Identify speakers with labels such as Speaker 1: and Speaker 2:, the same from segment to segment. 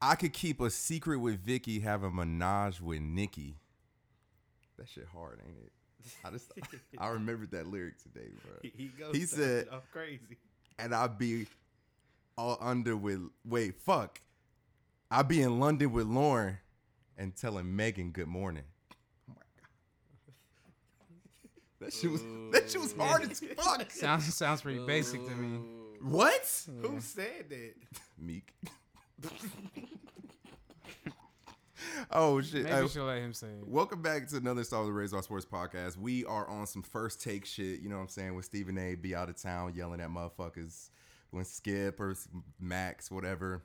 Speaker 1: I could keep a secret with Vicky, have a menage with Nikki. That shit hard, ain't it? I just I remembered that lyric today, bro.
Speaker 2: He, he goes.
Speaker 1: He
Speaker 2: to-
Speaker 1: said-
Speaker 2: "I'm crazy."
Speaker 1: And I'd be all under with wait, fuck. I'd be in London with Lauren and telling Megan good morning. Oh my God. That shit was that shit was hard as fuck.
Speaker 3: Sounds sounds pretty basic to me.
Speaker 1: What?
Speaker 2: Who said that?
Speaker 1: Meek. oh shit.
Speaker 3: Maybe
Speaker 1: Uh,
Speaker 3: you should let him say it.
Speaker 1: Welcome back to another installment of the Raise Our Sports Podcast. We are on some first take shit, you know what I'm saying, with Stephen A. be out of town yelling at motherfuckers when Skip or S- Max, whatever.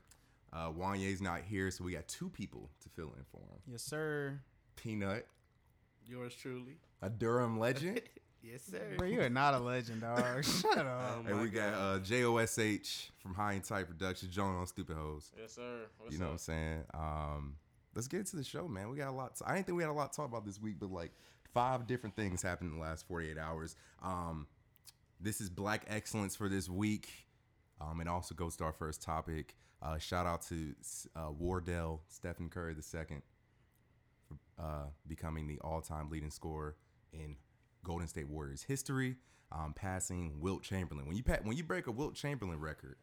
Speaker 1: Uh Wanye's not here, so we got two people to fill in for him.
Speaker 3: Yes, sir.
Speaker 1: Peanut,
Speaker 2: Yours truly.
Speaker 1: a Durham legend,
Speaker 2: Yes, sir. Oh
Speaker 3: Bro, you are not a legend, dog. Shut up.
Speaker 1: and we got uh JOSH from High and Tight Productions, Joan on Stupid Hoes.
Speaker 4: Yes, sir. What's
Speaker 1: You know what I'm
Speaker 4: up?
Speaker 1: saying? Um Let's get into the show, man. We got a lot. To, I didn't think we had a lot to talk about this week, but like five different things happened in the last 48 hours. Um, this is Black Excellence for this week. Um, and also goes to our first topic. Uh, shout out to uh, Wardell Stephen Curry II for uh, becoming the all-time leading scorer in Golden State Warriors history, um, passing Wilt Chamberlain. When you pa- when you break a Wilt Chamberlain record,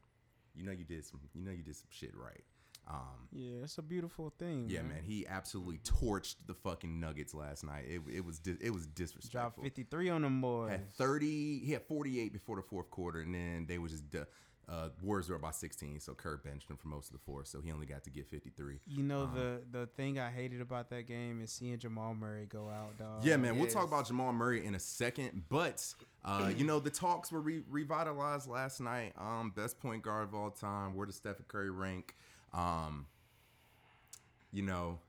Speaker 1: you know you did some you know you did some shit right. Um,
Speaker 3: Yeah, it's a beautiful thing.
Speaker 1: yeah, man, he absolutely torched the fucking Nuggets last night. It, it was di- it was
Speaker 3: Drop
Speaker 1: disrespectful.
Speaker 3: 53 on them boys.
Speaker 1: Had thirty, he had forty eight before the fourth quarter, and then they were just du- uh, Warriors were up by sixteen, so Kerr benched him for most of the fourth, so he only got to get fifty three.
Speaker 3: You know
Speaker 1: Uh-huh.
Speaker 3: the the thing I hated about that game is seeing Jamal Murray go out, dog.
Speaker 1: Yeah, man, we'll talk
Speaker 2: yes.
Speaker 1: about Jamal Murray in a second, but uh, you know the talks were re- revitalized last night. Um, best point guard of all time. Where does Stephen Curry rank? Um, you know,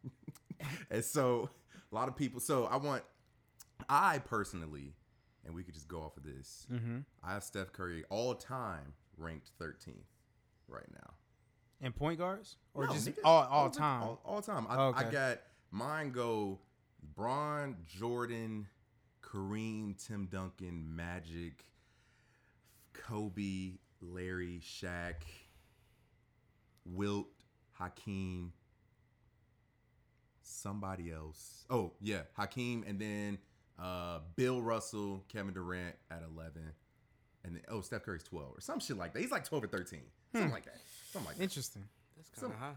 Speaker 1: and so a lot of people. So I want, I personally, and we could just go off of this. I have Steph Curry all time ranked 13th right now.
Speaker 3: And point guards or
Speaker 1: No,
Speaker 3: just
Speaker 1: nigga.
Speaker 3: all all
Speaker 1: All-
Speaker 3: time.
Speaker 1: All, all time. I,
Speaker 3: Okay.
Speaker 1: I got mine go Braun, Jordan, Kareem, Tim Duncan, Magic, Kobe, Larry, Shaq, Wilt, Hakeem, somebody else. Oh, yeah, Hakeem, and then uh, Bill Russell, Kevin Durant at 11. And then, oh, Steph Curry's 12 or some shit like that. He's like 12 or 13.
Speaker 3: Hmm.
Speaker 1: Something like that. Something like that.
Speaker 3: Interesting.
Speaker 2: That's kind of high.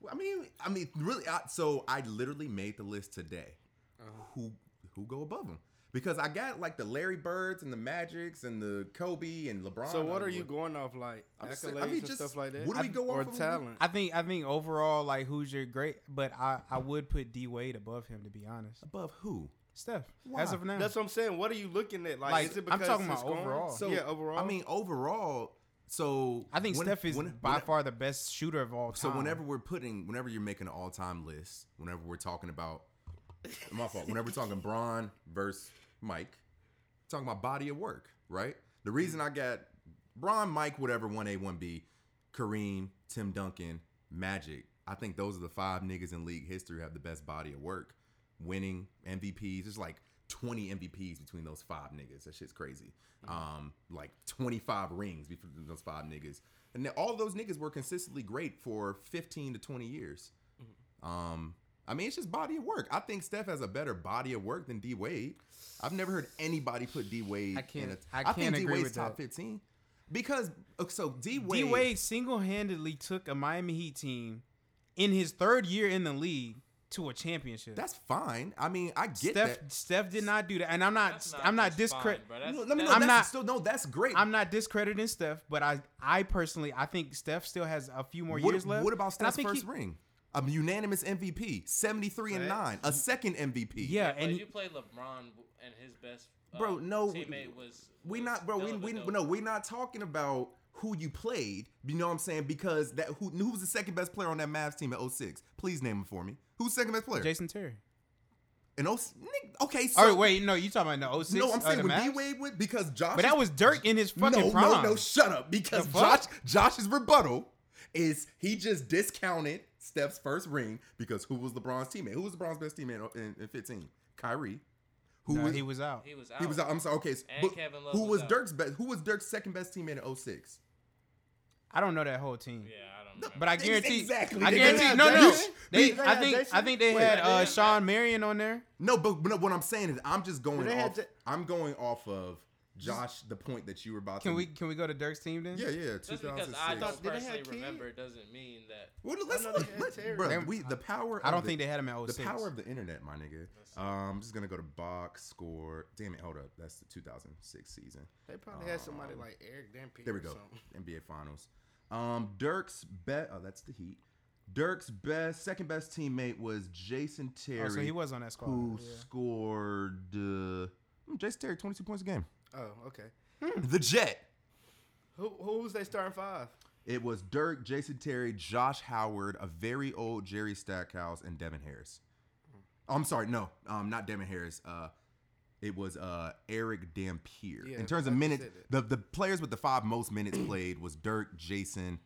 Speaker 1: Well, I mean, I mean, really. I, so I literally made the list today.
Speaker 2: Uh-huh.
Speaker 1: Who who go above him? Because I got like the Larry Birds and the Magics and the Kobe and LeBron.
Speaker 2: So what
Speaker 1: I
Speaker 2: are you
Speaker 1: would-
Speaker 2: going off like
Speaker 1: I'm
Speaker 2: accolades
Speaker 1: just saying- I mean,
Speaker 2: and
Speaker 1: just-
Speaker 2: stuff like that?
Speaker 1: what do we go
Speaker 2: or
Speaker 1: off of?
Speaker 2: talent?
Speaker 3: I think I think overall like who's your great, but I I would put D Wade above him to be honest.
Speaker 1: above who?
Speaker 3: Steph,
Speaker 1: Why?
Speaker 3: as of now,
Speaker 2: That's what I'm saying. What are you looking at? Like,
Speaker 3: Like,
Speaker 2: is it
Speaker 3: I'm
Speaker 2: because
Speaker 3: talking
Speaker 2: it's
Speaker 3: about
Speaker 2: going?
Speaker 3: overall.
Speaker 1: So
Speaker 2: Oh, yeah, overall.
Speaker 1: I mean, overall. So
Speaker 3: I think
Speaker 1: when-
Speaker 3: Steph is
Speaker 1: when-
Speaker 3: by
Speaker 1: when-
Speaker 3: far the best shooter of all
Speaker 1: So
Speaker 3: time.
Speaker 1: whenever we're putting, whenever you're making an all-time list, whenever we're talking about, my fault. Whenever we're talking Braun versus Mike, talking about body of work, right? The reason
Speaker 2: Mm-hmm.
Speaker 1: I got Braun, Mike, whatever, one A, one B, Kareem, Tim Duncan, Magic. I think those are the five niggas in league history who have the best body of work, winning MVPs. There's like 20 MVPs between those five niggas. That shit's crazy.
Speaker 3: Mm-hmm.
Speaker 1: Um, like 25 rings between those five niggas, and then all those niggas were consistently great for 15 to 20 years.
Speaker 3: Mm-hmm.
Speaker 1: Um, I mean, it's just body of work. I think Steph has a better body of work than D Wade. I've never heard anybody put D Wade.
Speaker 3: I
Speaker 1: In
Speaker 3: can't-
Speaker 1: a,
Speaker 3: I
Speaker 1: think
Speaker 3: can't
Speaker 1: D
Speaker 3: agree
Speaker 1: Wade's
Speaker 3: with
Speaker 1: top
Speaker 3: that.
Speaker 1: fifteen because uh, so D Wade.
Speaker 3: D Wade single handedly took a Miami Heat team in his third year in the league to a championship.
Speaker 1: That's fine. I mean, I get
Speaker 3: Steph
Speaker 1: that.
Speaker 3: Steph did not do that, and I'm not,
Speaker 4: That's
Speaker 3: I'm not
Speaker 4: just fine,
Speaker 3: discredit.
Speaker 4: bro. That's-
Speaker 1: No, let me know.
Speaker 4: that's-
Speaker 3: I'm
Speaker 1: that's still
Speaker 3: not-
Speaker 1: no. That's great.
Speaker 3: I'm not discrediting Steph, but I I personally I think Steph still has a few more
Speaker 1: what,
Speaker 3: years left.
Speaker 1: what about
Speaker 3: And I
Speaker 1: Steph's
Speaker 3: think
Speaker 1: first
Speaker 3: he-
Speaker 1: ring? A unanimous MVP, seventy three and nine, a second MVP.
Speaker 3: Yeah,
Speaker 4: But
Speaker 3: and
Speaker 4: you play LeBron and his best uh,
Speaker 1: Bro, no,
Speaker 4: teammate was
Speaker 1: We
Speaker 4: was
Speaker 1: not, bro. We,
Speaker 4: Della
Speaker 1: we
Speaker 4: Vadova.
Speaker 1: no. We're not talking about who you played. You know what I'm saying? Because that who who was the second best player on that Mavs team at 06? Please name him for me. Who's second best player?
Speaker 3: Jason Terry.
Speaker 1: And oh, nigga, okay. So,
Speaker 3: Oh wait, no, you talking about the 06?
Speaker 1: No, I'm
Speaker 3: uh,
Speaker 1: saying
Speaker 3: the
Speaker 1: when D
Speaker 3: Mavs?
Speaker 1: Wade went because Josh.
Speaker 3: But that was Dirk in his fucking
Speaker 1: no, no,
Speaker 3: prime.
Speaker 1: no. Shut up, because
Speaker 3: The
Speaker 1: Josh
Speaker 3: fuck?
Speaker 1: Josh's rebuttal is he just discounted Steph's first ring because who was LeBron's teammate? Who was LeBron's best teammate in, in 15? Kyrie. Who
Speaker 3: Nah,
Speaker 1: was
Speaker 3: he was out.
Speaker 4: He was out.
Speaker 1: He was out. I'm sorry. Okay, so-
Speaker 4: And
Speaker 1: but
Speaker 4: Kevin Love
Speaker 1: who
Speaker 4: was
Speaker 1: was
Speaker 4: out.
Speaker 1: oh Dirk's best? Who was Dirk's second best teammate in 06?
Speaker 3: I don't know that whole team.
Speaker 4: Yeah, I don't remember.
Speaker 3: But I guarantee,
Speaker 1: Exactly.
Speaker 3: I
Speaker 1: They
Speaker 3: guarantee,
Speaker 2: had
Speaker 3: no, no,
Speaker 2: Jason.
Speaker 3: they,
Speaker 2: Did they
Speaker 3: I
Speaker 2: have
Speaker 3: think,
Speaker 2: Jason?
Speaker 3: I think they
Speaker 2: Wait,
Speaker 3: had
Speaker 4: they
Speaker 3: uh,
Speaker 4: had-
Speaker 3: Sean Marion on there.
Speaker 1: No, but, but what I'm saying is, I'm just going
Speaker 2: they had
Speaker 1: off.
Speaker 2: J-
Speaker 1: I'm going off of Josh. The point that you were about
Speaker 3: Can
Speaker 1: to.
Speaker 3: we, can we go to Dirk's team then?
Speaker 1: Yeah, yeah.
Speaker 4: Just because I
Speaker 1: 2006.
Speaker 2: Did
Speaker 4: don't
Speaker 2: they have
Speaker 4: personally
Speaker 2: kids?
Speaker 4: remember doesn't mean that.
Speaker 1: Well, let's
Speaker 2: know
Speaker 1: look.
Speaker 2: they had
Speaker 1: Let,
Speaker 2: Terry.
Speaker 1: bruh,
Speaker 3: They-
Speaker 1: we the power.
Speaker 3: I
Speaker 1: of
Speaker 3: don't
Speaker 1: the-
Speaker 3: think they had him at
Speaker 1: the
Speaker 3: 06.
Speaker 1: power of the internet, my nigga. Um, I'm just gonna go to box score. Damn it, hold up. That's the 2006 season.
Speaker 2: They probably had somebody like Eric
Speaker 1: Oh.
Speaker 2: Dampier.
Speaker 1: There we
Speaker 2: or
Speaker 1: go.
Speaker 2: something.
Speaker 1: NBA Finals. Um, Dirk's bet. Oh, that's the Heat. Dirk's best, second best teammate was Jason Terry,
Speaker 3: oh, so he was on that squad.
Speaker 1: who
Speaker 3: Yeah.
Speaker 1: scored. Uh, hmm, Jason Terry, 22 points a game. Hmm,
Speaker 2: Oh, okay.
Speaker 1: The Jet.
Speaker 2: Who who's they starting five?
Speaker 1: It was Dirk, Jason Terry, Josh Howard, a very old Jerry Stackhouse, and Devin Harris. Oh, I'm sorry, no, um, not Devin Harris. Uh, it was uh, Eric Dampier.
Speaker 2: Yeah,
Speaker 1: In terms of
Speaker 2: I just
Speaker 1: minutes,
Speaker 2: said it.
Speaker 1: the, the players with the five most minutes played was Dirk, Jason,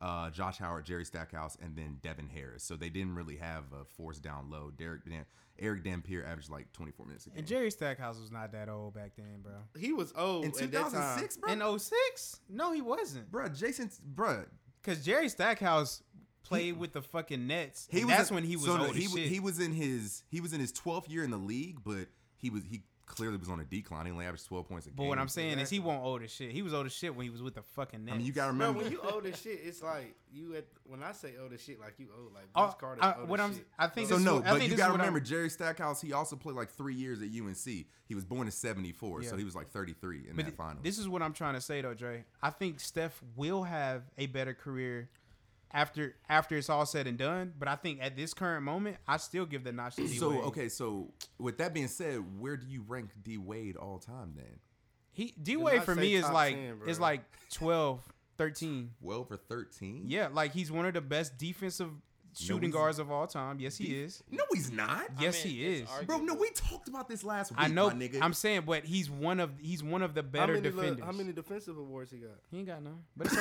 Speaker 1: uh, Josh Howard, Jerry Stackhouse, and then Devin Harris. So they didn't really have a force down low. Derek Dan- Eric Dampier averaged like 24 minutes a game.
Speaker 3: And Jerry Stackhouse was not that old back then, bro.
Speaker 2: He was old
Speaker 1: in
Speaker 2: at that time.
Speaker 1: 2006, bro,
Speaker 3: In 06? No, he wasn't.
Speaker 1: bro, Jason, bro,
Speaker 3: Because Jerry Stackhouse played with the fucking Nets.
Speaker 1: He
Speaker 3: and
Speaker 1: was
Speaker 3: that's
Speaker 1: in-
Speaker 3: when he was
Speaker 1: so no,
Speaker 3: old
Speaker 1: he,
Speaker 3: as
Speaker 1: wa-
Speaker 3: shit.
Speaker 1: he was in his he was in his 12th year in the league, but he was he clearly was on a decline. He only averaged 12 points a
Speaker 3: but
Speaker 1: game.
Speaker 3: what I'm saying is
Speaker 2: Exactly.
Speaker 3: he wasn't old as shit. He was old as shit when he was with the fucking Nets.
Speaker 1: I mean, you got to
Speaker 2: Bro,
Speaker 1: remember.
Speaker 2: when you old as shit, it's like you at when I say old as shit, like you old like
Speaker 3: Oh,
Speaker 2: Vince Carter.
Speaker 3: I-
Speaker 2: old
Speaker 3: what
Speaker 2: as
Speaker 3: I'm-
Speaker 2: shit.
Speaker 3: I think
Speaker 1: so
Speaker 3: this is
Speaker 1: no,
Speaker 3: what- I
Speaker 1: but
Speaker 3: think
Speaker 1: you
Speaker 3: this is
Speaker 1: got to
Speaker 3: what I'm-
Speaker 1: remember Jerry Stackhouse. He also played like three years at UNC. He was born in '74,
Speaker 3: Yeah.
Speaker 1: so he was like 33 in
Speaker 3: But
Speaker 1: that
Speaker 3: th-
Speaker 1: final.
Speaker 3: This is what I'm trying to say though, Dre. I think Steph will have a better career after after it's all said and done. But I think at this current moment, I still give the notch to D.
Speaker 1: so
Speaker 3: Wade.
Speaker 1: okay, so with that being said, where do you rank D Wade all time then?
Speaker 3: he D
Speaker 2: Did
Speaker 3: Wade
Speaker 2: not
Speaker 3: for
Speaker 2: say
Speaker 3: me is
Speaker 2: top
Speaker 3: like
Speaker 2: 10, bro.
Speaker 3: is like 12, 13.
Speaker 1: 12 or 13?
Speaker 3: Yeah, like he's one of the best defensive shooting
Speaker 1: he's-
Speaker 3: guards of all time. Yes, he is.
Speaker 1: No, he's not.
Speaker 4: I
Speaker 3: Yes,
Speaker 4: mean,
Speaker 3: he
Speaker 4: it's
Speaker 3: is.
Speaker 4: arguable.
Speaker 1: Bro, no, we talked about this last week,
Speaker 3: I know.
Speaker 1: my nigga.
Speaker 3: I'm saying, but he's one of he's one of the better
Speaker 2: how many, look,
Speaker 3: defenders.
Speaker 2: how many defensive awards he got?
Speaker 3: He ain't got none, but it's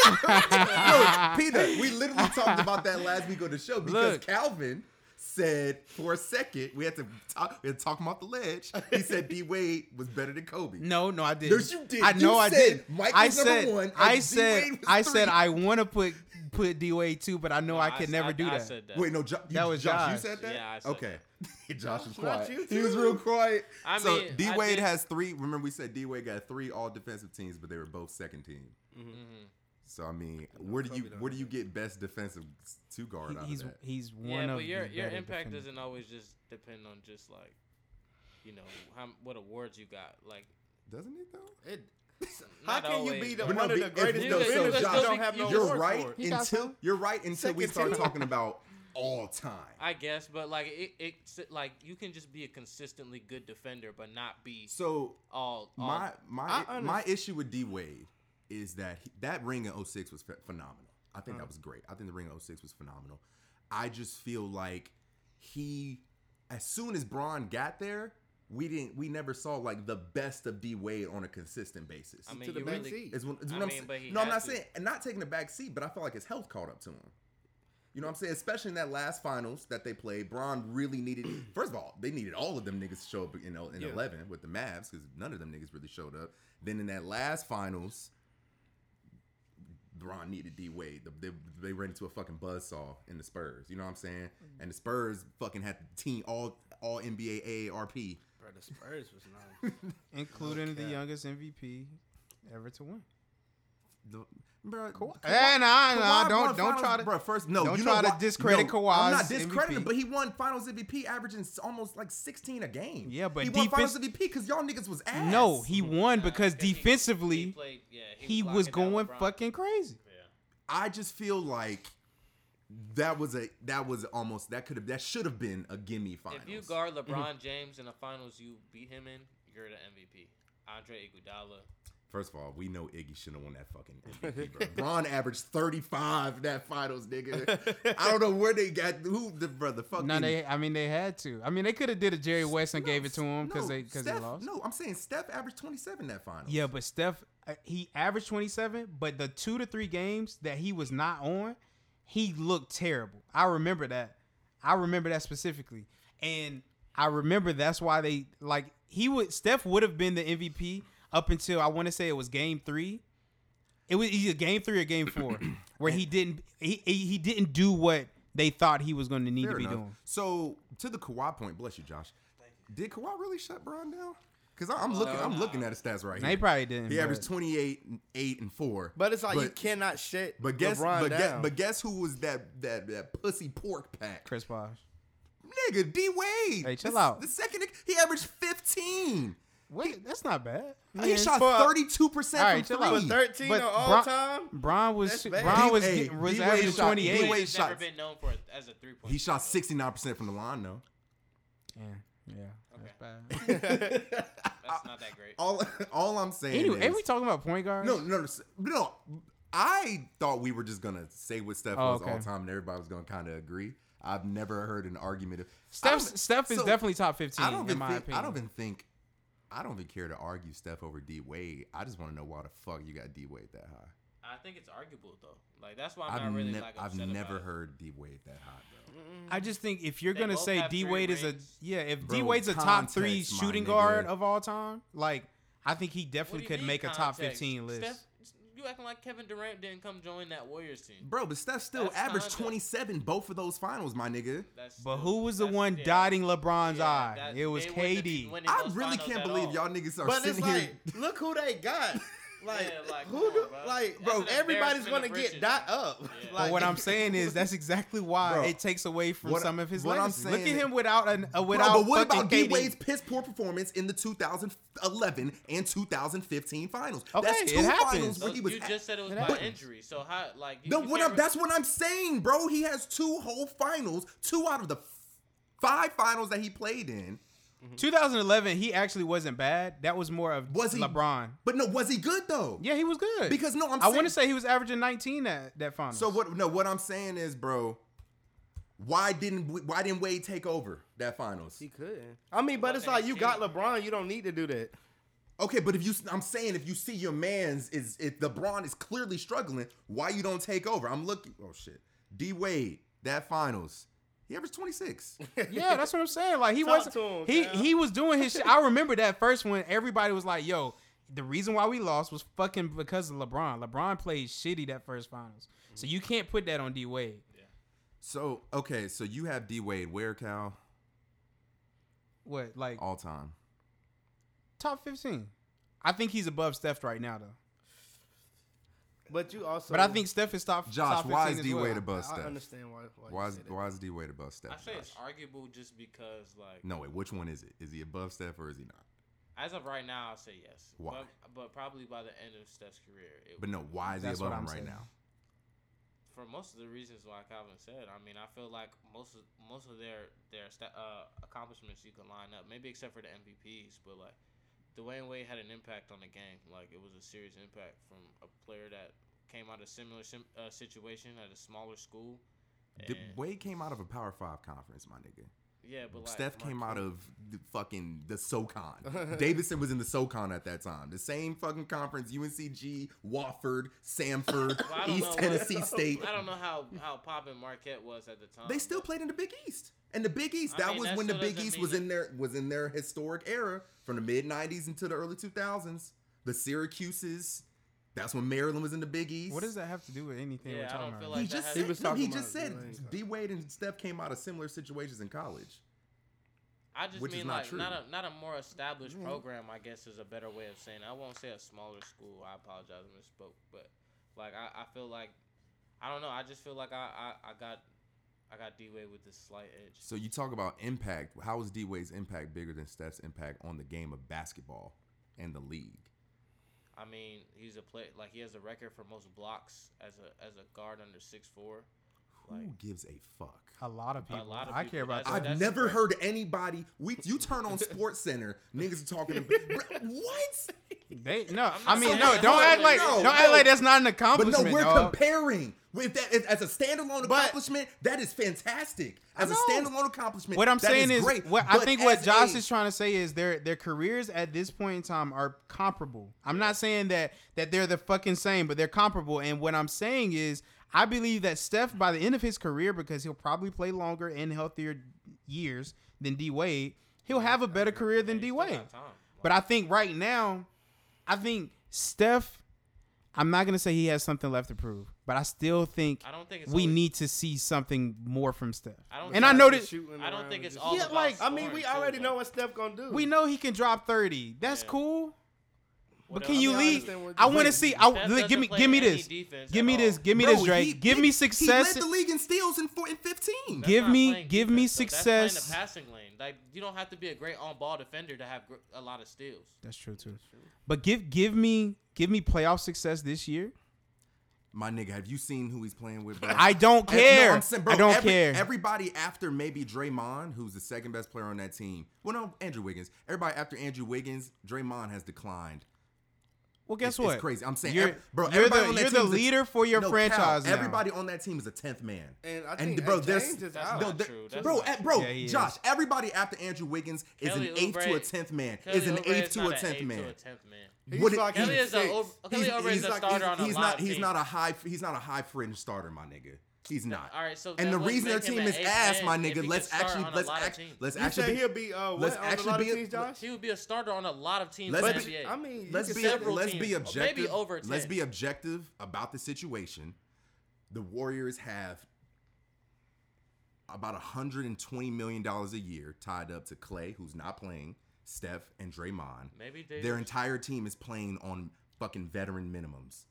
Speaker 3: okay.
Speaker 1: No, Peter, we literally talked about that last week on the show because
Speaker 3: Look.
Speaker 1: Calvin said for a second we had to talk, we had to talk him off the ledge. He said D Wade was better than Kobe.
Speaker 3: No, no, I didn't.
Speaker 1: Yes, you did.
Speaker 3: I
Speaker 1: You
Speaker 3: know I
Speaker 1: said
Speaker 3: did.
Speaker 1: Mike
Speaker 3: I
Speaker 1: was number
Speaker 3: said,
Speaker 1: one and
Speaker 3: I
Speaker 1: D.
Speaker 3: said,
Speaker 1: Wade was
Speaker 3: I
Speaker 1: three.
Speaker 3: said, I want to put put D Wade too, but I know I could
Speaker 4: s-
Speaker 3: never do
Speaker 4: I
Speaker 3: that.
Speaker 4: said that.
Speaker 1: Wait, no, jo- you,
Speaker 3: That was
Speaker 1: Josh. You
Speaker 3: Josh.
Speaker 1: said that.
Speaker 4: Yeah, I said
Speaker 1: okay. Josh was
Speaker 2: Josh, not
Speaker 1: quiet.
Speaker 2: you
Speaker 1: He was
Speaker 2: too.
Speaker 1: real quiet.
Speaker 4: I
Speaker 1: so
Speaker 4: mean,
Speaker 1: D
Speaker 4: I
Speaker 1: Wade
Speaker 4: did-
Speaker 1: has three. Remember, we said D Wade got three all defensive teams, but they were both second team.
Speaker 4: Mhm.
Speaker 1: So I mean, where do
Speaker 2: Kobe
Speaker 1: you
Speaker 2: don't
Speaker 1: where do you get best defensive two guard out
Speaker 3: He- he's
Speaker 1: of that?
Speaker 3: he's one
Speaker 4: Yeah,
Speaker 3: of
Speaker 4: but your
Speaker 3: the
Speaker 4: your
Speaker 3: better
Speaker 4: impact
Speaker 3: defenders.
Speaker 4: doesn't always just depend on just like, you know, how what awards you got. Like,
Speaker 1: Doesn't it though?
Speaker 2: It, how
Speaker 4: Not
Speaker 2: can you
Speaker 4: always,
Speaker 2: be the,
Speaker 1: but
Speaker 2: one
Speaker 1: no,
Speaker 2: of the
Speaker 1: if-
Speaker 2: greatest
Speaker 1: if-
Speaker 4: no, so
Speaker 2: defenders that
Speaker 4: Josh,
Speaker 2: don't have
Speaker 4: you
Speaker 2: no
Speaker 4: just-
Speaker 1: You're
Speaker 2: award
Speaker 1: right
Speaker 2: for it?
Speaker 3: He got
Speaker 1: until
Speaker 3: some.
Speaker 1: you're right until we
Speaker 2: Second
Speaker 1: start
Speaker 2: team.
Speaker 1: talking about all time.
Speaker 4: I guess, but like it, it's like you can just be a consistently good defender, but not be
Speaker 1: So
Speaker 4: all. all
Speaker 1: my my
Speaker 2: I
Speaker 1: my issue with D Wade is that he, that ring in 06 was ph- phenomenal. I think that was great. I think the ring in 06 was phenomenal. I just feel like he as soon as Braun got there, we didn't we never saw like the best of D Wade on a consistent basis.
Speaker 4: I mean,
Speaker 2: to the
Speaker 4: you
Speaker 2: back
Speaker 4: really
Speaker 2: seat.
Speaker 1: Is what, is
Speaker 4: I
Speaker 1: what I'm
Speaker 4: mean,
Speaker 1: sa-
Speaker 4: but he
Speaker 1: No, I'm
Speaker 4: had
Speaker 1: not
Speaker 4: to.
Speaker 1: saying and not taking a back seat, but I felt like his health caught up to him. You know what I'm saying? Especially in that last finals that they played, Braun really needed. First of all, they needed all of them niggas to show up in, in
Speaker 2: Yeah.
Speaker 1: 11 with the Mavs because none of them niggas really showed up. Then in that last finals, Braun needed D Wade. They, they ran into a fucking buzzsaw in the Spurs. You know what I'm saying?
Speaker 2: Mm-hmm.
Speaker 1: And the Spurs fucking had the team all all NBA AARP.
Speaker 2: Bro, the Spurs was nice.
Speaker 3: including the
Speaker 2: Okay.
Speaker 3: youngest MVP ever to win.
Speaker 1: The- Bro,
Speaker 3: Hey, nah, nah,
Speaker 1: Kawhi
Speaker 3: don't
Speaker 1: won
Speaker 3: don't try
Speaker 1: finals-
Speaker 3: to.
Speaker 1: Bruh, first, no,
Speaker 3: don't
Speaker 1: you know
Speaker 3: try to
Speaker 1: why-
Speaker 3: discredit
Speaker 1: no, I'm not
Speaker 3: Kawhi's
Speaker 1: discrediting,
Speaker 3: MVP.
Speaker 1: but he won Finals MVP, averaging s- almost like 16 a game.
Speaker 3: Yeah, but
Speaker 1: he won Finals
Speaker 3: defense-
Speaker 1: MVP because y'all niggas was ass.
Speaker 3: No, he won
Speaker 4: Nah,
Speaker 3: because
Speaker 4: 'cause he- he
Speaker 3: defensively he,
Speaker 4: played- yeah,
Speaker 3: was,
Speaker 4: locking down
Speaker 3: going
Speaker 4: LeBron.
Speaker 3: fucking crazy.
Speaker 4: Yeah.
Speaker 1: I just feel like that was a that was almost that could have that should have been a gimme finals.
Speaker 4: If you guard
Speaker 3: Mm-hmm.
Speaker 4: LeBron James in the finals, you beat him in. You're the MVP. Andre Iguodala.
Speaker 1: First of all, we know Iggy shouldn't have won that fucking MVP, bro. Bron averaged 35 that finals, nigga. I don't know where they got who the brother fucking
Speaker 3: No, they. I mean, they had to. I mean, they could have did a Jerry West and gave it to him because
Speaker 1: no,
Speaker 3: they because they
Speaker 1: Steph-
Speaker 3: lost.
Speaker 1: No, I'm saying Steph averaged 27 that finals.
Speaker 3: Yeah, but Steph, uh, he averaged 27, but the two to three games that he was not on, he looked terrible. I remember that. I remember that specifically. And I remember that's why they, like, he would, Steph would have been the MVP up until I want to say it was game three. It was either game three or game four where he didn't he he he didn't do what they thought he was going to need
Speaker 1: Fair
Speaker 3: to be
Speaker 1: enough.
Speaker 3: doing.
Speaker 1: So to the Kawhi point, bless you, Josh. Did Kawhi really shut Bron down? Because I'm looking, I'm looking at his stats right
Speaker 3: And they
Speaker 1: here.
Speaker 3: Uh, probably didn't.
Speaker 1: He
Speaker 3: but-
Speaker 1: averaged 28, and eight, and four.
Speaker 2: But it's like you
Speaker 1: but,
Speaker 2: cannot shit
Speaker 1: but guess,
Speaker 2: LeBron
Speaker 1: but, guess,
Speaker 2: down.
Speaker 1: but guess who was that that that pussy pork pack?
Speaker 3: Chris Bosh.
Speaker 1: Nigga, D Wade.
Speaker 3: Hey, chill
Speaker 1: The-
Speaker 3: out.
Speaker 1: The second he averaged 15.
Speaker 3: Wait, that's not bad.
Speaker 1: he shot
Speaker 2: for-
Speaker 1: 32 percent
Speaker 3: All
Speaker 1: from
Speaker 3: right, chill
Speaker 1: three.
Speaker 3: out.
Speaker 2: was 13
Speaker 3: But
Speaker 2: on all
Speaker 3: Bron-
Speaker 2: time.
Speaker 3: Bron was
Speaker 2: That's bad.
Speaker 3: Bron was
Speaker 1: D-
Speaker 3: getting, was
Speaker 1: D-Wade
Speaker 3: averaging
Speaker 1: shot-
Speaker 3: twenty
Speaker 1: D-Wade
Speaker 3: eight.
Speaker 1: Wait,
Speaker 4: He's never
Speaker 1: shots.
Speaker 4: been known for it as a three point.
Speaker 1: He shot 69% from the line though.
Speaker 3: Yeah, that's bad.
Speaker 4: That's not that great.
Speaker 1: All all I'm saying
Speaker 3: anyway,
Speaker 1: is
Speaker 3: are we talking about point guards?
Speaker 1: No, no, no, s- no. I thought we were just gonna say what Steph
Speaker 3: Oh,
Speaker 1: was all
Speaker 3: okay.
Speaker 1: time, and everybody was gonna kind of agree. I've never heard an argument of
Speaker 3: Steph.
Speaker 1: I don't-
Speaker 3: Steph is
Speaker 1: so,
Speaker 3: definitely top fifteen
Speaker 1: I don't
Speaker 3: in
Speaker 1: even
Speaker 3: my
Speaker 1: think.
Speaker 3: opinion.
Speaker 1: I don't even think. I don't even care to argue Steph over D Wade. I just want to know why the fuck you got D Wade that high.
Speaker 4: I think it's arguable though. Like that's why I'm
Speaker 1: I've,
Speaker 4: not really
Speaker 1: ne-
Speaker 4: like
Speaker 1: I've
Speaker 4: upset
Speaker 1: never
Speaker 4: about it.
Speaker 1: heard D Wade that high, bro.
Speaker 3: I just think if you're
Speaker 4: They
Speaker 3: gonna
Speaker 4: both
Speaker 3: say
Speaker 4: have
Speaker 3: D
Speaker 4: three
Speaker 3: Wade is a
Speaker 4: rings.
Speaker 3: yeah, if
Speaker 1: Bro,
Speaker 3: D Wade's a top three
Speaker 1: context, my
Speaker 3: shooting
Speaker 1: nigga.
Speaker 3: guard of all time, like I think he
Speaker 4: What do
Speaker 3: definitely
Speaker 4: you
Speaker 3: could
Speaker 4: mean
Speaker 3: make a top
Speaker 4: context?
Speaker 3: fifteen list.
Speaker 4: Steph, you acting like Kevin Durant didn't come join that Warriors team.
Speaker 1: Bro, but Steph still
Speaker 4: That's
Speaker 1: averaged
Speaker 4: kinda-
Speaker 1: 27 both of those finals, my nigga.
Speaker 4: That's
Speaker 3: but
Speaker 4: still-
Speaker 3: who was the
Speaker 4: that's-
Speaker 3: one
Speaker 4: yeah,
Speaker 3: dotting LeBron's
Speaker 4: yeah,
Speaker 3: eye?
Speaker 4: that-
Speaker 3: it was
Speaker 4: they wouldn't have
Speaker 3: KD.
Speaker 4: been winning
Speaker 1: I
Speaker 4: those
Speaker 1: really
Speaker 4: finals
Speaker 1: can't
Speaker 4: at
Speaker 1: believe
Speaker 4: all.
Speaker 1: y'all niggas are
Speaker 2: But it's
Speaker 1: sitting here.
Speaker 2: like, look who they got. Like,
Speaker 4: Yeah, like,
Speaker 2: who
Speaker 4: come
Speaker 2: do,
Speaker 4: on, bro.
Speaker 2: like,
Speaker 4: That's
Speaker 2: bro,
Speaker 4: an
Speaker 2: everybody's
Speaker 4: embarrassment
Speaker 2: gonna
Speaker 4: of
Speaker 2: get
Speaker 4: riches.
Speaker 2: dot up.
Speaker 4: Yeah.
Speaker 2: Like,
Speaker 3: But what I'm saying is that's exactly why
Speaker 1: Bro,
Speaker 3: it takes away from
Speaker 1: what-
Speaker 3: some of his
Speaker 1: what I'm
Speaker 3: legacy. Look at
Speaker 1: saying-
Speaker 3: him without an uh,
Speaker 1: Bro,
Speaker 3: without.
Speaker 1: but what about D
Speaker 3: fucking
Speaker 1: Wade's
Speaker 3: KD.
Speaker 1: piss poor performance in the 2011 and 2015 finals?
Speaker 3: Okay,
Speaker 1: that's
Speaker 3: it
Speaker 1: two
Speaker 3: happens.
Speaker 1: finals where
Speaker 4: Those-
Speaker 1: he was.
Speaker 4: you
Speaker 1: at-
Speaker 4: just said it was
Speaker 3: it
Speaker 4: by
Speaker 3: happens.
Speaker 4: injury. So how like you,
Speaker 1: No,
Speaker 4: you
Speaker 1: what I'm,
Speaker 4: can't re-
Speaker 1: that's what I'm saying, bro. He has two whole finals, two out of the f- five finals that he played in.
Speaker 3: 2011, he actually wasn't bad. That was more of
Speaker 1: Was he-
Speaker 3: LeBron.
Speaker 1: But no, was he good though?
Speaker 3: Yeah, he was good.
Speaker 1: Because no, I'm.
Speaker 3: I
Speaker 1: Saying,
Speaker 3: want to say he was averaging 19 that that final.
Speaker 1: So what? No, what I'm saying is, bro. Why didn't we- Why didn't Wade take over that finals?
Speaker 2: He couldn't. I mean, but it's like you got LeBron. You don't need to do that.
Speaker 1: Okay, but if you, I'm saying if you see your man's is if LeBron is clearly struggling, why you don't take over? I'm looking. Oh shit, D Wade that finals, he averaged 26.
Speaker 3: Yeah, that's what I'm saying. Like he
Speaker 2: Talk
Speaker 3: was
Speaker 2: to him,
Speaker 3: he
Speaker 2: fam.
Speaker 3: he was doing his shit. I remember that first one. Everybody was like, "Yo, the reason why we lost was fucking because of LeBron. LeBron played shitty that first finals, so you can't put that on D Wade.
Speaker 1: so okay, so you have D Wade where Cal
Speaker 3: What like
Speaker 1: all time.
Speaker 3: top 15? I think he's above Steph right now though.
Speaker 2: But you also.
Speaker 3: But I think Steph is top.
Speaker 1: Josh,
Speaker 3: top
Speaker 1: why
Speaker 3: 15
Speaker 1: is
Speaker 3: as
Speaker 1: D Wade
Speaker 3: well.
Speaker 2: I,
Speaker 1: above
Speaker 2: I
Speaker 1: Steph?
Speaker 2: understand why. Why,
Speaker 1: Why
Speaker 2: you
Speaker 1: is
Speaker 2: say that.
Speaker 1: Why is D Wade above Steph?
Speaker 4: I say it's
Speaker 1: Josh?
Speaker 4: arguable just because like
Speaker 1: No wait, which one is it? Is he above Steph or is he not?
Speaker 4: as of right now I'll say yes.
Speaker 1: Why?
Speaker 4: But, but probably by the end of Steph's career. It,
Speaker 1: But no, why is
Speaker 3: That's
Speaker 1: he above
Speaker 3: what
Speaker 1: him
Speaker 3: I'm
Speaker 1: right
Speaker 3: saying.
Speaker 1: now?
Speaker 4: for most of the reasons why Calvin said. I mean, I feel like most of most of their their sta uh, accomplishments you can line up, maybe except for the MVPs, but like Dwayne Wade had an impact on the game. Like it was a serious impact from a player that came out of similar sim- uh, situation at a smaller school.
Speaker 1: D-
Speaker 4: and-
Speaker 1: Wade came out of a Power Five conference, my nigga.
Speaker 4: yeah, but like
Speaker 1: Steph came
Speaker 4: Marquise-
Speaker 1: out of the fucking the SoCon. Davidson was in the SoCon at that time. The same fucking conference: UNCG, Wofford, Samford,
Speaker 4: Well, I don't know
Speaker 1: East
Speaker 4: what-
Speaker 1: Tennessee State.
Speaker 4: I don't know how how poppin Marquette was at the time.
Speaker 1: They still
Speaker 4: but-
Speaker 1: played in the Big East, and the Big East.
Speaker 4: I
Speaker 1: That
Speaker 4: mean,
Speaker 1: was
Speaker 4: that
Speaker 1: when the
Speaker 4: still
Speaker 1: Big
Speaker 4: doesn't
Speaker 1: East was
Speaker 4: mean
Speaker 1: in their was in their historic era from the mid '90s into the early 2000s. The Syracuses. That's when Maryland was in the Big East.
Speaker 3: What does that have to do with anything
Speaker 4: Yeah,
Speaker 3: we're
Speaker 4: I
Speaker 3: talking
Speaker 4: don't
Speaker 3: about?
Speaker 4: feel
Speaker 1: he
Speaker 4: like that
Speaker 1: just
Speaker 4: has-
Speaker 1: said,
Speaker 4: He
Speaker 2: was
Speaker 1: no, he
Speaker 2: talking
Speaker 1: just
Speaker 2: about
Speaker 1: said
Speaker 2: Dwayne.
Speaker 1: D Wade and Steph came out of similar situations in college.
Speaker 4: I just
Speaker 1: which is
Speaker 4: mean
Speaker 1: not
Speaker 4: like
Speaker 1: true.
Speaker 4: not a not a more established program. I guess is a better way of saying. It. I won't say a smaller school. I apologize, I misspoke. But like I, I feel like I don't know. I just feel like I I, I got I got D Wade with this slight edge.
Speaker 1: So you talk about impact. How is D Wade's impact bigger than Steph's impact on the game of basketball and the league?
Speaker 4: I mean, he's a play like he has a record for most blocks as a as a guard under six four. Like
Speaker 1: Who gives a fuck?
Speaker 3: a lot of
Speaker 4: A
Speaker 3: people.
Speaker 4: lot of
Speaker 3: I
Speaker 4: people.
Speaker 3: care about
Speaker 4: That's-
Speaker 3: that.
Speaker 1: I've never
Speaker 4: correct.
Speaker 1: heard anybody. We you turn on Sports Center, niggas are talking. About, what?
Speaker 3: They no. I
Speaker 4: not
Speaker 3: mean
Speaker 4: saying
Speaker 3: no.
Speaker 4: that's
Speaker 3: Don't
Speaker 4: not
Speaker 3: act
Speaker 4: what
Speaker 3: like
Speaker 4: it is.
Speaker 3: don't
Speaker 1: No,
Speaker 3: act
Speaker 1: no.
Speaker 3: like that's not an
Speaker 1: But
Speaker 3: accomplishment.
Speaker 1: no, we're
Speaker 3: dog.
Speaker 1: comparing with that as a standalone accomplishment. That is fantastic. As a
Speaker 3: know.
Speaker 1: standalone accomplishment,
Speaker 3: What I'm
Speaker 1: that
Speaker 3: saying is,
Speaker 1: great.
Speaker 3: what I
Speaker 1: But
Speaker 3: think what
Speaker 1: as
Speaker 3: Josh
Speaker 1: a-
Speaker 3: is trying to say is their their careers at this point in time are comparable. I'm not saying that that they're the fucking same, but they're comparable. And what I'm saying is, I believe that Steph, by the end of his career, because he'll probably play longer and healthier years than D Wade, he'll have a better career than D
Speaker 4: he's still
Speaker 3: Wade.
Speaker 4: got time.
Speaker 3: But I think right now, I think Steph, I'm not gonna say he has something left to prove, but I still think
Speaker 4: I don't think it's
Speaker 3: we
Speaker 4: always-
Speaker 3: need to see something more from Steph.
Speaker 4: I don't
Speaker 3: and
Speaker 4: think
Speaker 3: I
Speaker 4: it's
Speaker 3: know
Speaker 4: always
Speaker 3: that
Speaker 2: Shooting
Speaker 4: I don't
Speaker 2: around
Speaker 4: think
Speaker 2: and
Speaker 4: it's
Speaker 2: just-
Speaker 4: all
Speaker 3: Yeah,
Speaker 4: about
Speaker 3: like-
Speaker 2: I mean,
Speaker 4: scoring,
Speaker 2: we
Speaker 4: too,
Speaker 2: already
Speaker 4: but
Speaker 2: know what Steph gonna do.
Speaker 3: we know he can drop 30. That's
Speaker 4: Yeah.
Speaker 3: cool.
Speaker 4: what
Speaker 3: but
Speaker 4: else?
Speaker 3: can you
Speaker 2: I mean, I
Speaker 3: leave?
Speaker 2: understand what
Speaker 3: I
Speaker 2: you-
Speaker 3: want to
Speaker 2: Wait,
Speaker 3: see. I
Speaker 4: Steph
Speaker 3: li- give
Speaker 4: doesn't
Speaker 3: me
Speaker 4: play
Speaker 3: give me
Speaker 4: any
Speaker 3: this.
Speaker 4: defense
Speaker 3: Give
Speaker 4: at
Speaker 3: me
Speaker 4: all.
Speaker 3: this. Give me
Speaker 1: Bro,
Speaker 3: this, Drake.
Speaker 1: he-
Speaker 3: give
Speaker 1: he-
Speaker 3: me
Speaker 1: He
Speaker 3: success.
Speaker 1: led the league in steals in, four, in 15.
Speaker 4: That's
Speaker 3: Give
Speaker 4: not
Speaker 3: me-
Speaker 4: playing
Speaker 3: give me
Speaker 4: defense, though. That's playing the
Speaker 3: success.
Speaker 4: passing lane. Like you don't have to be a great on-ball defender to have gr- a lot of steals.
Speaker 3: That's true too. But give give me give me playoff success this year.
Speaker 1: My nigga, have you seen who he's playing with? Bro?
Speaker 3: I don't
Speaker 1: Ev- no,
Speaker 3: care.
Speaker 1: I'm saying, bro,
Speaker 3: I don't
Speaker 1: every-
Speaker 3: care.
Speaker 1: Everybody after maybe Draymond, who's the second best player on that team. Well, no, Andrew Wiggins. Everybody after Andrew Wiggins, Draymond has declined.
Speaker 3: well, guess
Speaker 1: It's-
Speaker 3: what?
Speaker 1: It's crazy. I'm saying,
Speaker 3: You're,
Speaker 1: ev- bro,
Speaker 3: you're
Speaker 1: everybody
Speaker 3: the,
Speaker 1: on that
Speaker 3: you're the
Speaker 1: team is a-
Speaker 3: leader for your
Speaker 1: No, Cal,
Speaker 3: franchise. now.
Speaker 1: everybody on that team is a tenth man.
Speaker 2: And I think
Speaker 1: bro,
Speaker 2: James
Speaker 1: there's
Speaker 2: is
Speaker 4: That's
Speaker 2: out.
Speaker 1: no,
Speaker 4: not
Speaker 1: th-
Speaker 4: true. That's
Speaker 1: bro,
Speaker 4: not
Speaker 1: eh,
Speaker 4: true.
Speaker 1: bro,
Speaker 3: Yeah, he is.
Speaker 1: Josh. Everybody after Andrew Wiggins is
Speaker 4: Kelly
Speaker 1: an eighth to
Speaker 4: Oubre-
Speaker 1: a tenth man.
Speaker 4: Kelly
Speaker 1: is an
Speaker 4: Oubre
Speaker 1: eighth to
Speaker 4: not
Speaker 1: a
Speaker 4: an
Speaker 1: tenth
Speaker 4: eighth
Speaker 1: man.
Speaker 4: To a tenth man.
Speaker 2: He's
Speaker 1: What it-
Speaker 2: like
Speaker 4: Kelly is a
Speaker 2: six.
Speaker 4: over, Kelly Oubre is a
Speaker 1: like-
Speaker 4: starter
Speaker 1: he's-
Speaker 4: on a
Speaker 1: he's
Speaker 4: live
Speaker 1: not.
Speaker 4: team.
Speaker 1: He's not a high. He's not a high fringe starter, my nigga. He's not.
Speaker 4: All right, so
Speaker 1: and
Speaker 4: then
Speaker 1: the
Speaker 4: let's
Speaker 1: reason their
Speaker 4: make him
Speaker 1: team
Speaker 4: an
Speaker 1: is
Speaker 4: eighth
Speaker 1: ass,
Speaker 4: man
Speaker 1: my
Speaker 4: if he
Speaker 1: nigga.
Speaker 4: can
Speaker 1: Let's
Speaker 4: start
Speaker 1: actually
Speaker 4: on a
Speaker 1: let's
Speaker 4: lot of
Speaker 1: act,
Speaker 4: teams.
Speaker 1: let's
Speaker 2: You
Speaker 1: actually
Speaker 2: said
Speaker 1: be-
Speaker 2: he'll be uh, what,
Speaker 1: let's
Speaker 2: on a
Speaker 1: actually
Speaker 2: lot of
Speaker 1: be a-
Speaker 2: teams, Josh.
Speaker 4: He would be a starter on a lot of teams.
Speaker 1: Let's
Speaker 4: in
Speaker 1: be-
Speaker 4: the NBA.
Speaker 2: I mean, you
Speaker 1: let's
Speaker 2: could
Speaker 1: be
Speaker 2: say-
Speaker 4: several
Speaker 1: let's
Speaker 4: teams.
Speaker 1: be
Speaker 4: Or
Speaker 1: objective.
Speaker 4: maybe over
Speaker 1: Let's
Speaker 4: 10.
Speaker 1: be objective about the situation. The Warriors have about 120 million dollars a year tied up to Clay, who's not playing, Steph, and Draymond.
Speaker 4: maybe they.
Speaker 1: Their entire team is playing on fucking veteran minimums.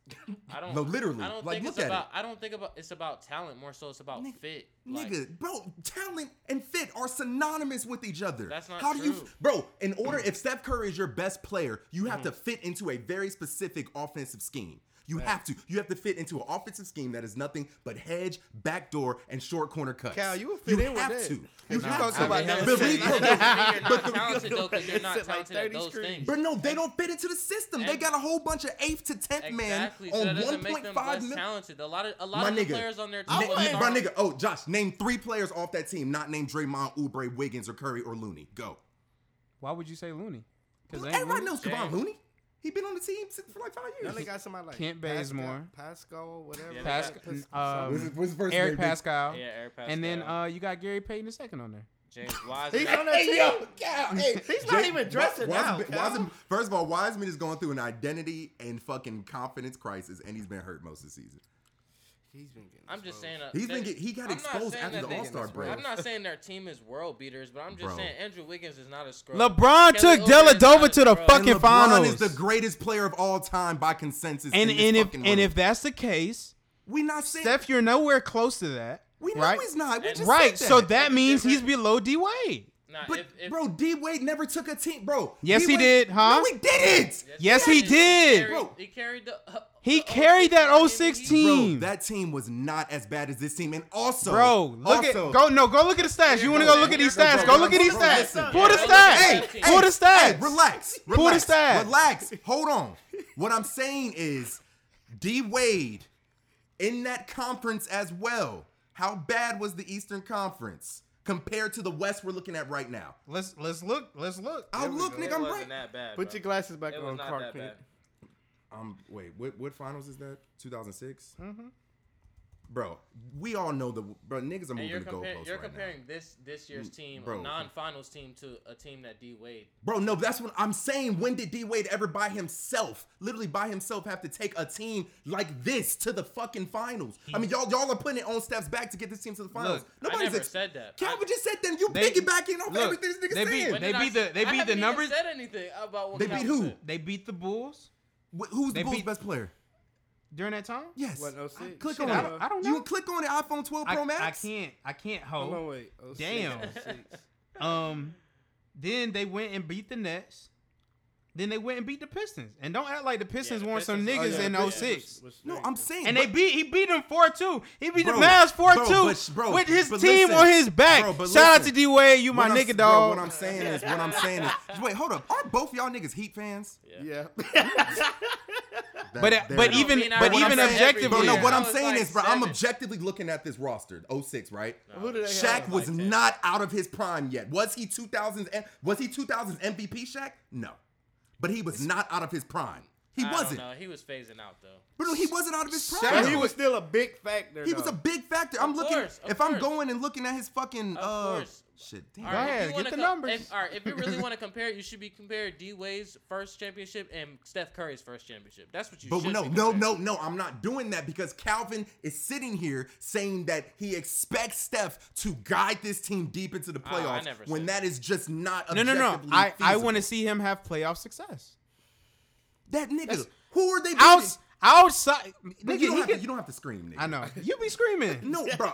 Speaker 4: I don't.
Speaker 1: No, literally,
Speaker 4: I don't
Speaker 1: like,
Speaker 4: think
Speaker 1: look
Speaker 4: it's
Speaker 1: at
Speaker 4: about. I don't think about. It's about talent more so. It's about fit. Like,
Speaker 1: Nigga, bro, talent and fit are synonymous with each other.
Speaker 4: That's not
Speaker 1: How do you,
Speaker 4: true.
Speaker 1: bro? In order, if Steph Curry is your best player, you have to
Speaker 4: Mm-hmm.
Speaker 1: fit into a very specific offensive scheme. You have to. You have to fit into an offensive scheme that is nothing but hedge, backdoor, and short corner cuts.
Speaker 2: Cal, you would fit in with
Speaker 1: have
Speaker 2: that.
Speaker 1: to. You
Speaker 2: Nah,
Speaker 1: have
Speaker 2: I'm
Speaker 1: to.
Speaker 2: talking about
Speaker 1: But
Speaker 2: hella
Speaker 1: we-
Speaker 2: shit.
Speaker 1: but-
Speaker 4: you're not talented though, 'cause you're
Speaker 2: They
Speaker 4: not
Speaker 2: said, like,
Speaker 4: talented at
Speaker 2: 30
Speaker 4: those
Speaker 2: screens.
Speaker 4: things.
Speaker 1: But no, they don't fit into the system. they
Speaker 4: and-
Speaker 1: got a whole bunch of eighth to tenth
Speaker 4: Exactly. So
Speaker 1: man
Speaker 4: that
Speaker 1: on
Speaker 4: doesn't make them
Speaker 1: 1.5
Speaker 4: less
Speaker 1: million.
Speaker 4: talented. A lot of
Speaker 1: My
Speaker 4: a lot of the
Speaker 1: nigga.
Speaker 4: players on their team.
Speaker 1: Na-
Speaker 4: are
Speaker 1: na- my
Speaker 4: starters.
Speaker 1: nigga, oh Josh, name three players off that team, not named Draymond, Oubre, Wiggins, or Curry or Looney. Go.
Speaker 3: Why would you say Looney? Because
Speaker 1: Everybody knows Kevon
Speaker 4: Damn.
Speaker 1: Looney. He been on the team since for like five
Speaker 2: Now
Speaker 1: years.
Speaker 2: they got somebody like
Speaker 3: Kent
Speaker 2: Pascal-
Speaker 3: Bazemore.
Speaker 2: Pascal, whatever.
Speaker 4: Yeah, they
Speaker 3: Pascal,
Speaker 4: got-
Speaker 2: Pas-
Speaker 3: um,
Speaker 1: What's his- what's his first
Speaker 3: Eric
Speaker 1: name, dude?
Speaker 3: Pascal.
Speaker 4: Yeah, Eric Pascal.
Speaker 3: And then uh, you got Gary Payton the second on there.
Speaker 4: James Wiseman.
Speaker 2: He's on that team.
Speaker 1: Cal, hey,
Speaker 2: He's not even dressing
Speaker 1: Wise-
Speaker 2: now,
Speaker 1: Wise-
Speaker 2: Cal.
Speaker 1: Wiseman- first of all, Wiseman is going through an identity and fucking confidence crisis, and he's been hurt most of the season.
Speaker 2: He's been getting.
Speaker 4: I'm
Speaker 2: exposed.
Speaker 4: just saying. Uh,
Speaker 1: He's been
Speaker 4: they-
Speaker 1: get- he got
Speaker 4: I'm not
Speaker 1: exposed
Speaker 4: saying
Speaker 1: after
Speaker 4: that
Speaker 1: the
Speaker 4: they-
Speaker 1: All-Star break.
Speaker 4: I'm not saying their team is world beaters, but I'm just
Speaker 1: Bro.
Speaker 4: saying Andrew Wiggins is not a scrub.
Speaker 3: LeBron
Speaker 4: Kelly
Speaker 3: took
Speaker 4: Oubre is
Speaker 3: Dellavedova
Speaker 4: not a
Speaker 3: to the
Speaker 4: scrub.
Speaker 3: fucking
Speaker 1: LeBron
Speaker 3: finals.
Speaker 1: is the greatest player of all time by consensus.
Speaker 3: And
Speaker 1: in this
Speaker 3: and if
Speaker 1: fucking
Speaker 3: and
Speaker 1: room.
Speaker 3: if that's the case,
Speaker 1: we not saying
Speaker 3: Steph, you're nowhere close to that.
Speaker 1: we know
Speaker 3: right?
Speaker 1: he's not. We
Speaker 4: And-
Speaker 1: just said
Speaker 3: Right. So
Speaker 1: that.
Speaker 3: that means he's below D Wade.
Speaker 4: Nah,
Speaker 1: But
Speaker 4: if, if,
Speaker 1: bro, D Wade never took a team, bro.
Speaker 3: Yes,
Speaker 1: D.
Speaker 3: he
Speaker 1: Wade-
Speaker 3: did, huh?
Speaker 1: No, he didn't.
Speaker 3: Yes, he did.
Speaker 4: He carried,
Speaker 1: Bro.
Speaker 4: he carried the. uh,
Speaker 3: He
Speaker 4: the
Speaker 3: carried that
Speaker 4: 016
Speaker 3: 016
Speaker 4: team.
Speaker 1: Bro,
Speaker 3: Team.
Speaker 1: that team was not as bad as this team, and also,
Speaker 3: Bro, look
Speaker 1: also-
Speaker 3: at go no go look at the stats. You want to go look at these stats? Go look at these stats. Pull the stats. Pull the
Speaker 1: Hey,
Speaker 3: stats.
Speaker 1: relax. relax
Speaker 3: Pull the stats.
Speaker 1: Relax. Hold on. What I'm saying is, D Wade in that conference as well. How bad was the Eastern Conference compared to the West we're looking at right now?
Speaker 3: Let's let's look. Let's look.
Speaker 1: I'll
Speaker 2: we
Speaker 1: look,
Speaker 2: go.
Speaker 4: It
Speaker 1: nigga. I'm
Speaker 4: wasn't
Speaker 1: right.
Speaker 4: that bad.
Speaker 2: Put
Speaker 4: bro.
Speaker 2: your glasses back
Speaker 4: It was
Speaker 2: on,
Speaker 4: not
Speaker 2: Clark
Speaker 4: that bad.
Speaker 2: Kent.
Speaker 1: Um, wait, what what finals is that? 2006. Bro, we all know the bro niggas are
Speaker 4: And
Speaker 1: moving
Speaker 4: you're,
Speaker 1: the
Speaker 4: compar-
Speaker 1: goalposts
Speaker 4: you're
Speaker 1: right
Speaker 4: comparing
Speaker 1: now.
Speaker 4: this this year's team,
Speaker 1: bro.
Speaker 4: a non-finals team, to a team that D Wade.
Speaker 1: Bro, no, that's what I'm saying. When did D Wade ever by himself, literally by himself, have to take a team like this to the fucking finals? I mean, y'all y'all are putting it on steps back to get this team to the finals.
Speaker 3: Look,
Speaker 4: I
Speaker 1: Nobody's
Speaker 4: never
Speaker 1: ex-
Speaker 4: said that.
Speaker 1: Calvin just said that you
Speaker 3: They-
Speaker 1: piggybacking off
Speaker 3: look,
Speaker 1: everything this nigga
Speaker 3: they beat-
Speaker 1: saying.
Speaker 4: When
Speaker 3: they
Speaker 4: did I
Speaker 3: beat the-
Speaker 4: s-
Speaker 3: they
Speaker 4: I
Speaker 3: beat the
Speaker 4: haven't even
Speaker 3: numbers-
Speaker 4: Said anything about what
Speaker 1: They beat
Speaker 4: Calvin
Speaker 1: who?
Speaker 4: said.
Speaker 3: They beat the Bulls
Speaker 1: Wh- Who's the
Speaker 3: they
Speaker 1: Bulls'
Speaker 3: beat-
Speaker 1: best player?
Speaker 3: during that time.
Speaker 1: Yes.
Speaker 2: What, 06?
Speaker 1: click on
Speaker 2: Shit, I
Speaker 1: it.
Speaker 2: don't-
Speaker 3: I don't
Speaker 1: You
Speaker 3: know.
Speaker 1: can click on the iPhone 12
Speaker 3: I,
Speaker 1: Pro Max.
Speaker 3: I can't. I can't
Speaker 2: Hold on,
Speaker 3: hold.
Speaker 2: wait. 06,
Speaker 3: Damn.
Speaker 2: 06.
Speaker 3: Um, then they went and beat the Nets. Then they went and beat the Pistons. And don't act like the Pistons
Speaker 4: the
Speaker 3: weren't some
Speaker 4: Pistons-
Speaker 3: niggas
Speaker 4: oh, yeah,
Speaker 3: in
Speaker 4: the Pistons
Speaker 3: 06.
Speaker 2: Was- was
Speaker 1: No,
Speaker 2: very
Speaker 1: I'm
Speaker 2: good.
Speaker 1: saying.
Speaker 3: And
Speaker 1: but-
Speaker 3: they beat he beat them four two. He beat
Speaker 1: Bro,
Speaker 3: the Mavs four
Speaker 1: bro, but-
Speaker 3: two
Speaker 1: bro,
Speaker 3: with his
Speaker 1: but
Speaker 3: team
Speaker 1: listen,
Speaker 3: on his back.
Speaker 1: bro, but
Speaker 3: Shout out to
Speaker 1: listen.
Speaker 3: D Wade, you my
Speaker 1: What I'm-
Speaker 3: nigga
Speaker 1: bro,
Speaker 3: dog.
Speaker 1: what I'm saying is, what I'm saying is, wait, hold up. Aren't both y'all niggas Heat fans?
Speaker 2: Yeah.
Speaker 1: That-
Speaker 3: But-
Speaker 1: there
Speaker 3: but
Speaker 1: it is.
Speaker 3: even-
Speaker 4: mean, I
Speaker 3: but
Speaker 1: What I'm
Speaker 4: remember
Speaker 3: even
Speaker 1: saying-
Speaker 4: every
Speaker 3: objectively-
Speaker 1: bro,
Speaker 4: year.
Speaker 1: no, what
Speaker 4: I
Speaker 1: I'm
Speaker 4: was
Speaker 1: saying
Speaker 4: like
Speaker 1: is, bro, I'm
Speaker 4: seven.
Speaker 1: objectively looking at this roster, 06, right?
Speaker 2: Who do they
Speaker 1: Shaq
Speaker 2: have?
Speaker 1: was
Speaker 4: like that.
Speaker 1: not out of his prime yet. Was he 2000s? M- Was he 2000s MVP Shaq? No, but he was not out of his prime. He
Speaker 4: I don't
Speaker 1: wasn't.
Speaker 4: know. He was phasing out though.
Speaker 1: Bro, he wasn't out of his
Speaker 2: But he
Speaker 1: prime.
Speaker 2: was still a big factor.
Speaker 1: He was
Speaker 2: though.
Speaker 1: a big factor. I'm
Speaker 4: Of
Speaker 1: looking.
Speaker 4: course, of
Speaker 1: If I'm
Speaker 4: course.
Speaker 1: going and looking at his fucking
Speaker 4: Of
Speaker 1: uh,
Speaker 4: course,
Speaker 1: Shit,
Speaker 4: All
Speaker 1: damn.
Speaker 3: Go
Speaker 4: right, if
Speaker 3: ahead,
Speaker 4: you
Speaker 3: get
Speaker 4: wanna
Speaker 3: the
Speaker 4: co-
Speaker 3: numbers.
Speaker 4: If, all right, if you really want to compare, it, you should be compared D Wade's first championship and Steph Curry's first championship. That's what you.
Speaker 1: But
Speaker 4: should
Speaker 1: no,
Speaker 4: be
Speaker 1: no,
Speaker 4: comparing.
Speaker 1: no, no, I'm not doing that because Calvin is sitting here saying that he expects Steph to guide this team deep into the
Speaker 4: I
Speaker 1: playoffs
Speaker 4: never
Speaker 1: when
Speaker 4: said
Speaker 1: that is just not
Speaker 3: No, no,
Speaker 1: objectively
Speaker 3: no. I, I
Speaker 1: feasible.
Speaker 3: want to see him have playoff success.
Speaker 1: that nigga.
Speaker 3: That's-
Speaker 1: Who are they? beating?
Speaker 3: Outs, outside,
Speaker 1: But
Speaker 3: nigga,
Speaker 1: you, don't
Speaker 3: he
Speaker 1: have to,
Speaker 3: could-
Speaker 1: you don't have to scream, nigga.
Speaker 3: I know you be screaming.
Speaker 1: No, bro.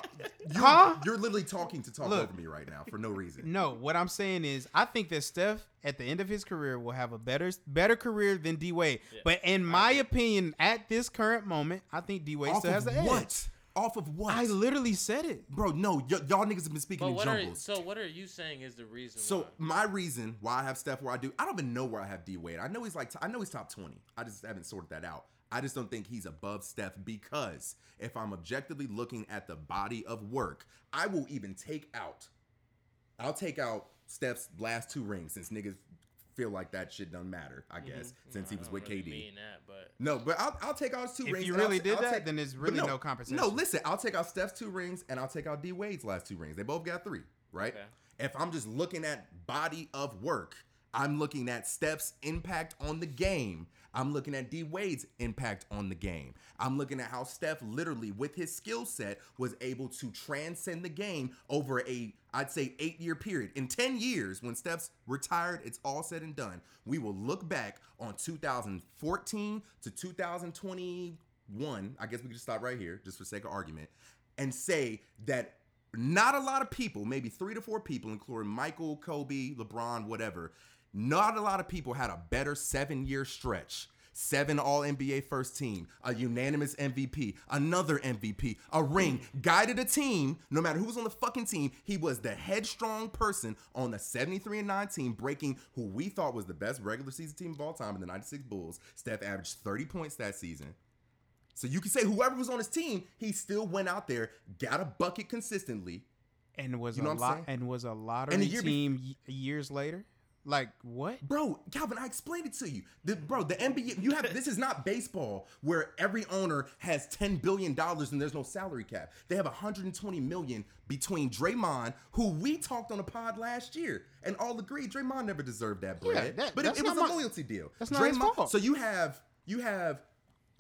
Speaker 1: You're,
Speaker 3: Huh?
Speaker 1: you're literally talking to talk
Speaker 3: Look.
Speaker 1: over me right now for no reason.
Speaker 3: No, what I'm saying is, I think that Steph at the end of his career will have a better better career than D Wade. But in my opinion, at this current moment, I think D Wade
Speaker 1: Off
Speaker 3: still has
Speaker 1: of
Speaker 3: the edge.
Speaker 1: what? Off of what?
Speaker 3: I literally said it.
Speaker 1: bro, no, y- y'all niggas have been speaking
Speaker 4: But
Speaker 1: in
Speaker 4: what are
Speaker 1: jumbles.
Speaker 4: so? What are you saying is the reason?
Speaker 1: So
Speaker 4: why?
Speaker 1: my reason why I have Steph where I do, I don't even know where I have D Wade. I know he's like, t- I know he's top twenty. I just haven't sorted that out. I just don't think he's above Steph because if I'm objectively looking at the body of work, I will even take out, I'll take out Steph's last two rings since niggas feel like that shit doesn't matter. I guess since he
Speaker 4: Mm-hmm. I
Speaker 1: was
Speaker 4: don't
Speaker 1: with
Speaker 4: really
Speaker 1: KD.
Speaker 4: Mean that, but
Speaker 1: No, but I'll, I'll take out his two
Speaker 3: If
Speaker 1: rings.
Speaker 3: you
Speaker 1: and I'll
Speaker 3: really
Speaker 1: ta-
Speaker 3: did
Speaker 1: I'll
Speaker 3: that,
Speaker 1: take-
Speaker 3: then there's
Speaker 1: but
Speaker 3: really no compensation.
Speaker 1: No, listen, I'll take out Steph's two rings and I'll take out D Wade's last two rings. They both got three, right?
Speaker 4: Okay.
Speaker 1: If I'm just looking at body of work, I'm looking at Steph's impact on the game. I'm looking at D Wade's impact on the game. I'm looking at how Steph literally, with his skill set, was able to transcend the game over a, I'd say, eight year period. In 10 years, when Steph's retired, it's all said and done. We will look back on 2014 to 2021. I guess we could just stop right here, just for sake of argument, and say that not a lot of people, maybe three to four people, including Michael, Kobe, LeBron, whatever, not a lot of people had a better seven year stretch. Seven All NBA first team, a unanimous MVP, another MVP, a ring, guided a team. No matter who was on the fucking team, he was the headstrong person on the 73 and 9 team, breaking who we thought was the best regular season team of all time in the 96 Bulls. Steph averaged 30 points that season. So you can say whoever was on his team, he still went out there, got a bucket consistently.
Speaker 3: And was
Speaker 1: You know
Speaker 3: a
Speaker 1: what I'm
Speaker 3: lot
Speaker 1: saying?
Speaker 3: and was a lottery
Speaker 1: year bef-
Speaker 3: team y- years later. Like what?
Speaker 1: Bro, Calvin, I explained it to you. The, bro, the NBA, you have this is not baseball where every owner has ten billion dollars and there's no salary cap. They have 120 million between Draymond, who we talked on the pod last year, and all agreed Draymond never deserved that bread.
Speaker 3: that-
Speaker 1: but it,
Speaker 3: that's
Speaker 1: it was
Speaker 3: not
Speaker 1: a
Speaker 3: my-
Speaker 1: loyalty deal.
Speaker 3: that's not his fault.
Speaker 1: So you have you have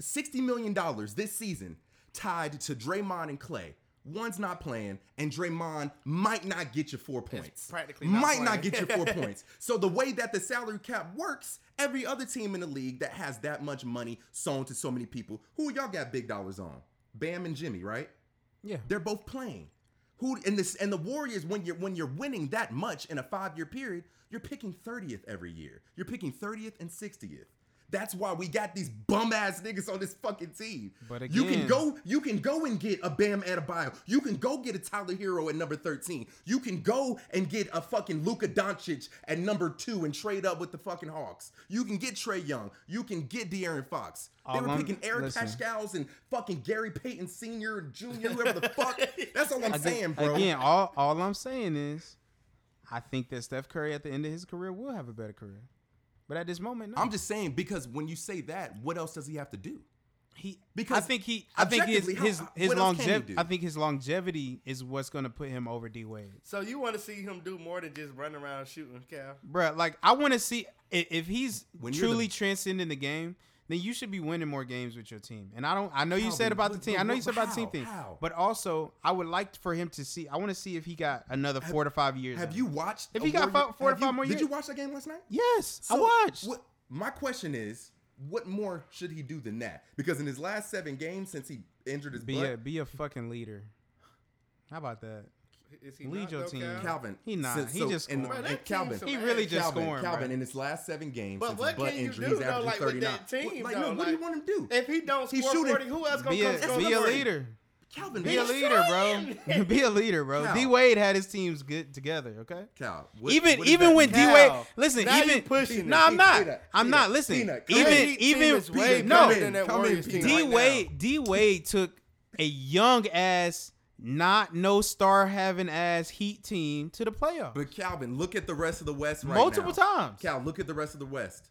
Speaker 1: 60 million dollars this season tied to Draymond and Clay. One's not playing, and Draymond might not get you four points.
Speaker 2: practically not
Speaker 1: might not
Speaker 2: playing.
Speaker 1: get you four points. So the way that the salary cap works, every other team in the league that has that much money sewn to so many people, who y'all got big dollars on? Bam and Jimmy, right?
Speaker 3: Yeah.
Speaker 1: They're both playing. Who and this and the Warriors when you're when you're winning that much in a five year period, you're picking 30th every year. You're picking 30th and 60th. That's why we got these bum ass niggas on this fucking team.
Speaker 3: But
Speaker 1: you can
Speaker 3: again-
Speaker 1: go, you can go and get a Bam Adebayo. You can go get a Tyler Hero at number 13. You can go and get a fucking Luka Doncic at number two and trade up with the fucking Hawks. You can get Trey Young. You can get De'Aaron Fox. They
Speaker 3: All
Speaker 1: were
Speaker 3: I'm-
Speaker 1: picking Eric
Speaker 3: Uh, listen.
Speaker 1: Pascals and fucking Gary Payton Sr., Jr., whoever the fuck. That's all I'm saying, bro.
Speaker 3: Again, all all I'm saying is, I think that Steph Curry at the end of his career will have a better career. But at this moment, no.
Speaker 1: I'm just saying because when you say that, what else does he have to do?
Speaker 3: he
Speaker 1: because
Speaker 3: I think he I think his
Speaker 1: objectively, how-
Speaker 3: his his
Speaker 1: what else can he
Speaker 3: longevity
Speaker 1: do?
Speaker 3: I think his longevity is what's gonna put him over D Wade.
Speaker 2: So you want to see him do more than just run around shooting, Cal?
Speaker 3: Bruh, like I want to see if, if he's
Speaker 1: When you're
Speaker 3: truly
Speaker 1: the-
Speaker 3: transcending the game, then you should be winning more games with your team. And I don't. I know you said
Speaker 1: Calvin,
Speaker 3: about the
Speaker 1: what-
Speaker 3: team. I know you said about the team
Speaker 1: how?
Speaker 3: thing.
Speaker 1: How?
Speaker 3: But also, I would like for him to see. I want to see if he got another four to five years.
Speaker 1: Have
Speaker 3: in
Speaker 1: you
Speaker 3: him.
Speaker 1: watched?
Speaker 3: If
Speaker 1: a
Speaker 3: he got
Speaker 1: Warrior-
Speaker 3: fi- four to
Speaker 1: have you-
Speaker 3: five more
Speaker 1: Did
Speaker 3: years-
Speaker 1: you watch that game last night?
Speaker 3: Yes,
Speaker 1: So,
Speaker 3: I watched.
Speaker 1: What, my question is, what more should he do than that? Because in his last seven games since he injured his
Speaker 3: Be
Speaker 1: butt,
Speaker 3: a be a fucking leader. How about that?
Speaker 2: Is he
Speaker 3: Lead
Speaker 2: not,
Speaker 3: your
Speaker 2: though,
Speaker 3: team.
Speaker 2: Cal?
Speaker 1: Calvin.
Speaker 3: He not.
Speaker 1: since-
Speaker 3: He just
Speaker 1: and-
Speaker 2: Bro,
Speaker 3: scoring.
Speaker 2: that
Speaker 1: and
Speaker 2: team's
Speaker 1: Calvin.
Speaker 2: some
Speaker 3: He really
Speaker 2: ass.
Speaker 3: just
Speaker 1: Calvin,
Speaker 3: scoring,
Speaker 1: Calvin
Speaker 3: bruh.
Speaker 1: in his last seven games
Speaker 2: But
Speaker 1: since
Speaker 2: what
Speaker 1: his butt
Speaker 2: can you
Speaker 1: injury,
Speaker 2: do,
Speaker 1: he's
Speaker 2: though,
Speaker 1: averaging
Speaker 2: like, with
Speaker 1: 39.
Speaker 2: that team,
Speaker 1: Like,
Speaker 2: though,
Speaker 1: no, what do you
Speaker 2: like-
Speaker 1: want him to do?
Speaker 2: If he don't
Speaker 1: He
Speaker 2: score
Speaker 1: shooting.
Speaker 2: forty, who else gonna
Speaker 3: Be
Speaker 2: come
Speaker 3: a
Speaker 2: score
Speaker 3: be a
Speaker 2: 40?
Speaker 3: leader.
Speaker 1: Calvin,
Speaker 3: Be a
Speaker 1: what-
Speaker 3: leader, bro. be a leader, bro.
Speaker 1: Cal.
Speaker 3: D Wade had his teams good together. Okay.
Speaker 1: Cal, what-
Speaker 3: even
Speaker 1: what does
Speaker 3: even
Speaker 1: that
Speaker 3: when
Speaker 1: mean?
Speaker 3: D
Speaker 2: Cal,
Speaker 3: Wade, listen,
Speaker 2: now you
Speaker 3: even
Speaker 2: pushing
Speaker 3: No,
Speaker 2: it.
Speaker 3: I'm not.
Speaker 1: Peanut,
Speaker 3: I'm not.
Speaker 1: peanut,
Speaker 3: Listen,
Speaker 1: peanut, come
Speaker 3: even
Speaker 1: in.
Speaker 2: Team
Speaker 3: even
Speaker 2: is way
Speaker 1: no.
Speaker 2: better than that
Speaker 1: Come in,
Speaker 2: Warriors team
Speaker 1: Pete.
Speaker 3: D
Speaker 2: right now.
Speaker 3: Wade D Wade took a young ass, not no star having ass Heat team to the playoffs.
Speaker 1: But Calvin, look at the rest of the West right
Speaker 3: Multiple
Speaker 1: now.
Speaker 3: times.
Speaker 1: Cal, look at the rest of the West.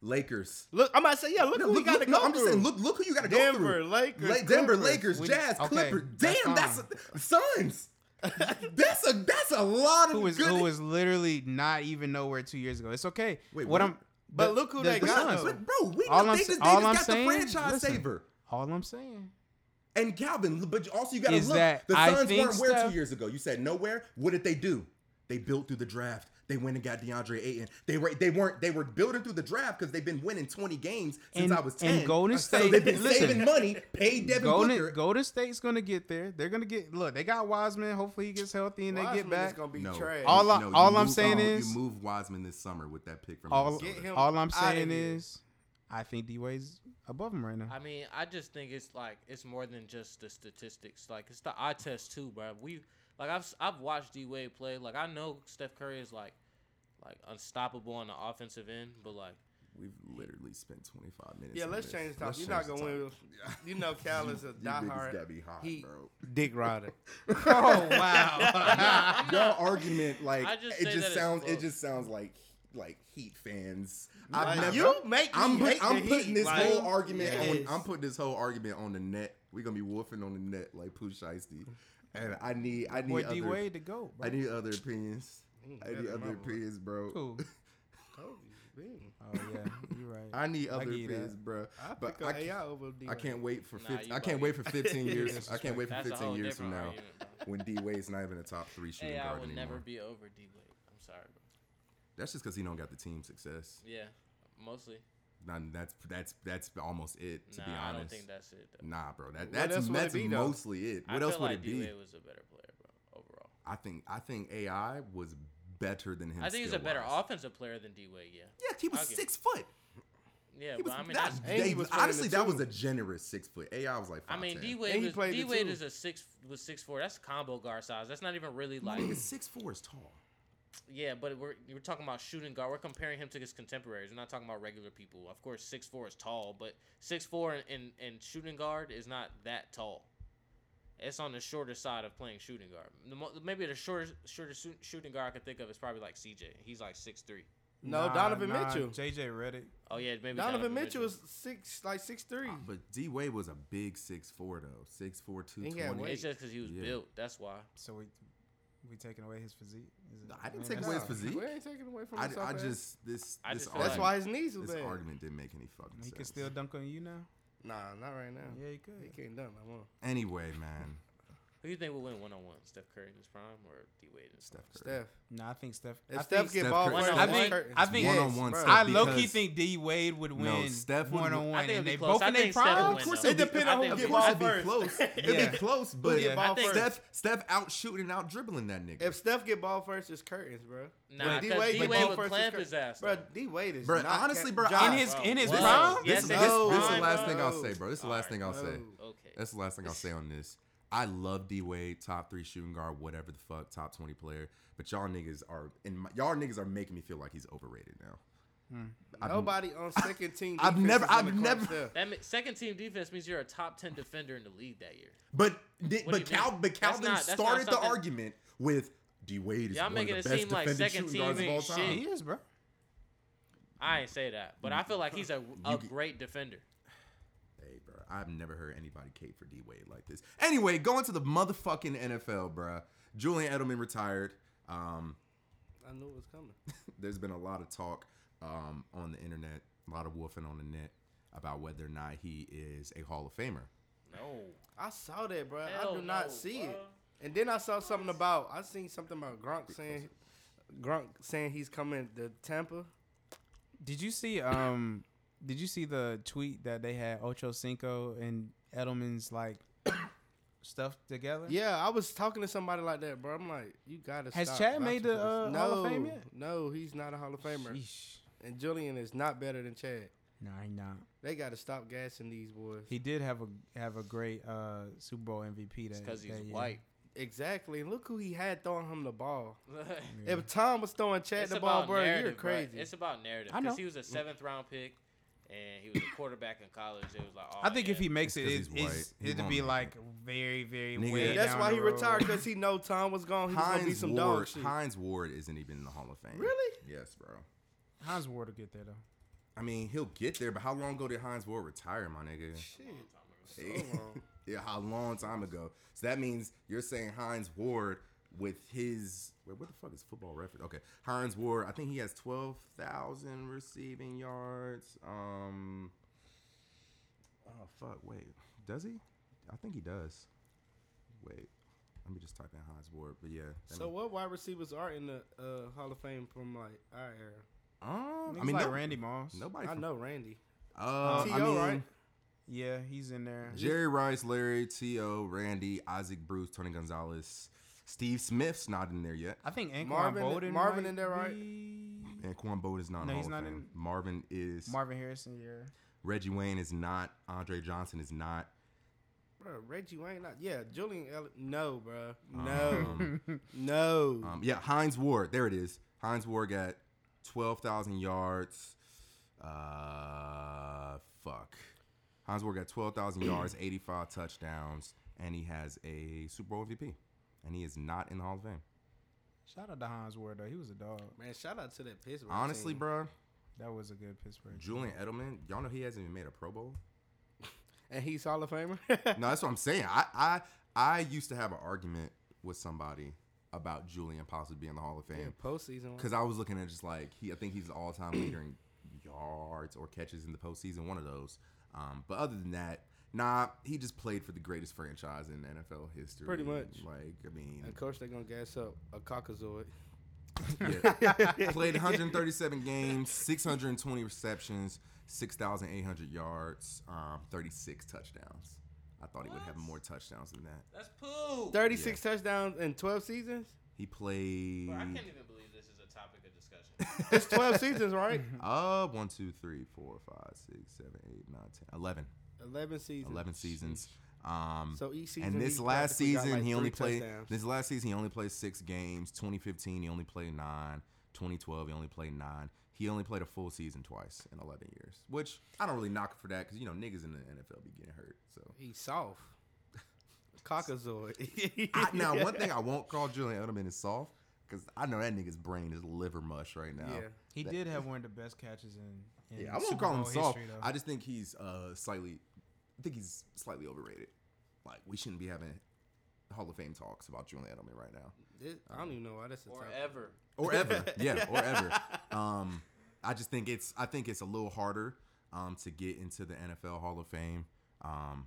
Speaker 1: Lakers.
Speaker 2: Look, I'm about to say, yeah. Look,
Speaker 1: No,
Speaker 2: who
Speaker 1: look,
Speaker 2: we got
Speaker 1: look-
Speaker 2: to
Speaker 1: no,
Speaker 2: go
Speaker 1: I'm
Speaker 2: through.
Speaker 1: just saying, look, look who you got to go
Speaker 2: Denver,
Speaker 1: through.
Speaker 2: Lakers,
Speaker 1: La- Denver,
Speaker 2: Clippers.
Speaker 1: Lakers,
Speaker 3: We-
Speaker 1: Jazz,
Speaker 3: okay,
Speaker 1: Clippers.
Speaker 3: that's
Speaker 1: Damn, that's,
Speaker 3: fine.
Speaker 1: Suns. That's a that's a lot of
Speaker 3: who is
Speaker 1: good.
Speaker 3: who is literally not even nowhere two years ago. It's okay.
Speaker 1: Wait, what?
Speaker 3: what I'm
Speaker 2: But look who they
Speaker 1: but,
Speaker 2: got,
Speaker 3: Suns.
Speaker 2: though.
Speaker 1: but bro, we
Speaker 3: All
Speaker 1: know
Speaker 3: I'm
Speaker 1: they
Speaker 3: sa-
Speaker 1: just, they
Speaker 3: all
Speaker 1: just
Speaker 3: I'm
Speaker 1: got
Speaker 3: saying-
Speaker 1: the franchise
Speaker 3: listen.
Speaker 1: saver
Speaker 3: All I'm saying.
Speaker 1: and Calvin. But you- also, you got to
Speaker 3: Is
Speaker 1: look.
Speaker 3: that
Speaker 1: the
Speaker 3: I
Speaker 1: Suns
Speaker 3: think
Speaker 1: weren't where
Speaker 3: Steph-
Speaker 1: two years ago. You said nowhere. What did they do? They built through the draft. They went and got DeAndre Ayton. They were they weren't they were building through the draft because they've been winning twenty games since
Speaker 3: And-
Speaker 1: I was ten.
Speaker 3: and Golden
Speaker 1: so
Speaker 3: State-
Speaker 1: they've been
Speaker 3: listen.
Speaker 1: saving money. Paid Devin
Speaker 3: Golden,
Speaker 1: Booker.
Speaker 3: Golden State's gonna get there. They're gonna get look. They got Wiseman. Hopefully he gets healthy and they
Speaker 2: Wiseman
Speaker 3: get
Speaker 2: is
Speaker 3: back.
Speaker 2: gonna be
Speaker 1: No.
Speaker 2: trash.
Speaker 3: All I-
Speaker 1: No, you
Speaker 3: all I'm
Speaker 1: move- uh,
Speaker 3: saying
Speaker 1: you
Speaker 3: is-
Speaker 1: move Wiseman this summer with that pick from
Speaker 3: All,
Speaker 1: Minnesota.
Speaker 2: Get him
Speaker 3: all I'm
Speaker 2: outta
Speaker 3: saying
Speaker 2: here.
Speaker 3: is, I think D Wade's above him right now.
Speaker 4: I mean, I just think it's like it's more than just the statistics. Like it's the eye test too, bro. We like I've s- I've watched D Wade play. Like I know Steph Curry is like like unstoppable on the offensive end, but like
Speaker 1: We've literally spent 25 minutes.
Speaker 2: yeah,
Speaker 1: on
Speaker 2: let's
Speaker 1: this.
Speaker 2: change the topic.
Speaker 1: Let's
Speaker 2: You're
Speaker 1: change
Speaker 2: not
Speaker 1: the
Speaker 2: gonna win. You know, Cal is a
Speaker 1: topic. You niggas
Speaker 2: diehard
Speaker 1: gotta be hot,
Speaker 2: Heat
Speaker 1: bro.
Speaker 2: dick rider.
Speaker 3: oh wow.
Speaker 1: Y'all argument like
Speaker 4: I just
Speaker 1: it
Speaker 4: say that
Speaker 1: just
Speaker 4: it's
Speaker 1: sounds it
Speaker 4: close.
Speaker 1: just sounds like like Heat fans.
Speaker 2: Like,
Speaker 1: I've never,
Speaker 2: you make me
Speaker 1: I'm, put-
Speaker 2: hate the
Speaker 1: I'm putting
Speaker 2: Heat,
Speaker 1: this
Speaker 2: like-
Speaker 1: whole argument
Speaker 2: Yes.
Speaker 1: on. I'm putting this whole argument on the net. We're gonna be wolfing on the net like Pooh Shiesty. and I need I
Speaker 3: Boy
Speaker 1: need
Speaker 3: D
Speaker 1: other
Speaker 3: Wade to go. Bro.
Speaker 1: I need other opinions.
Speaker 2: Mm,
Speaker 1: I need
Speaker 2: that's my
Speaker 1: other
Speaker 2: word.
Speaker 1: opinions, bro.
Speaker 3: Cool.
Speaker 2: Told you, man.
Speaker 3: Oh yeah, you're right.
Speaker 1: I need other
Speaker 3: give you that.
Speaker 1: opinions, bro.
Speaker 2: I
Speaker 1: But
Speaker 2: pick
Speaker 1: I
Speaker 2: up
Speaker 1: can't-
Speaker 2: AI over D.
Speaker 1: I can't wait for
Speaker 4: Nah,
Speaker 1: 15,
Speaker 4: you
Speaker 1: I can't wait for 15 years. I can't wait for
Speaker 4: that's a
Speaker 1: 15
Speaker 4: whole
Speaker 1: years
Speaker 4: different
Speaker 1: from now
Speaker 4: argument. bro.
Speaker 1: when D Wade's not even a top three shooting
Speaker 4: AI
Speaker 1: guard
Speaker 4: will
Speaker 1: anymore.
Speaker 4: never be over D Wade. I'm sorry, bro.
Speaker 1: That's just because he don't got the team success.
Speaker 4: Yeah, mostly.
Speaker 1: Nah, that's that's that's almost it to
Speaker 4: nah,
Speaker 1: be
Speaker 4: I
Speaker 1: honest.
Speaker 4: don't think that's it. Though.
Speaker 1: Nah, bro. That
Speaker 2: What
Speaker 1: that's
Speaker 2: else would it
Speaker 1: that's
Speaker 2: be, though?
Speaker 1: mostly it. What
Speaker 4: I
Speaker 1: else
Speaker 4: feel
Speaker 1: would
Speaker 4: like
Speaker 1: it be?
Speaker 4: D Wade was a better player, bro. Overall,
Speaker 1: I think I think AI was better than him.
Speaker 4: I think he's a better
Speaker 1: skill-wise.
Speaker 4: offensive player than D Wade. Yeah,
Speaker 1: Yeah, he was
Speaker 4: I'll give-
Speaker 1: six foot.
Speaker 4: yeah,
Speaker 1: He
Speaker 4: but
Speaker 1: was,
Speaker 4: I mean,
Speaker 1: that,
Speaker 4: that's,
Speaker 2: And
Speaker 1: they-
Speaker 2: he was playing
Speaker 1: honestly,
Speaker 2: the
Speaker 1: that
Speaker 2: two.
Speaker 1: was a generous six foot. AI was like
Speaker 4: I
Speaker 1: five.
Speaker 4: mean, D
Speaker 2: And he
Speaker 4: Wade was
Speaker 2: played the
Speaker 4: D Wade
Speaker 2: two.
Speaker 4: is a six was six four. That's combo guard size. That's not even really like
Speaker 1: six four is tall.
Speaker 4: yeah. But we're we're talking about shooting guard. We're comparing him to his contemporaries. We're not talking about regular people. Of course, six four is tall, but six four and, and and shooting guard is not that tall. It's on the shorter side of playing shooting guard. The mo- maybe the shortest shortest shoot- shooting guard I could think of is probably like CJ. He's like six three.
Speaker 2: No,
Speaker 3: Nah,
Speaker 2: Donovan
Speaker 3: nah,
Speaker 2: Mitchell.
Speaker 3: JJ Redick.
Speaker 4: Oh yeah, maybe
Speaker 2: Donovan Mitchell is six, like six three.
Speaker 1: Ah, But D Wade was a big six four though. Six four two
Speaker 2: He
Speaker 1: twenty.
Speaker 2: had weight.
Speaker 4: It's just because he was
Speaker 1: Yeah.
Speaker 4: built. That's why.
Speaker 3: So we we taking away his physique. Is it-
Speaker 1: I didn't
Speaker 3: mean,
Speaker 1: take
Speaker 3: that's-
Speaker 1: away his physique.
Speaker 2: We ain't taking away from
Speaker 1: I,
Speaker 2: his
Speaker 1: I
Speaker 2: soft ass.
Speaker 1: just this
Speaker 4: I
Speaker 1: this
Speaker 4: just feel
Speaker 2: That's
Speaker 1: argument,
Speaker 2: why his knees was
Speaker 1: this
Speaker 2: bad.
Speaker 1: argument didn't make any fucking
Speaker 3: He
Speaker 1: sense.
Speaker 3: can still dunk on you now.
Speaker 2: Nah, not right now.
Speaker 3: Yeah, he
Speaker 2: He
Speaker 3: could.
Speaker 2: can't dunk no more.
Speaker 1: Anyway, man,
Speaker 4: Who do you think will win one on one? Steph Curry in his prime or D Wade in his
Speaker 1: Steph Curry.
Speaker 2: Steph.
Speaker 3: No, I think Steph.
Speaker 2: If
Speaker 3: I
Speaker 2: Steph
Speaker 3: think,
Speaker 2: get
Speaker 1: Steph
Speaker 2: ball
Speaker 1: Curry-
Speaker 2: first,
Speaker 4: I think-
Speaker 1: I
Speaker 2: Curry-
Speaker 1: think-
Speaker 2: Yes,
Speaker 1: One-on-one
Speaker 2: bro.
Speaker 1: Steph.
Speaker 3: I low key
Speaker 1: because-
Speaker 3: think D Wade would win.
Speaker 1: Steph would-
Speaker 3: one
Speaker 1: I
Speaker 3: on one,
Speaker 4: think it'd
Speaker 3: and
Speaker 4: be
Speaker 3: they
Speaker 4: close.
Speaker 3: both
Speaker 4: I
Speaker 3: in their
Speaker 4: think Steph would
Speaker 3: prime.
Speaker 4: win,
Speaker 1: Of course,
Speaker 4: though.
Speaker 1: it'd be-
Speaker 2: It depend
Speaker 4: I
Speaker 2: on who
Speaker 4: think
Speaker 2: get
Speaker 1: It'd
Speaker 4: it'd
Speaker 2: ball
Speaker 4: be-
Speaker 1: be close. It'd
Speaker 3: Yeah.
Speaker 1: be close, but
Speaker 2: get
Speaker 4: ball
Speaker 1: I think
Speaker 4: first?
Speaker 1: Steph Steph out shooting out dribbling that nigga.
Speaker 2: If Steph get ball first, it's curtains, bro.
Speaker 4: Nah,
Speaker 2: When
Speaker 4: because D
Speaker 2: get
Speaker 4: Wade
Speaker 2: ball
Speaker 4: would
Speaker 2: first, it's
Speaker 4: clamp
Speaker 2: cur-
Speaker 4: his ass,
Speaker 2: Bro,
Speaker 4: though.
Speaker 2: D Wade is
Speaker 1: Bro,
Speaker 2: not
Speaker 1: honestly,
Speaker 2: ca-
Speaker 1: bro,
Speaker 2: Ja.
Speaker 3: In his in his
Speaker 4: Wow.
Speaker 3: prime,
Speaker 1: This,
Speaker 4: Yes,
Speaker 1: is
Speaker 4: they
Speaker 1: this,
Speaker 4: go.
Speaker 1: this is the
Speaker 4: Fine,
Speaker 1: last
Speaker 4: bro.
Speaker 1: thing I'll say, bro. This is the last
Speaker 4: Alright,
Speaker 1: thing I'll
Speaker 2: bro.
Speaker 1: say.
Speaker 4: Okay.
Speaker 1: That's the last thing I'll say on this. I love D Wade, top three shooting guard, whatever the fuck, top twenty player. But y'all niggas are and my, y'all niggas are making me feel like he's overrated now. I've-
Speaker 2: Nobody on second team.
Speaker 1: I've
Speaker 2: defense
Speaker 1: never-
Speaker 2: is gonna
Speaker 1: I've
Speaker 2: clamp
Speaker 1: never-
Speaker 2: Steph.
Speaker 4: That me- second team defense means you're a top ten defender in the league that year.
Speaker 1: But di-
Speaker 4: What do
Speaker 1: but
Speaker 4: you mean?
Speaker 1: Cal but
Speaker 4: That's
Speaker 1: Calvin
Speaker 4: not- that's not
Speaker 1: started the
Speaker 4: something-
Speaker 1: argument with D Wade is
Speaker 4: Y'all
Speaker 1: one of
Speaker 4: making
Speaker 1: the
Speaker 4: it
Speaker 1: best
Speaker 4: seem like
Speaker 1: defending
Speaker 4: second
Speaker 1: shooting guards of
Speaker 4: team
Speaker 1: all
Speaker 4: ain't
Speaker 1: time.
Speaker 4: shit.
Speaker 3: he is, bro.
Speaker 4: I ain't say that, but I feel like he's a, a
Speaker 1: get-
Speaker 4: great defender.
Speaker 1: Hey, bro, I've never heard anybody cape for D Wade like this. Anyway, going to the motherfucking NFL, bruh. Julian Edelman retired. Um,
Speaker 2: I knew it was coming.
Speaker 1: there's been a lot of talk um, on the internet, a lot of woofing on the net about whether or not he is a Hall of Famer.
Speaker 4: No,
Speaker 2: I saw that, bro.
Speaker 4: Hell
Speaker 2: I do not
Speaker 4: no,
Speaker 2: see it.
Speaker 4: bro.
Speaker 2: And then I saw something about I seen something about Gronk saying Gronk saying he's coming to Tampa.
Speaker 3: Did you see um? Did you see the tweet that they had Ocho Cinco and Edelman's like stuff together?
Speaker 2: Yeah, I was talking to somebody like that, bro. I'm like, you gotta.
Speaker 3: Has
Speaker 2: stop.
Speaker 3: Chad made the uh,
Speaker 2: no,
Speaker 3: Hall of Fame yet?
Speaker 2: no, he's not a Hall of Famer,
Speaker 3: Sheesh.
Speaker 2: and Julian is not better than Chad.
Speaker 3: Nah, he not.
Speaker 2: They gotta stop gassing these boys.
Speaker 3: He did have a have a great uh, Super Bowl MVP. That
Speaker 4: because he's
Speaker 3: that year.
Speaker 4: white.
Speaker 2: exactly. And look who he had throwing him the ball.
Speaker 3: Yeah.
Speaker 2: If Tom was throwing Chad
Speaker 4: it's
Speaker 2: the ball,
Speaker 4: about
Speaker 2: bro, you're
Speaker 4: narrative,
Speaker 2: crazy.
Speaker 4: It's about narrative.
Speaker 3: I know.
Speaker 4: Because he was a seventh round pick, and he was a quarterback in college. It was like, oh,
Speaker 3: I think
Speaker 4: yeah.
Speaker 3: if he makes it,
Speaker 1: It's
Speaker 3: it
Speaker 1: 'cause he's
Speaker 3: it's,
Speaker 1: white. He
Speaker 3: it'd
Speaker 1: won't
Speaker 3: be
Speaker 1: make it.
Speaker 3: like very, very
Speaker 1: Nigga,
Speaker 3: way.
Speaker 1: Yeah,
Speaker 2: That's
Speaker 3: down
Speaker 2: why
Speaker 3: the
Speaker 2: he
Speaker 3: road.
Speaker 2: retired because he know Tom was gone. He was gonna be
Speaker 1: Heinz
Speaker 2: some
Speaker 1: Ward,
Speaker 2: dog shit.
Speaker 1: Heinz Ward isn't even in the Hall of Fame.
Speaker 2: Really?
Speaker 1: Yes, bro.
Speaker 3: Heinz Ward will get there though.
Speaker 1: I mean, he'll get there, but how long ago did Heinz Ward retire, my nigga?
Speaker 2: Shit.
Speaker 1: yeah, how long time ago? So that means you're saying Heinz Ward with his wait, what the fuck is football reference? Okay, Heinz Ward. I think he has twelve thousand receiving yards. Um, oh fuck, wait, does he? I think he does. Wait, let me just type in Heinz Ward. But yeah, that
Speaker 2: So
Speaker 1: mean-
Speaker 2: what wide receivers are in the uh, Hall of Fame from like our era?
Speaker 1: um,
Speaker 3: Niggas
Speaker 1: I mean,
Speaker 3: like
Speaker 1: no-
Speaker 3: Randy Moss.
Speaker 1: nobody.
Speaker 2: I
Speaker 1: from-
Speaker 2: know Randy.
Speaker 1: Uh, I
Speaker 2: T.O.,
Speaker 1: mean,
Speaker 2: right?
Speaker 3: Yeah, he's in there.
Speaker 1: Jerry Rice, Larry T.O., Randy, Isaac Bruce, Tony Gonzalez, Steve Smith's not in there yet.
Speaker 3: I think Anquan
Speaker 2: Marvin-
Speaker 3: Bolden.
Speaker 2: Marvin
Speaker 3: might
Speaker 2: in there, right?
Speaker 3: be-
Speaker 1: And Quan Bode is not.
Speaker 3: No,
Speaker 1: in
Speaker 3: he's
Speaker 1: Hall of
Speaker 3: not
Speaker 1: Fame.
Speaker 3: in-
Speaker 1: Marvin is.
Speaker 3: Marvin Harrison. Yeah.
Speaker 1: Reggie Wayne is not. Andre Johnson is not.
Speaker 2: Bro, Reggie Wayne. Not, yeah, Julian. Ele- no, bro. No,
Speaker 1: Um,
Speaker 2: no.
Speaker 1: um, yeah, Heinz Ward. There it is. Heinz Ward got twelve thousand yards. Uh, fuck. Heinz Ward got twelve thousand yards, eighty-five touchdowns, and he has a Super Bowl MVP. And he is not in the Hall of Fame.
Speaker 3: Shout out to Hans Ward though. He was a dog.
Speaker 2: Man, shout out to that Pittsburgh.
Speaker 1: Honestly,
Speaker 2: team.
Speaker 1: bro,
Speaker 3: That was a good Pittsburgh.
Speaker 1: Julian Edelman, y'all know he hasn't even made a Pro Bowl.
Speaker 2: and he's Hall of Famer.
Speaker 1: No, that's what I'm saying. I I I used to have an argument with somebody about Julian possibly being in the Hall of
Speaker 2: Yeah,
Speaker 1: Fame
Speaker 2: postseason. one.
Speaker 1: because I was looking at just like he. I think he's the all time leader in yards or catches in the postseason, one of those. Um, but other than that, nah, he just played for the greatest franchise in NFL history.
Speaker 2: Pretty much.
Speaker 1: Like I mean,
Speaker 2: And coach, they're gonna gas up a cockazoid.
Speaker 1: yeah. played 137 games, 620 receptions, 6,800 yards, um, 36 touchdowns. I thought he would have
Speaker 4: What?
Speaker 1: more touchdowns than that.
Speaker 4: That's poo. Bro,
Speaker 2: Thirty-six touchdowns in twelve seasons.
Speaker 1: He played.
Speaker 4: I can't even believe this is a topic of discussion.
Speaker 2: It's twelve seasons, right?
Speaker 1: Uh, one, two, three, four, five, six, seven, eight, nine, ten, eleven.
Speaker 2: Eleven seasons. Mm.
Speaker 1: Eleven seasons. Um,
Speaker 2: So each season.
Speaker 1: and this
Speaker 2: he
Speaker 1: last
Speaker 2: practically got,
Speaker 1: season,
Speaker 2: like,
Speaker 1: he
Speaker 2: three
Speaker 1: only played.
Speaker 2: touchdowns.
Speaker 1: This last season, he only played six games. 2015, he only played nine. 2012, he only played nine. He only played a full season twice in 11 years, which I don't really knock him for that because you know niggas in the NFL be getting hurt. So
Speaker 2: He's soft. Cockazoid.
Speaker 1: I, now, one thing I won't call Julian Edelman is soft because I know that nigga's brain is liver mush right now.
Speaker 2: Yeah.
Speaker 3: He
Speaker 1: That-
Speaker 3: did have one of the best catches in. in
Speaker 1: Yeah, I won't
Speaker 3: Super
Speaker 1: call him
Speaker 3: Bowl
Speaker 1: soft.
Speaker 3: history, though.
Speaker 1: I just think he's uh, slightly, I think he's slightly overrated. Like we shouldn't be having Hall of Fame talks about Julian Edelman right now,
Speaker 2: This- I don't even know why that's a
Speaker 4: or
Speaker 2: topic.
Speaker 4: ever.
Speaker 1: or ever. yeah, or ever. Um, I just think it's I think it's a little harder um, to get into the NFL Hall of Fame, um,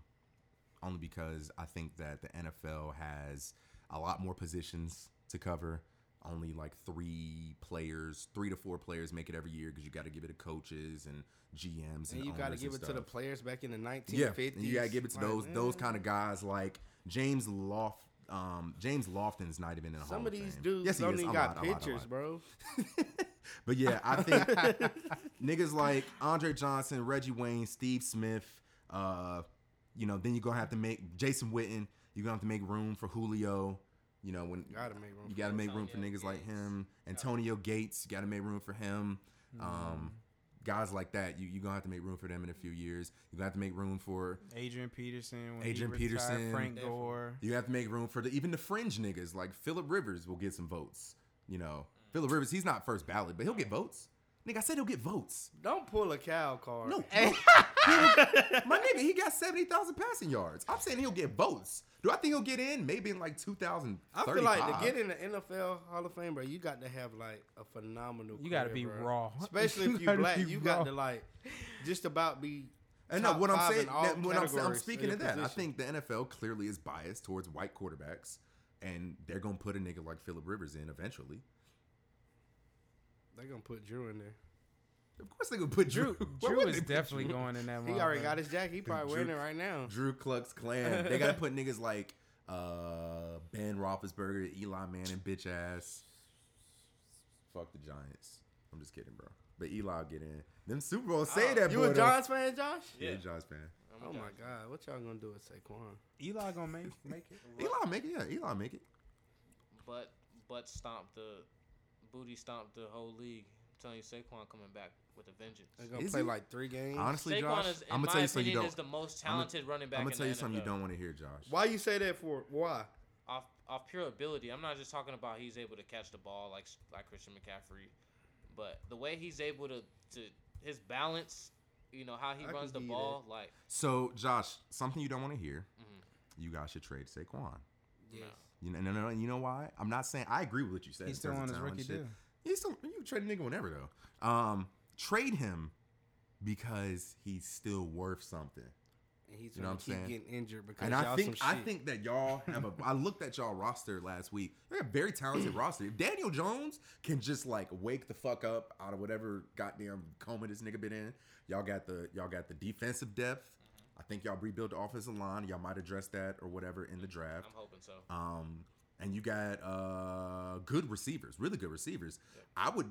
Speaker 1: only because I think that the NFL has a lot more positions to cover. Only like three players, three to four players make it every year because you got to give it to coaches and GMs. And,
Speaker 2: And you got to
Speaker 1: owners
Speaker 2: give it to the
Speaker 1: stuff.
Speaker 2: players back in the 1950s.
Speaker 1: Yeah, and you gotta give it to
Speaker 2: Like,
Speaker 1: those those
Speaker 2: eh.
Speaker 1: kind of guys like James Loft. Um, James Lofton's not even in the Hall
Speaker 2: Some of these
Speaker 1: Fame.
Speaker 2: dudes
Speaker 1: Yes, he
Speaker 2: don't
Speaker 1: is.
Speaker 2: even
Speaker 1: I
Speaker 2: got
Speaker 1: lied, I lied, I
Speaker 2: pictures,
Speaker 1: lied.
Speaker 2: bro.
Speaker 1: But yeah, I think niggas like Andre Johnson, Reggie Wayne, Steve Smith. Uh, you know, then you're gonna have to make Jason Witten. You're gonna have to make room for Julio. You know, when
Speaker 2: Gotta make room.
Speaker 1: you gotta make room for
Speaker 4: Antonio
Speaker 1: niggas like
Speaker 4: Gates.
Speaker 1: him. Antonio Gates, you gotta make room for him.
Speaker 2: Hmm.
Speaker 1: Um, guys like that, you you gonna have to make room for them in a few years. You're gonna have to make room for
Speaker 3: Adrian Peterson. When
Speaker 1: Adrian
Speaker 3: Adrian he retired,
Speaker 1: Peterson.
Speaker 3: Frank
Speaker 2: Definitely.
Speaker 3: Gore.
Speaker 1: You have to make room for the, even the fringe niggas like Philip Rivers will get some votes. You know, Philip Rivers, he's not first ballot, but he'll get votes. Nigga, I said he'll get votes.
Speaker 2: Don't pull a cow card.
Speaker 1: No, no. my nigga, he got seventy thousand passing yards. I'm saying he'll get votes. Do I think he'll get in? Maybe in like two thousand.
Speaker 2: I feel like to get in the NFL Hall of Fame, bro, you got to have like a phenomenal.
Speaker 3: You gotta
Speaker 2: career,
Speaker 3: be
Speaker 2: bro.
Speaker 3: raw.
Speaker 2: Especially
Speaker 3: You
Speaker 2: if you
Speaker 3: gotta
Speaker 2: black,
Speaker 3: be
Speaker 2: you got
Speaker 3: raw.
Speaker 2: to like just about be.
Speaker 1: And no,
Speaker 2: top
Speaker 1: what I'm
Speaker 2: five in
Speaker 1: saying,
Speaker 2: all
Speaker 1: that, what I'm, I'm
Speaker 2: categories
Speaker 1: speaking
Speaker 2: in
Speaker 1: to
Speaker 2: your
Speaker 1: that. I
Speaker 2: position.
Speaker 1: think the NFL clearly is biased towards white quarterbacks, and they're gonna put a nigga like Philip Rivers in eventually.
Speaker 2: They're gonna put Drew in there.
Speaker 1: Of course, they gonna put Drew.
Speaker 3: Drew,
Speaker 1: Why
Speaker 3: Drew
Speaker 1: wouldn't
Speaker 3: is
Speaker 1: they put
Speaker 3: definitely
Speaker 1: Drew?
Speaker 3: going in that.
Speaker 2: He already
Speaker 3: motherfucker.
Speaker 2: got his jacket. He probably wearing it
Speaker 1: Oh, Drew-
Speaker 2: right now.
Speaker 1: Drew Klux Klan. They gotta put niggas like uh, Ben Roethlisberger, Eli Manning, bitch ass. Fuck the Giants. I'm just kidding, bro. But Eli will get in. Them Super Bowl say
Speaker 3: Uh,
Speaker 4: Oh,
Speaker 1: that.
Speaker 2: You
Speaker 1: boy,
Speaker 2: a
Speaker 1: though.
Speaker 2: Giants fan, Josh?
Speaker 1: Yeah,
Speaker 4: Yeah.
Speaker 1: Giants fan.
Speaker 4: I'm
Speaker 2: Oh
Speaker 4: done.
Speaker 2: my God, what y'all gonna do with Saquon?
Speaker 3: Eli gonna make make it.
Speaker 1: Eli make it. Yeah, Eli make it.
Speaker 4: But but stomp the booty stomp the whole league. I'm telling you, Saquon coming back with a vengeance.
Speaker 2: They're gonna
Speaker 1: Is
Speaker 2: play
Speaker 1: he?
Speaker 2: like three games.
Speaker 1: Honestly,
Speaker 4: Saquon
Speaker 1: Josh,
Speaker 4: is, in
Speaker 1: I'm
Speaker 4: my
Speaker 1: gonna tell you
Speaker 4: opinion,
Speaker 1: something you
Speaker 4: is
Speaker 1: don't.
Speaker 4: the most
Speaker 1: I'ma-
Speaker 4: talented running back.
Speaker 1: I'm
Speaker 4: in
Speaker 1: gonna
Speaker 4: the
Speaker 1: tell you something you
Speaker 4: NFL.
Speaker 1: don't want to hear, Josh.
Speaker 2: Why you say that for? Why?
Speaker 4: Off off pure ability. I'm not just talking about he's able to catch the ball like like Christian McCaffrey, but the way he's able to to his balance. You know how he
Speaker 2: I
Speaker 4: runs the
Speaker 2: can see
Speaker 4: ball. Like Mm-hmm.
Speaker 1: So, Josh, something you don't want to hear. You guys should trade Saquon.
Speaker 2: Yes.
Speaker 1: You know, no, no, no, you know why? I'm not saying I agree with what you said.
Speaker 3: He's
Speaker 1: in
Speaker 3: still
Speaker 1: terms
Speaker 3: on
Speaker 1: of
Speaker 3: his
Speaker 1: talent
Speaker 3: rookie
Speaker 1: shit.
Speaker 3: deal.
Speaker 1: He's still you can trade a nigga whenever though. Um, trade him because he's still worth something.
Speaker 2: And he's
Speaker 1: You know what
Speaker 2: gonna
Speaker 1: I'm
Speaker 2: keep
Speaker 1: saying?
Speaker 2: getting injured because
Speaker 1: And
Speaker 2: y'all
Speaker 1: I think
Speaker 2: some
Speaker 1: I
Speaker 2: shit.
Speaker 1: think that y'all have a. I looked at y'all roster last week. They're a very talented roster. If Daniel Jones can just like wake the fuck up out of whatever goddamn coma this nigga been in, y'all got the y'all got the defensive depth. I think y'all rebuild the offensive line. Y'all might address that or whatever in the draft.
Speaker 4: I'm hoping so.
Speaker 1: Um, and you got uh good receivers, really good receivers. I would,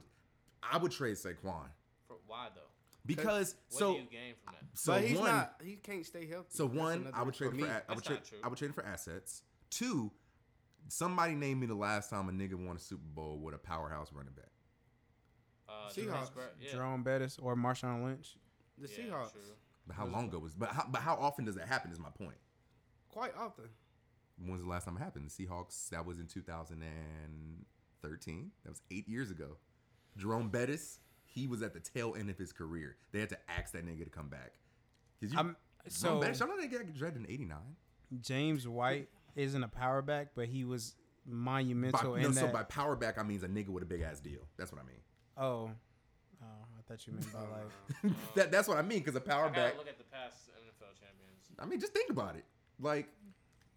Speaker 1: I would trade Saquon
Speaker 4: For, why though?
Speaker 1: because
Speaker 4: What
Speaker 1: so
Speaker 4: do you gain from that?
Speaker 1: so
Speaker 2: but he's
Speaker 1: one
Speaker 2: not. He can't stay healthy.
Speaker 1: so
Speaker 2: That's
Speaker 1: one
Speaker 2: another
Speaker 1: I would
Speaker 2: reason
Speaker 1: trade for, a- I would
Speaker 4: that's
Speaker 1: trade
Speaker 4: not true.
Speaker 1: I would trade for assets. Two, somebody named me the last time a nigga won a Super Bowl with a powerhouse running back.
Speaker 4: Uh, the
Speaker 2: Seahawks.
Speaker 4: Pittsburgh- yeah.
Speaker 3: Jerome Bettis or Marshawn Lynch.
Speaker 2: the
Speaker 4: Yeah,
Speaker 2: Seahawks
Speaker 4: true.
Speaker 1: But how long ago was? But how, but how often does that happen? Is my point.
Speaker 2: quite often.
Speaker 1: When's the last time it happened? The Seahawks. That was in 2013. That was eight years ago. Jerome Bettis. He was at the tail end of his career. They had to ask that nigga to come back. Cause you,
Speaker 3: I'm
Speaker 1: Jerome
Speaker 3: so
Speaker 1: Bettis. Y'all know that guy got drafted in '89.
Speaker 3: James White isn't a power back, but he was
Speaker 1: By,
Speaker 3: monumental
Speaker 1: no,
Speaker 3: in
Speaker 1: so
Speaker 3: that.
Speaker 1: by power back, I means a nigga with a big ass deal. That's what I mean.
Speaker 3: oh, oh, I thought you meant
Speaker 1: Uh,
Speaker 3: by like
Speaker 1: that, that's what I mean. Cause a power
Speaker 4: I gotta
Speaker 1: back.
Speaker 4: look at the past NFL champions.
Speaker 1: I mean, just think about it. Like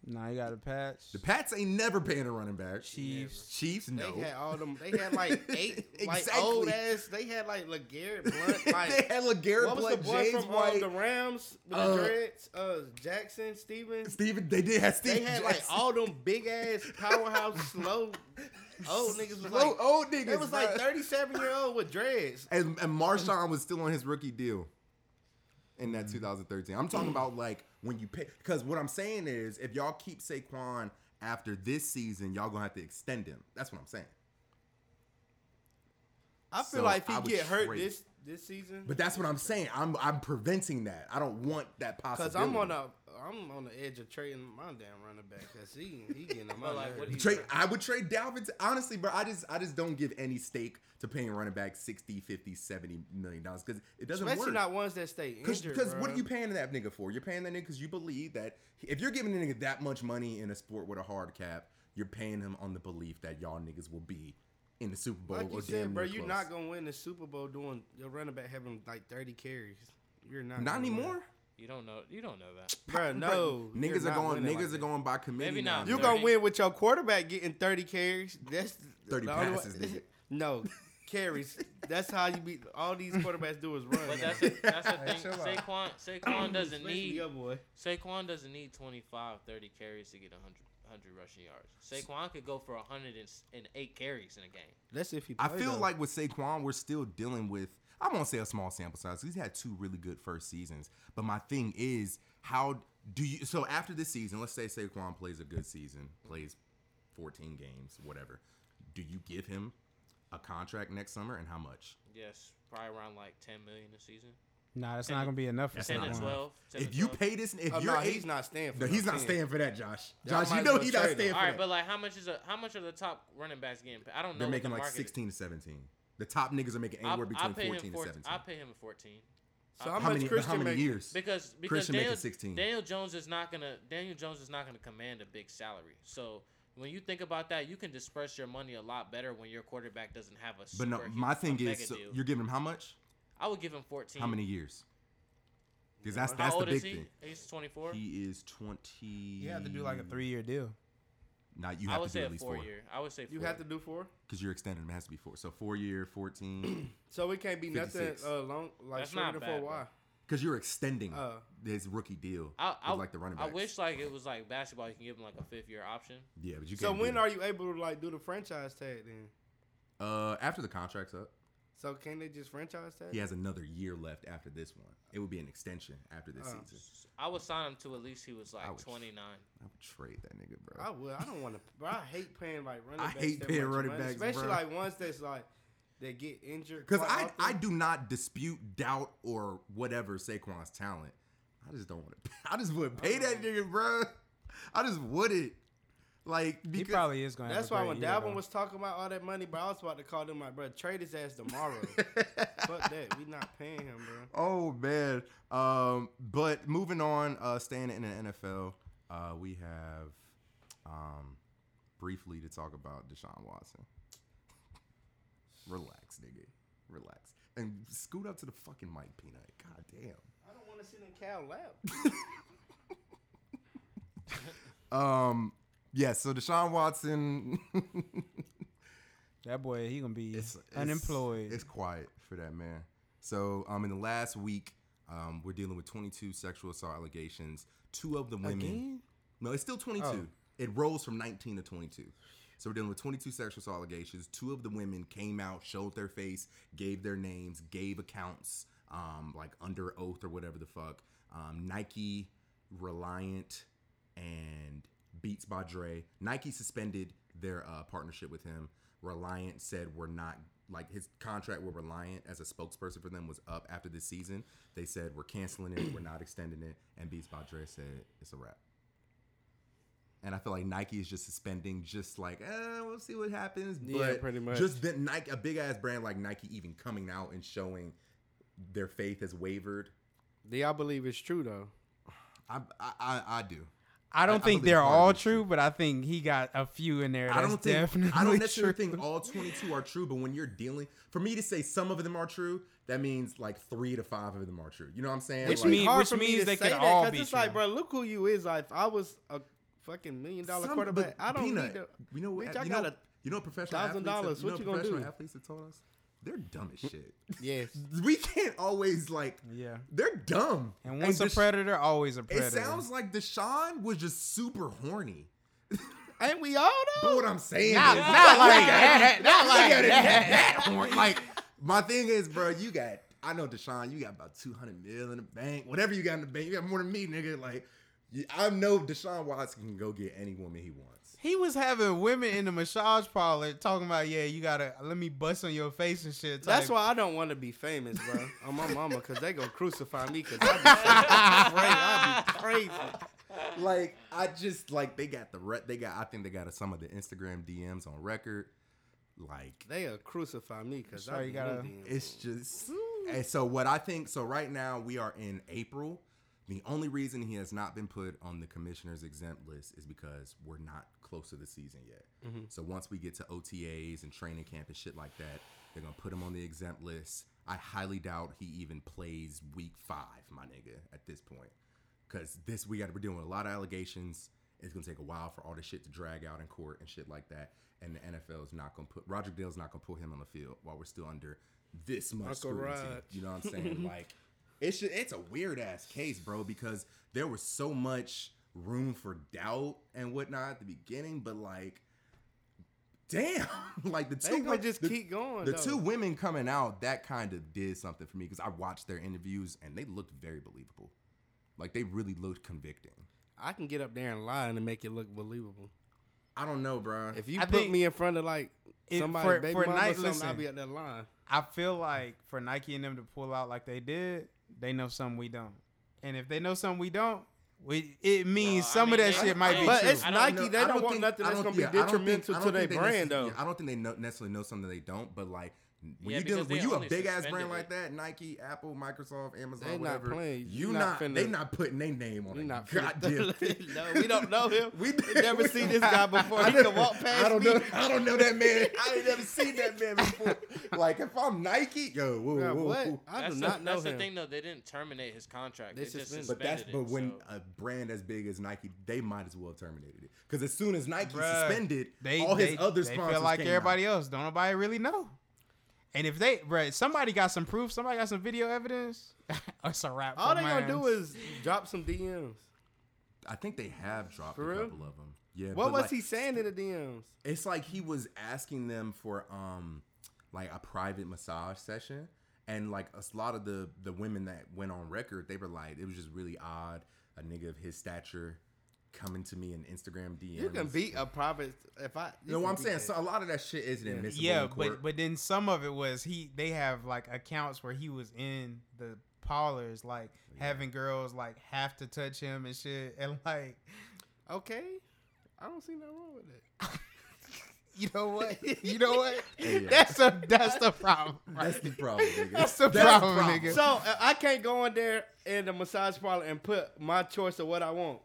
Speaker 3: nah. You got a patch.
Speaker 1: the Pats ain't never paying a running back.
Speaker 3: Chiefs.
Speaker 1: Chiefs, no.
Speaker 2: They had all them. They had like eight,
Speaker 1: Exactly.
Speaker 2: like old ass. They had like LeGarrette Blunt.
Speaker 1: they
Speaker 2: Like
Speaker 1: had LeGarrette
Speaker 2: what was the
Speaker 1: Blunt,
Speaker 2: boy
Speaker 1: James
Speaker 2: from uh,
Speaker 1: White,
Speaker 2: the Rams, with
Speaker 1: Uh,
Speaker 2: the Dreads, uh, Jackson Stevens.
Speaker 1: Steven. They did have Steve.
Speaker 2: They had like
Speaker 1: Jackson.
Speaker 2: all them big ass powerhouse slow old niggas. Was
Speaker 1: Slow
Speaker 2: like,
Speaker 1: old niggas.
Speaker 2: They was like
Speaker 1: bruh.
Speaker 2: thirty seven year old with dreads.
Speaker 1: and, and Marshawn was still on his rookie deal in that 2013. I'm talking about like when you pay because what I'm saying is if y'all keep Saquon after this season, y'all gonna have to extend him. That's what I'm saying.
Speaker 2: I feel
Speaker 1: So,
Speaker 2: like
Speaker 1: I
Speaker 2: if
Speaker 1: would
Speaker 2: he get hurt
Speaker 1: trade.
Speaker 2: this this season,
Speaker 1: But that's what I'm saying. I'm I'm preventing that. I don't want that possibility.
Speaker 2: because I'm on a I'm on the edge of trading my damn running back because he he getting on my
Speaker 4: But, like,
Speaker 2: nerves.
Speaker 4: what do you-
Speaker 1: Trade, I would trade Dalvin. To, honestly, bro, I just I just don't give any stake to paying running back 60, 50, 70 million dollars because it doesn't
Speaker 2: Especially
Speaker 1: work.
Speaker 2: not ones that stay
Speaker 1: Cause,
Speaker 2: injured.
Speaker 1: 'cause what
Speaker 2: bruh.
Speaker 1: are you paying that nigga for? You're paying that nigga because you believe that he- if you're giving a nigga that much money in a sport with a hard cap, you're paying him on the belief that y'all niggas will be in the Super Bowl
Speaker 2: Like
Speaker 1: or
Speaker 2: you said,
Speaker 1: damn
Speaker 2: bro,
Speaker 1: near
Speaker 2: you're
Speaker 1: close.
Speaker 2: not gonna win the Super Bowl doing your running back having like 30 carries. You're not.
Speaker 1: not
Speaker 2: gonna win.
Speaker 1: anymore.
Speaker 4: You don't know. You don't know that.
Speaker 2: bro. No, you're
Speaker 1: niggas are
Speaker 2: not
Speaker 1: going.
Speaker 2: winning
Speaker 1: Niggas
Speaker 2: like
Speaker 1: are
Speaker 2: that.
Speaker 1: going by committee.
Speaker 4: Maybe
Speaker 1: now,
Speaker 4: not.
Speaker 2: You're
Speaker 1: nigga.
Speaker 2: gonna
Speaker 4: 30.
Speaker 2: win with your quarterback getting 30 carries. That's
Speaker 1: 30
Speaker 2: the only
Speaker 1: passes,
Speaker 2: way-
Speaker 1: nigga.
Speaker 2: No carries. That's how you beat. All these quarterbacks do is run.
Speaker 4: But that's
Speaker 2: now.
Speaker 4: a, that's the
Speaker 1: Hey,
Speaker 4: thing.
Speaker 1: chill out.
Speaker 4: Saquon Saquon doesn't
Speaker 2: Especially
Speaker 4: need
Speaker 2: your boy.
Speaker 4: Saquon doesn't need 25, 30 carries to get 100, 100 rushing yards. Saquon could go for 108 carries in a game.
Speaker 2: That's if he.
Speaker 1: I
Speaker 2: play,
Speaker 1: feel
Speaker 2: though.
Speaker 1: like with Saquon, we're still dealing with. I won't say a small sample size. 'cause He's had two really good first seasons. But my thing is, how do you? So after this season, let's say Saquon plays a good season, plays 14 games, whatever. Do you give him a contract next summer, and how much?
Speaker 4: Yes, probably around like 10 million a season.
Speaker 3: Nah, that's not gonna be enough for
Speaker 1: That's
Speaker 4: 10
Speaker 1: not
Speaker 4: to
Speaker 1: enough.
Speaker 3: Saquon.
Speaker 4: 12. 10
Speaker 1: if
Speaker 4: to
Speaker 1: you
Speaker 4: 12.
Speaker 1: pay this, if
Speaker 2: Oh,
Speaker 1: you're
Speaker 2: no,
Speaker 1: eight-
Speaker 2: he's not staying. For
Speaker 1: no,
Speaker 2: what
Speaker 1: he's
Speaker 2: I'm
Speaker 1: not
Speaker 2: saying.
Speaker 1: staying for that, Josh.
Speaker 2: Y'all
Speaker 1: Josh,
Speaker 2: might
Speaker 1: you
Speaker 2: as
Speaker 1: know
Speaker 2: well
Speaker 1: he's not
Speaker 2: trade him.
Speaker 1: staying for
Speaker 4: All right,
Speaker 1: that.
Speaker 4: but like how much is a how much are the top running backs getting? paid? I don't know.
Speaker 1: They're
Speaker 4: what
Speaker 1: making
Speaker 4: the
Speaker 1: like
Speaker 4: market is.
Speaker 1: 16 to 17. The top niggas are making
Speaker 4: I'll-
Speaker 1: anywhere between
Speaker 4: I'll pay him
Speaker 1: 14 to 17.
Speaker 4: I pay him at 14
Speaker 2: So how,
Speaker 1: How
Speaker 2: much
Speaker 1: many?
Speaker 2: Christian
Speaker 1: How many
Speaker 2: make-
Speaker 1: years?
Speaker 4: because because
Speaker 1: Christian making
Speaker 4: Daniel,
Speaker 1: 16.
Speaker 4: Daniel Jones is not gonna Daniel Jones is not gonna command a big salary. So when you think about that, you can disperse your money a lot better when your quarterback doesn't have a.
Speaker 1: But no,
Speaker 4: super-
Speaker 1: my
Speaker 4: a
Speaker 1: thing
Speaker 4: mega
Speaker 1: is, so
Speaker 4: deal.
Speaker 1: you're giving him how much?
Speaker 4: I would give him 14.
Speaker 1: How many years? Because that's
Speaker 2: How
Speaker 1: that's
Speaker 4: How
Speaker 1: the
Speaker 4: old
Speaker 1: big
Speaker 4: is he?
Speaker 1: thing.
Speaker 4: He's 24.
Speaker 1: He is twenty.
Speaker 3: You have to do like a three-year deal.
Speaker 1: Now you
Speaker 4: I
Speaker 1: have
Speaker 4: would
Speaker 1: to do
Speaker 4: say a
Speaker 1: at least
Speaker 4: four,
Speaker 1: four
Speaker 4: year. I would say four.
Speaker 2: You have to do four.
Speaker 1: because you're extended. It has to be four. So four year, fourteen.
Speaker 2: So it can't be nothing
Speaker 1: 56.
Speaker 2: uh, long like
Speaker 4: That's
Speaker 2: shorter
Speaker 4: not
Speaker 2: than
Speaker 4: bad,
Speaker 2: four. Why?
Speaker 1: Because you're extending
Speaker 2: Uh.
Speaker 1: his rookie deal.
Speaker 4: I, I,
Speaker 1: with, like the running
Speaker 4: I
Speaker 1: backs.
Speaker 4: wish like it was like basketball. You can give him like a fifth year option.
Speaker 1: Yeah, but you
Speaker 2: So
Speaker 1: can't.
Speaker 2: when are you able to like do the franchise tag then?
Speaker 1: are uh after the contract's up?
Speaker 2: So can they just franchise tag?
Speaker 1: He has another year left after this one. It would be an extension after this
Speaker 2: Uh.
Speaker 1: season.
Speaker 4: I would sign him to at least he was like
Speaker 1: I would-
Speaker 4: 29.
Speaker 1: I would trade that nigga, bro.
Speaker 2: I would. I don't want to. Bro, I hate paying like running
Speaker 1: I
Speaker 2: backs.
Speaker 1: hate
Speaker 2: that
Speaker 1: paying
Speaker 2: much
Speaker 1: running
Speaker 2: money,
Speaker 1: backs,
Speaker 2: especially
Speaker 1: bro.
Speaker 2: like ones that's like that get injured.
Speaker 1: Because
Speaker 2: quite
Speaker 1: I,
Speaker 2: often.
Speaker 1: I do not dispute doubt or whatever Saquon's talent. I just don't want to. I just wouldn't pay that nigga, bro. I just wouldn't. Like
Speaker 3: He
Speaker 1: because
Speaker 3: probably is gonna.
Speaker 2: That's
Speaker 3: have a
Speaker 2: why when
Speaker 3: great year,
Speaker 2: Dalvin
Speaker 3: though.
Speaker 2: was talking about all that money, bro, I was about to call them like, bro, trade his ass tomorrow. Fuck that. We not paying him, bro.
Speaker 1: oh man. Um, but moving on, uh, staying in the NFL, uh, we have uh, um, briefly to talk about Deshaun Watson. Relax, nigga. Relax. And scoot up to the fucking mic, Peanut. God damn.
Speaker 2: I don't want to sit in Cal lap.
Speaker 1: Um, yeah, so Deshaun Watson
Speaker 3: That boy, he gonna be
Speaker 1: it's, it's-
Speaker 3: unemployed.
Speaker 1: It's quiet for that man. So, um, in the last week, um, we're dealing with 22 sexual assault allegations. Two of the women.
Speaker 3: Again?
Speaker 1: No, it's still 22. It rolls from 19 to 22. So we're dealing with 22 sexual assault allegations. Two of the women came out, showed their face, gave their names, gave accounts, um, like under oath or whatever the fuck. Um, Nike, Reliant, and Beats by Dre. Nike suspended their uh, partnership with him. Reliant said we're not like his contract with Reliant as a spokesperson for them was up after this season. They said we're canceling it, we're not extending it, and Beats by Dre said it's a wrap. And I feel like Nike is just suspending, just like, eh, we'll see what happens. But
Speaker 2: Yeah, pretty much.
Speaker 1: Just that Nike, a big ass brand like Nike, even coming out and showing their faith has wavered.
Speaker 2: Do y'all believe it's true though?
Speaker 1: I, I, I, I do.
Speaker 3: I don't
Speaker 1: I- I
Speaker 3: think
Speaker 1: believe
Speaker 3: they're
Speaker 1: part of
Speaker 3: all
Speaker 1: it's true.
Speaker 3: true, but I think he got a few in there. That's
Speaker 1: I don't think
Speaker 3: definitely
Speaker 1: I don't necessarily
Speaker 3: true.
Speaker 1: think all 22 are true, but when you're dealing, for me to say some of them are true, that means like three to five of them are true. You know what I'm saying?
Speaker 3: Which
Speaker 1: like,
Speaker 3: mean- which means they could all be
Speaker 2: it's like,
Speaker 3: true.
Speaker 2: bro, look who you is. Like, if I was a fucking million dollar
Speaker 1: some-
Speaker 2: quarterback,
Speaker 1: but
Speaker 2: I don't
Speaker 1: Peanut,
Speaker 2: need to.
Speaker 1: You know what?
Speaker 2: Bitch, I
Speaker 1: you know,
Speaker 2: got a
Speaker 1: you know what professional
Speaker 2: thousand
Speaker 1: athletes. Have,
Speaker 2: dollars.
Speaker 1: you know
Speaker 2: What you gonna
Speaker 1: professional
Speaker 2: do?
Speaker 1: athletes have told us they're dumb as shit.
Speaker 2: Yes,
Speaker 1: we can't always like.
Speaker 3: Yeah.
Speaker 1: They're dumb.
Speaker 3: And once a
Speaker 1: Desha-
Speaker 3: predator, always a predator.
Speaker 1: It sounds like Deshaun was just super horny.
Speaker 2: ain't we all
Speaker 1: But
Speaker 2: though?
Speaker 1: what I'm saying
Speaker 3: not,
Speaker 1: is,
Speaker 3: not like that. Not
Speaker 1: Look
Speaker 3: like
Speaker 1: at it,
Speaker 3: that.
Speaker 1: that horn. Like my thing is, bro, you got. I know Deshaun, you got about two hundred mil in the bank. Whatever you got in the bank, you got more than me, nigga. Like, you- I know Deshaun Watson can go get any woman he wants.
Speaker 3: He was having women in the massage parlor talking about, yeah, you gotta let me bust on your face and shit.
Speaker 2: That's
Speaker 3: type.
Speaker 2: why I don't want to be famous, bro. On my mama, because they gonna crucify me. Because I be crazy. I be crazy.
Speaker 1: Like, I just like they got the re- they got. I think they got some of the Instagram DMs on record. Like,
Speaker 2: They'll crucify me because
Speaker 3: Sorry,
Speaker 2: I
Speaker 3: you
Speaker 2: be
Speaker 3: gotta-
Speaker 2: Indian.
Speaker 1: It's just and so what I think so right now we are in April. The only reason he has not been put on the commissioner's exempt list is because we're not close to the season yet. So once we get to OTAs and training camp and shit like that, they're gonna put him on the exempt list. I highly doubt he even plays week five, my nigga, at this point. Cause this we got we're dealing with a lot of allegations. It's gonna take a while for all this shit to drag out in court and shit like that. And the NFL is not gonna put Roger Dale's not gonna put him on the field while we're still under this much
Speaker 2: Uncle
Speaker 1: scrutiny.
Speaker 2: Rog.
Speaker 1: You know what I'm saying? like it's ju- it's a weird ass case, bro, because there was so much room for doubt and whatnot at the beginning, but like damn, like the
Speaker 2: They
Speaker 1: two wo-
Speaker 2: gonna just
Speaker 1: the,
Speaker 2: keep going.
Speaker 1: the
Speaker 2: though.
Speaker 1: two women coming out that kind of did something for me because I watched their interviews and they looked very believable, like they really looked convicting.
Speaker 2: I can get up there and lie and make it look believable.
Speaker 1: I don't know, bro.
Speaker 2: If you
Speaker 3: I
Speaker 2: put
Speaker 3: think-
Speaker 2: me in front of like
Speaker 3: It-
Speaker 2: somebody,
Speaker 3: for-
Speaker 2: baby
Speaker 3: for
Speaker 2: mama,
Speaker 3: night-
Speaker 2: or something, I'll
Speaker 3: listen.
Speaker 2: be at that line.
Speaker 3: I feel like for Nike and them to pull out like they did, they know something we don't. And if they know something we don't, we it means
Speaker 4: Well, I
Speaker 3: some
Speaker 4: mean,
Speaker 3: of that
Speaker 4: they-
Speaker 3: shit might be
Speaker 2: But
Speaker 3: true.
Speaker 2: it's
Speaker 4: I don't
Speaker 2: Nike.
Speaker 1: know-
Speaker 2: they
Speaker 1: I
Speaker 2: don't, want
Speaker 1: think-
Speaker 2: nothing
Speaker 1: I
Speaker 2: that's
Speaker 1: don't-
Speaker 2: gonna be
Speaker 1: yeah, I don't think-
Speaker 2: detrimental
Speaker 1: I don't
Speaker 2: to
Speaker 1: think
Speaker 2: their
Speaker 1: they
Speaker 2: brand,
Speaker 1: necessarily-
Speaker 2: though.
Speaker 1: yeah, I don't think they know, necessarily know something they don't, but like when
Speaker 4: Yeah,
Speaker 1: you
Speaker 4: because
Speaker 1: deal, when
Speaker 4: they
Speaker 1: you a
Speaker 4: only
Speaker 1: big ass brand
Speaker 4: suspended
Speaker 1: like
Speaker 4: it.
Speaker 1: that, Nike, Apple, Microsoft, Amazon,
Speaker 2: They not
Speaker 1: whatever,
Speaker 2: playing. You
Speaker 1: you not,
Speaker 2: not
Speaker 1: they
Speaker 2: finna-
Speaker 1: not putting their name on
Speaker 2: We
Speaker 1: it.
Speaker 2: not finna-
Speaker 1: Goddamn.
Speaker 2: no, we don't know him.
Speaker 1: we
Speaker 2: never seen this guy before.
Speaker 1: I
Speaker 2: He can
Speaker 1: never-
Speaker 2: walk past
Speaker 1: I don't
Speaker 2: me.
Speaker 1: know. I don't know that man. I ain't never seen that man before. Like if I'm Nike, yo, whoa,
Speaker 2: Bruh,
Speaker 1: whoa,
Speaker 2: what?
Speaker 1: whoa.
Speaker 2: I
Speaker 4: that's
Speaker 2: do
Speaker 4: the,
Speaker 2: not know
Speaker 4: That's
Speaker 2: him.
Speaker 4: the thing, though. They didn't terminate his contract.
Speaker 2: They
Speaker 4: They, just
Speaker 2: suspended it.
Speaker 4: suspended
Speaker 1: But that's
Speaker 4: it,
Speaker 1: but when
Speaker 4: so-
Speaker 1: a brand as big as Nike, they might as well have terminated it. Because as soon as Nike
Speaker 3: Bruh,
Speaker 1: suspended,
Speaker 3: they,
Speaker 1: all his
Speaker 3: they,
Speaker 1: other
Speaker 3: they
Speaker 1: sponsors
Speaker 3: feel like
Speaker 1: came
Speaker 3: everybody else. Don't nobody really know. And if they, bruh, somebody got some proof. Somebody got some video evidence. it's a wrap.
Speaker 2: All
Speaker 3: for
Speaker 2: they gonna
Speaker 3: mine.
Speaker 2: do is drop some DMs.
Speaker 1: Out. I think they have dropped a
Speaker 2: For real?
Speaker 1: couple of them. Yeah.
Speaker 2: What
Speaker 1: but
Speaker 2: was
Speaker 1: like,
Speaker 2: he saying in the DMs?
Speaker 1: It's like he was asking them for um like a private massage session. And like a s- lot of the the women that went on record, they were like, it was just really odd. A nigga of his stature coming to me in Instagram DMs.
Speaker 2: You can beat a private if I.
Speaker 1: You know what I'm saying? So a lot of that shit isn't admissible.
Speaker 3: Yeah,
Speaker 1: in court.
Speaker 3: but but then some of it was he. They have like accounts where he was in the parlors, like having girls like have to touch him and shit, and like
Speaker 2: okay, I don't see nothing wrong with it.
Speaker 3: you know what, you know what,
Speaker 1: Yeah.
Speaker 3: that's a that's the problem. right?
Speaker 1: that's the problem, nigga.
Speaker 3: That's the problem, nigga.
Speaker 2: So uh, I can't go in there in the massage parlor and put my choice of what I want.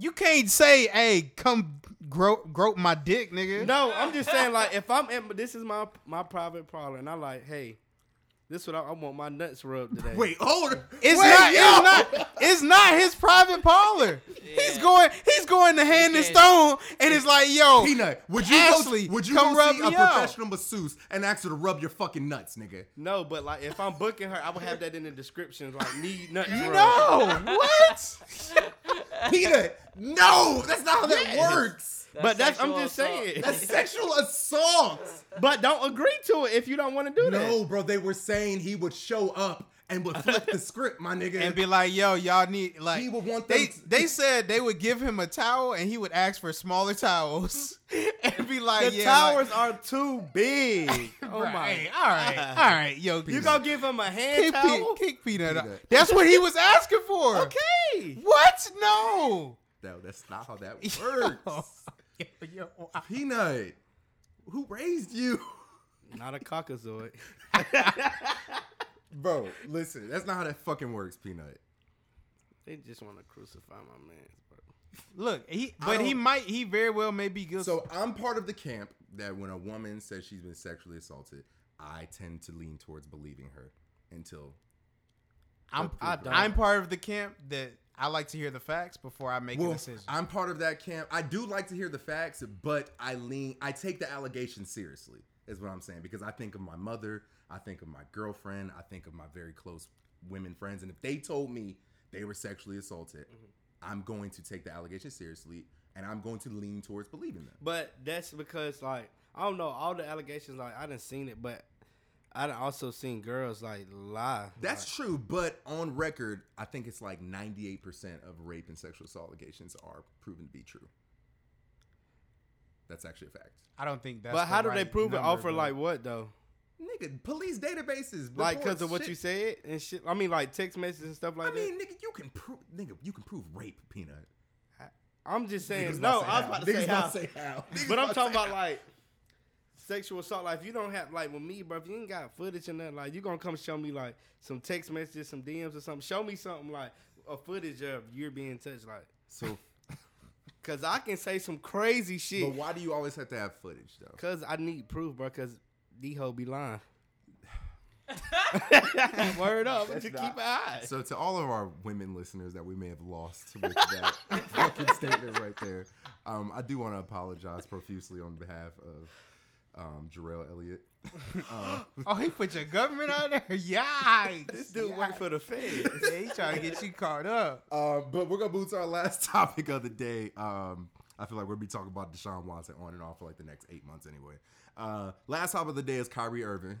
Speaker 3: You can't say, "Hey, come grope grope my dick, nigga.
Speaker 2: No, I'm just saying like if I'm in, this is my my private problem, and I like, hey, this what I, I want my nuts rubbed today.
Speaker 1: Wait, hold on.
Speaker 3: It's
Speaker 1: Wait,
Speaker 3: not.
Speaker 1: yo.
Speaker 3: It's not. It's not his private parlor. He's
Speaker 4: Yeah.
Speaker 3: going. He's going to hand and
Speaker 4: can't-
Speaker 3: stone, and it's like, yo,
Speaker 1: Peanut, would you Ashley,
Speaker 3: Ashley,
Speaker 1: go, would you
Speaker 3: come
Speaker 1: go
Speaker 3: rub
Speaker 1: see
Speaker 3: me
Speaker 1: a
Speaker 3: up.
Speaker 1: professional masseuse and ask her to rub your fucking nuts, nigga?
Speaker 2: No, but like if I'm booking her, I would have that in the description, like need nuts rubbed.
Speaker 3: no, what?
Speaker 1: Peanut, no, that's not how that works.
Speaker 2: But that's I'm
Speaker 4: sexual
Speaker 2: just
Speaker 4: assault.
Speaker 2: saying.
Speaker 1: That's sexual assault.
Speaker 2: but don't agree to it if you don't want to do that.
Speaker 1: No, bro, they were saying he would show up and would flip the script, my nigga.
Speaker 3: And be like, yo, y'all need like.
Speaker 1: he would want them.
Speaker 3: They they said they would give him a towel and he would ask for smaller towels and be like,
Speaker 2: The
Speaker 3: yeah, like,
Speaker 2: towers are too big. oh
Speaker 3: bruh,
Speaker 2: my!
Speaker 3: hey, all right, all right, yo,
Speaker 2: You gonna give him a hand
Speaker 3: kick,
Speaker 2: towel?
Speaker 3: Pe- kick peanut? out.
Speaker 1: Peanut.
Speaker 3: That's what he was asking for.
Speaker 2: Okay.
Speaker 3: What? No.
Speaker 1: no, that's not how that works.
Speaker 3: Yo, yo, oh, I-
Speaker 1: Peanut, who raised you?
Speaker 2: Not a cockazoid.
Speaker 1: Bro, listen, that's not how that fucking works, Peanut.
Speaker 2: They just want to crucify my man's bro.
Speaker 3: Look, he
Speaker 1: I
Speaker 3: but he
Speaker 1: don't-
Speaker 3: might he very well may be guilty.
Speaker 1: So I'm part of the camp that when a woman says she's been sexually assaulted, I tend to lean towards believing her until
Speaker 3: I'm
Speaker 1: I
Speaker 3: I
Speaker 1: don't.
Speaker 3: am part of the camp that I like to hear the facts before I make a
Speaker 1: Well,
Speaker 3: decision.
Speaker 1: I'm part of that camp. I do like to hear the facts, but I lean, I take the allegation seriously, is what I'm saying, because I think of my mother, I think of my girlfriend, I think of my very close women friends, and if they told me they were sexually assaulted,
Speaker 3: Mm-hmm.
Speaker 1: I'm going to take the allegation seriously, and I'm going to lean towards believing them.
Speaker 2: But that's because like I don't know all the allegations. Like I done seen it, but I done also seen girls like lie.
Speaker 1: That's true, but on record, I think it's like 98% of rape and sexual assault allegations are proven to be true. That's actually a fact.
Speaker 3: I don't think that's
Speaker 2: Like, but how
Speaker 3: the
Speaker 2: do they
Speaker 3: right
Speaker 2: prove it?
Speaker 3: number,
Speaker 2: Offer
Speaker 3: though.
Speaker 2: like what though?
Speaker 1: Nigga, police databases,
Speaker 2: Like because
Speaker 1: reports,
Speaker 2: of what
Speaker 1: shit.
Speaker 2: you said and shit. I mean like text messages and stuff like
Speaker 1: I
Speaker 2: that.
Speaker 1: mean, nigga, you can prove, nigga, you can prove rape, Peanut.
Speaker 2: I'm just saying.
Speaker 1: Niggas
Speaker 2: No,
Speaker 1: say
Speaker 2: I was
Speaker 1: how.
Speaker 2: about to
Speaker 1: Niggas
Speaker 2: say how.
Speaker 1: say how. Niggas
Speaker 2: But I'm
Speaker 1: to
Speaker 2: talking
Speaker 1: say
Speaker 2: about
Speaker 1: how.
Speaker 2: like sexual assault. Like if you don't have like with me, bro, if you ain't got footage and nothing, like you gonna come show me like some text messages, some DMs or something. Show me something like a footage of you're being touched, like.
Speaker 1: So,
Speaker 2: Cause I can say some crazy
Speaker 1: but
Speaker 2: shit.
Speaker 1: why do you always have to have footage though?
Speaker 2: Cause I need proof, bro. Cause D ho be lying. Word up, but you keep an eye.
Speaker 1: So to all of our women listeners that we may have lost with that fucking statement right there, um, I do want to apologize profusely on behalf of um, Jarrell Elliott. Um,
Speaker 3: Oh, he put your government out there? Yikes.
Speaker 2: This dude work for the Fed.
Speaker 3: yeah, he trying to get you caught up.
Speaker 1: uh, but we're gonna move to our last topic of the day. Um, I feel like we'll be talking about Deshaun Watson on and off for like the next eight months anyway. Uh, last topic of the day is Kyrie Irving.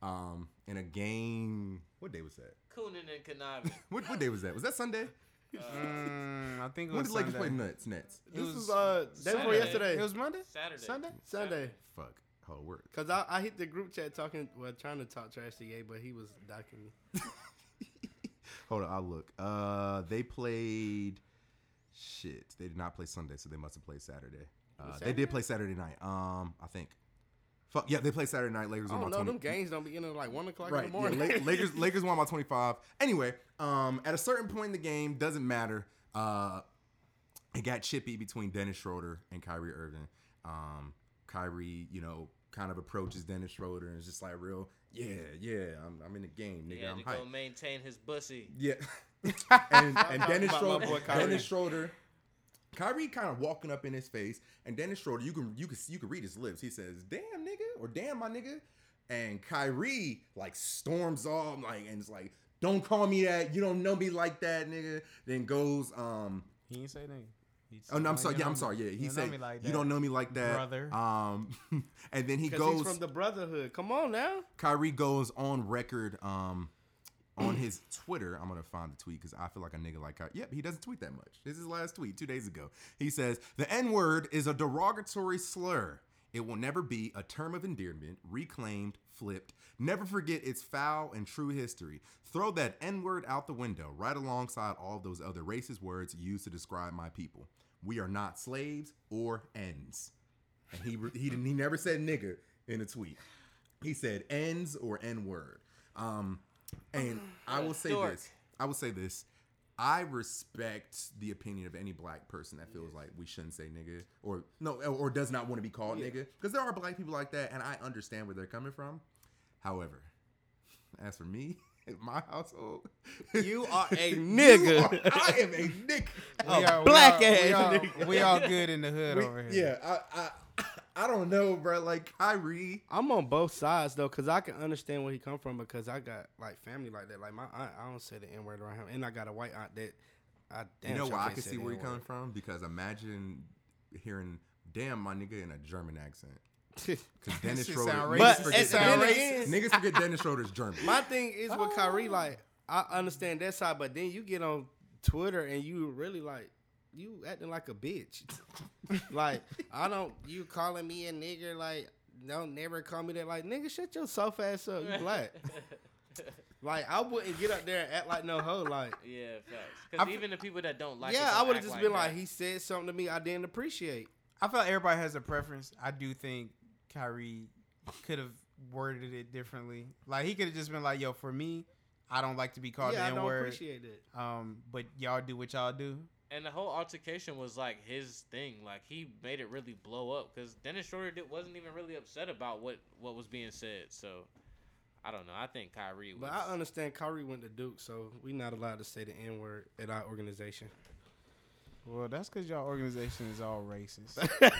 Speaker 1: Um, in a game, what day was that?
Speaker 4: Coonan and conniving.
Speaker 1: What, what day was that? Was that Sunday?
Speaker 3: Mm, I think it
Speaker 1: When
Speaker 3: was
Speaker 1: did Lakers play
Speaker 3: Sunday.
Speaker 1: Nuts Nets?
Speaker 2: This
Speaker 3: was
Speaker 2: was uh day before
Speaker 4: Saturday.
Speaker 2: yesterday.
Speaker 3: It was Monday?
Speaker 4: Saturday.
Speaker 3: Sunday?
Speaker 2: Sunday.
Speaker 1: Fuck. Oh, word.
Speaker 2: Cause I, I hit the group chat talking, well, trying to talk trash to Ye, but he was docking me.
Speaker 1: Hold on, I'll look. Uh, they played. Shit, they did not play Sunday, so they must have played Saturday. Uh,
Speaker 2: Was
Speaker 1: They
Speaker 2: Saturday?
Speaker 1: did play Saturday night. Um, I think. Fuck yeah, they played Saturday night. Lakers
Speaker 2: I
Speaker 1: won by
Speaker 2: don't know.
Speaker 1: twenty.
Speaker 2: Oh, Them games don't begin at like one o'clock
Speaker 1: right,
Speaker 2: in the morning.
Speaker 1: yeah, La- Lakers. Lakers won by twenty five. Anyway, um, at a certain point in the game, doesn't matter. Uh, it got chippy between Dennis Schroeder and Kyrie Irving. Um, Kyrie, you know, kind of approaches Dennis Schroeder and is just like, real, yeah, yeah, I'm, I'm in the game, nigga.
Speaker 4: He had
Speaker 1: I'm
Speaker 4: to
Speaker 1: hyped.
Speaker 4: go maintain his bussy.
Speaker 1: Yeah. and and
Speaker 2: talking
Speaker 1: Dennis
Speaker 2: about my
Speaker 1: Schroeder,
Speaker 2: boy Kyrie.
Speaker 1: Dennis Schroeder, Kyrie kind of walking up in his face, and Dennis Schroeder, you can you can you can read his lips. He says, "Damn nigga," or "Damn my nigga," and Kyrie like storms off, like and it's like, "Don't call me that. You don't know me like that, nigga." Then goes, um,
Speaker 3: He didn't say anything. He
Speaker 1: oh
Speaker 3: said,
Speaker 1: no, I'm
Speaker 3: you
Speaker 1: sorry, yeah,
Speaker 3: know
Speaker 1: I'm
Speaker 3: me-
Speaker 1: sorry, yeah.
Speaker 3: you
Speaker 1: He
Speaker 3: know
Speaker 1: said,
Speaker 3: me like
Speaker 1: "You
Speaker 3: that."
Speaker 1: don't know me like that,
Speaker 3: Brother.
Speaker 1: Um, and then he
Speaker 2: Because
Speaker 1: goes
Speaker 2: he's from the Brotherhood. Come on now.
Speaker 1: Kyrie goes on record um on his Twitter. I'm gonna find the tweet because I feel like a nigga like Kyrie. Yep, he doesn't tweet that much. This is his last tweet two days ago. He says the N word is a derogatory slur. It will never be a term of endearment, reclaimed, flipped. Never forget its foul and true history. Throw that N word out the window, right alongside all those other racist words used to describe my people. We are not slaves or ends. And he re- he didn't, he never said nigger in a tweet. He said ends or n word. Um, and I will say
Speaker 4: Dork.
Speaker 1: this. I will say this. I respect the opinion of any black person that feels like we shouldn't say nigga or no or does not want to be called nigga because there are black people like that and I understand where they're coming from. However, as for me, in my household,
Speaker 2: You are a
Speaker 1: you
Speaker 2: nigga.
Speaker 1: are- I am a nigga.
Speaker 3: We are- we
Speaker 2: black
Speaker 3: are-
Speaker 2: ass
Speaker 3: We
Speaker 2: nigga.
Speaker 3: all, we all good in the hood
Speaker 1: We-
Speaker 3: over here.
Speaker 1: yeah, I, I I don't know, bro. Like Kyrie,
Speaker 2: I'm on both sides though, cause I can understand where he come from because I got like family like that. Like my aunt, I don't say the n word around him, and I got a white aunt that I damn.
Speaker 1: you know
Speaker 2: sure
Speaker 1: why I
Speaker 2: can't
Speaker 1: can
Speaker 2: say
Speaker 1: see
Speaker 2: the
Speaker 1: where you're
Speaker 2: N-word.
Speaker 1: coming from because imagine hearing "damn my nigga" in a German accent. Because Dennis
Speaker 3: shit
Speaker 1: Schroeder,
Speaker 3: sound
Speaker 1: niggas,
Speaker 2: racist. But
Speaker 1: forget
Speaker 2: at the end
Speaker 1: Dennis-
Speaker 2: of the
Speaker 1: niggas forget Dennis Schroeder's German.
Speaker 2: My thing is with
Speaker 4: Oh.
Speaker 2: Kyrie, like I understand that side, but then you get on Twitter and you really like you acting like a bitch. like I don't you calling me a nigger like don't never call me that like nigga shut your soft ass up you black like I wouldn't get up there and act like no hoe like
Speaker 4: yeah, facts.
Speaker 3: I'm-
Speaker 4: Because even the people that don't like, it
Speaker 2: yeah
Speaker 4: don't
Speaker 2: I would have
Speaker 4: act
Speaker 2: just been
Speaker 4: that.
Speaker 2: like he said something to me I didn't appreciate
Speaker 3: I feel like everybody has a preference. I do think Kyrie could have worded it differently. Like he could have just been like, "Yo, for me, I don't like to be called
Speaker 2: yeah I
Speaker 3: the
Speaker 2: don't
Speaker 3: N word.
Speaker 2: appreciate that
Speaker 3: Um, but y'all do what y'all do."
Speaker 4: and the whole altercation was like his thing. Like he made it really blow up because Dennis Schroeder did, wasn't even really upset about what what was being said. So I don't know. I think Kyrie was.
Speaker 2: but I understand Kyrie went to Duke so we not allowed to say the n word at our organization
Speaker 3: Well, that's because y'all organization is all racist.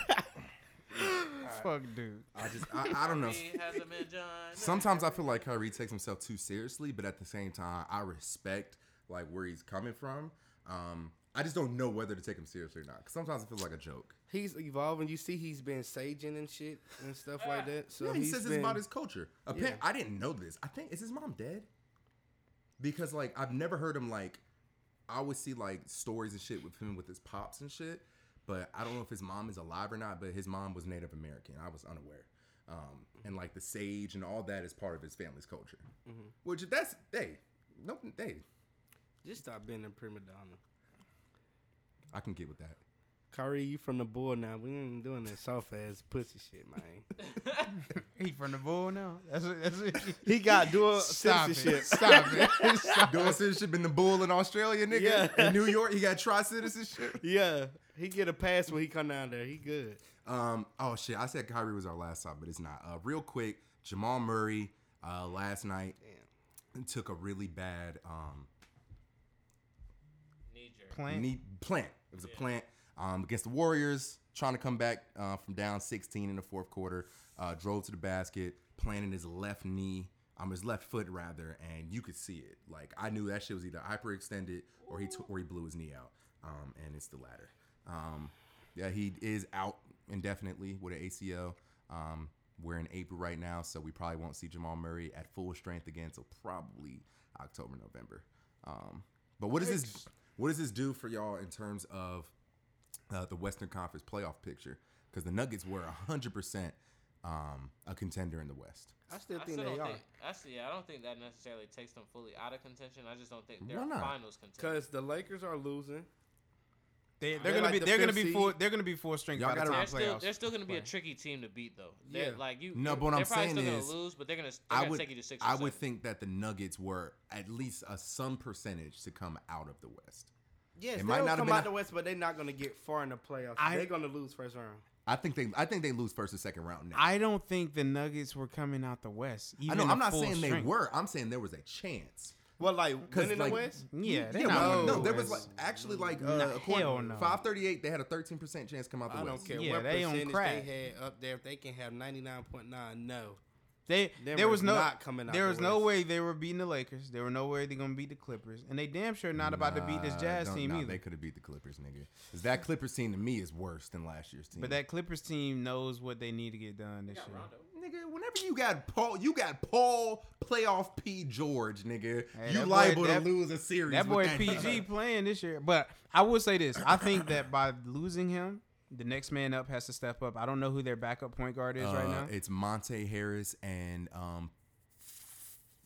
Speaker 3: Fuck, dude.
Speaker 1: I just, I, I don't know.
Speaker 4: He hasn't been John.
Speaker 1: Sometimes I feel like Kyrie takes himself too seriously, but at the same time, I respect like where he's coming from. Um, I just don't know whether to take him seriously or not. 'cause sometimes it feels like a joke.
Speaker 2: he's evolving. You see, he's been saging and shit and stuff like that. So
Speaker 1: yeah, he
Speaker 2: he's
Speaker 1: says
Speaker 2: been,
Speaker 1: it's about his culture. Appa-
Speaker 2: Yeah.
Speaker 1: I didn't know this. I think is his mom dead? Because like I've never heard him like. I always see like stories and shit with him with his pops and shit, but I don't know if his mom is alive or not. But his mom was Native American. I was unaware. Um, and like the sage and all that is part of his family's culture. Which if that's hey, no hey,
Speaker 2: just stop being a prima donna.
Speaker 1: I can get with that.
Speaker 2: Kyrie, you from the board now. We ain't doing that soft ass pussy shit, man.
Speaker 3: He from the bull now. That's what, that's what
Speaker 2: he got dual
Speaker 3: Stop
Speaker 2: citizenship.
Speaker 3: it. Stop it. Stop.
Speaker 1: Dual citizenship in the bull in Australia, nigga.
Speaker 2: Yeah.
Speaker 1: In New York, he got tri citizenship.
Speaker 2: Yeah, he get a pass when he come down there. He good.
Speaker 1: Um. Oh shit! I said Kyrie was our last stop, but it's not. Uh, real quick, Jamal Murray uh, last night took a really bad um
Speaker 4: Knee jerk.
Speaker 3: Plant.
Speaker 1: knee plant. It was a plant um, against the Warriors, trying to come back uh, from down 16 in the fourth quarter. Uh, drove to the basket, planted his left knee, um, his left foot rather, and you could see it. Like I knew that shit was either hyperextended or he took or he blew his knee out, um, and it's the latter. Um, yeah, he is out indefinitely with an ACL. Um, we're in April right now, so we probably won't see Jamal Murray at full strength again till probably October, November. Um, but what does this what does this do for y'all in terms of uh, the Western Conference playoff picture? Because the Nuggets were hundred percent um, a contender in the West.
Speaker 2: I still
Speaker 4: I
Speaker 2: think
Speaker 4: still
Speaker 2: they
Speaker 4: don't
Speaker 2: are.
Speaker 4: think. I see. I don't think that necessarily takes them fully out of contention. I just don't think they're
Speaker 1: Why not?
Speaker 4: finals contenders.
Speaker 2: Cause the Lakers are losing.
Speaker 3: They,
Speaker 2: They're
Speaker 3: they're gonna
Speaker 2: like
Speaker 3: be.
Speaker 2: the
Speaker 3: They're gonna
Speaker 2: fifth
Speaker 3: be full. They're gonna be full strength
Speaker 1: Y'all
Speaker 3: by
Speaker 1: gotta-
Speaker 3: the time
Speaker 4: They're
Speaker 1: Conference
Speaker 4: still,
Speaker 3: playoffs.
Speaker 4: they're still going to be a
Speaker 3: play.
Speaker 4: tricky team to beat, though. They're,
Speaker 2: Yeah.
Speaker 4: like you.
Speaker 1: No,
Speaker 4: they're-
Speaker 1: but what I'm
Speaker 4: they're probably
Speaker 1: saying
Speaker 4: still gonna
Speaker 1: is,
Speaker 4: lose, but they're going to.
Speaker 1: I
Speaker 4: gonna
Speaker 1: would
Speaker 4: take you to six. or
Speaker 1: I would
Speaker 4: seven.
Speaker 1: think that the Nuggets were at least a some percentage to come out of the West.
Speaker 2: Yes,
Speaker 1: It might
Speaker 2: they'll
Speaker 1: not have
Speaker 2: come
Speaker 1: been
Speaker 2: out
Speaker 1: a-
Speaker 2: the West, but they're not gonna get far in the playoffs.
Speaker 3: I-
Speaker 2: they're gonna lose first round.
Speaker 1: I think they I think they lose first or second round now. I,
Speaker 3: I don't think the Nuggets were coming out the West. Even
Speaker 1: know
Speaker 3: at
Speaker 1: I'm not
Speaker 3: full
Speaker 1: saying they
Speaker 3: strength.
Speaker 1: were. I'm saying there was a chance.
Speaker 2: Well, like
Speaker 1: Because
Speaker 2: winning
Speaker 1: like,
Speaker 2: the West.
Speaker 3: Yeah, they
Speaker 1: yeah,
Speaker 3: not
Speaker 1: well,
Speaker 3: winning
Speaker 1: no,
Speaker 3: the
Speaker 1: there was like
Speaker 3: West.
Speaker 1: actually like
Speaker 3: Nah,
Speaker 1: uh,
Speaker 3: hell
Speaker 1: according
Speaker 3: no.
Speaker 1: 538, they had a 13 percent chance to come out the
Speaker 2: I
Speaker 1: West.
Speaker 2: don't care
Speaker 3: Yeah,
Speaker 2: what
Speaker 3: they on
Speaker 2: percentage
Speaker 3: crack.
Speaker 2: they had up there. If they can have ninety nine point nine, no.
Speaker 3: They
Speaker 2: They
Speaker 3: there
Speaker 2: were
Speaker 3: was no
Speaker 2: not coming out
Speaker 3: there
Speaker 2: the
Speaker 3: was no
Speaker 2: West.
Speaker 3: way they were beating the Lakers. There were no way they're gonna beat the Clippers, and they damn sure not about to beat this
Speaker 1: Nah,
Speaker 3: Jazz
Speaker 1: don't-
Speaker 3: team
Speaker 1: nah,
Speaker 3: either.
Speaker 1: They could have beat the Clippers, nigga. 'Cause that Clippers team to me is worse than last year's team.
Speaker 3: But that Clippers team knows what they need to get done this year.
Speaker 1: nigga, whenever you got Paul, you got Paul playoff P George, nigga.
Speaker 3: Hey,
Speaker 1: you
Speaker 3: that boy-
Speaker 1: liable
Speaker 3: that-
Speaker 1: to lose a series.
Speaker 3: That
Speaker 1: with
Speaker 3: boy PG playing this year. But I will say this: I think that by losing him, the next man up has to step up. I don't know who their backup point guard is right
Speaker 1: Uh,
Speaker 3: now.
Speaker 1: It's Monte Harris and um,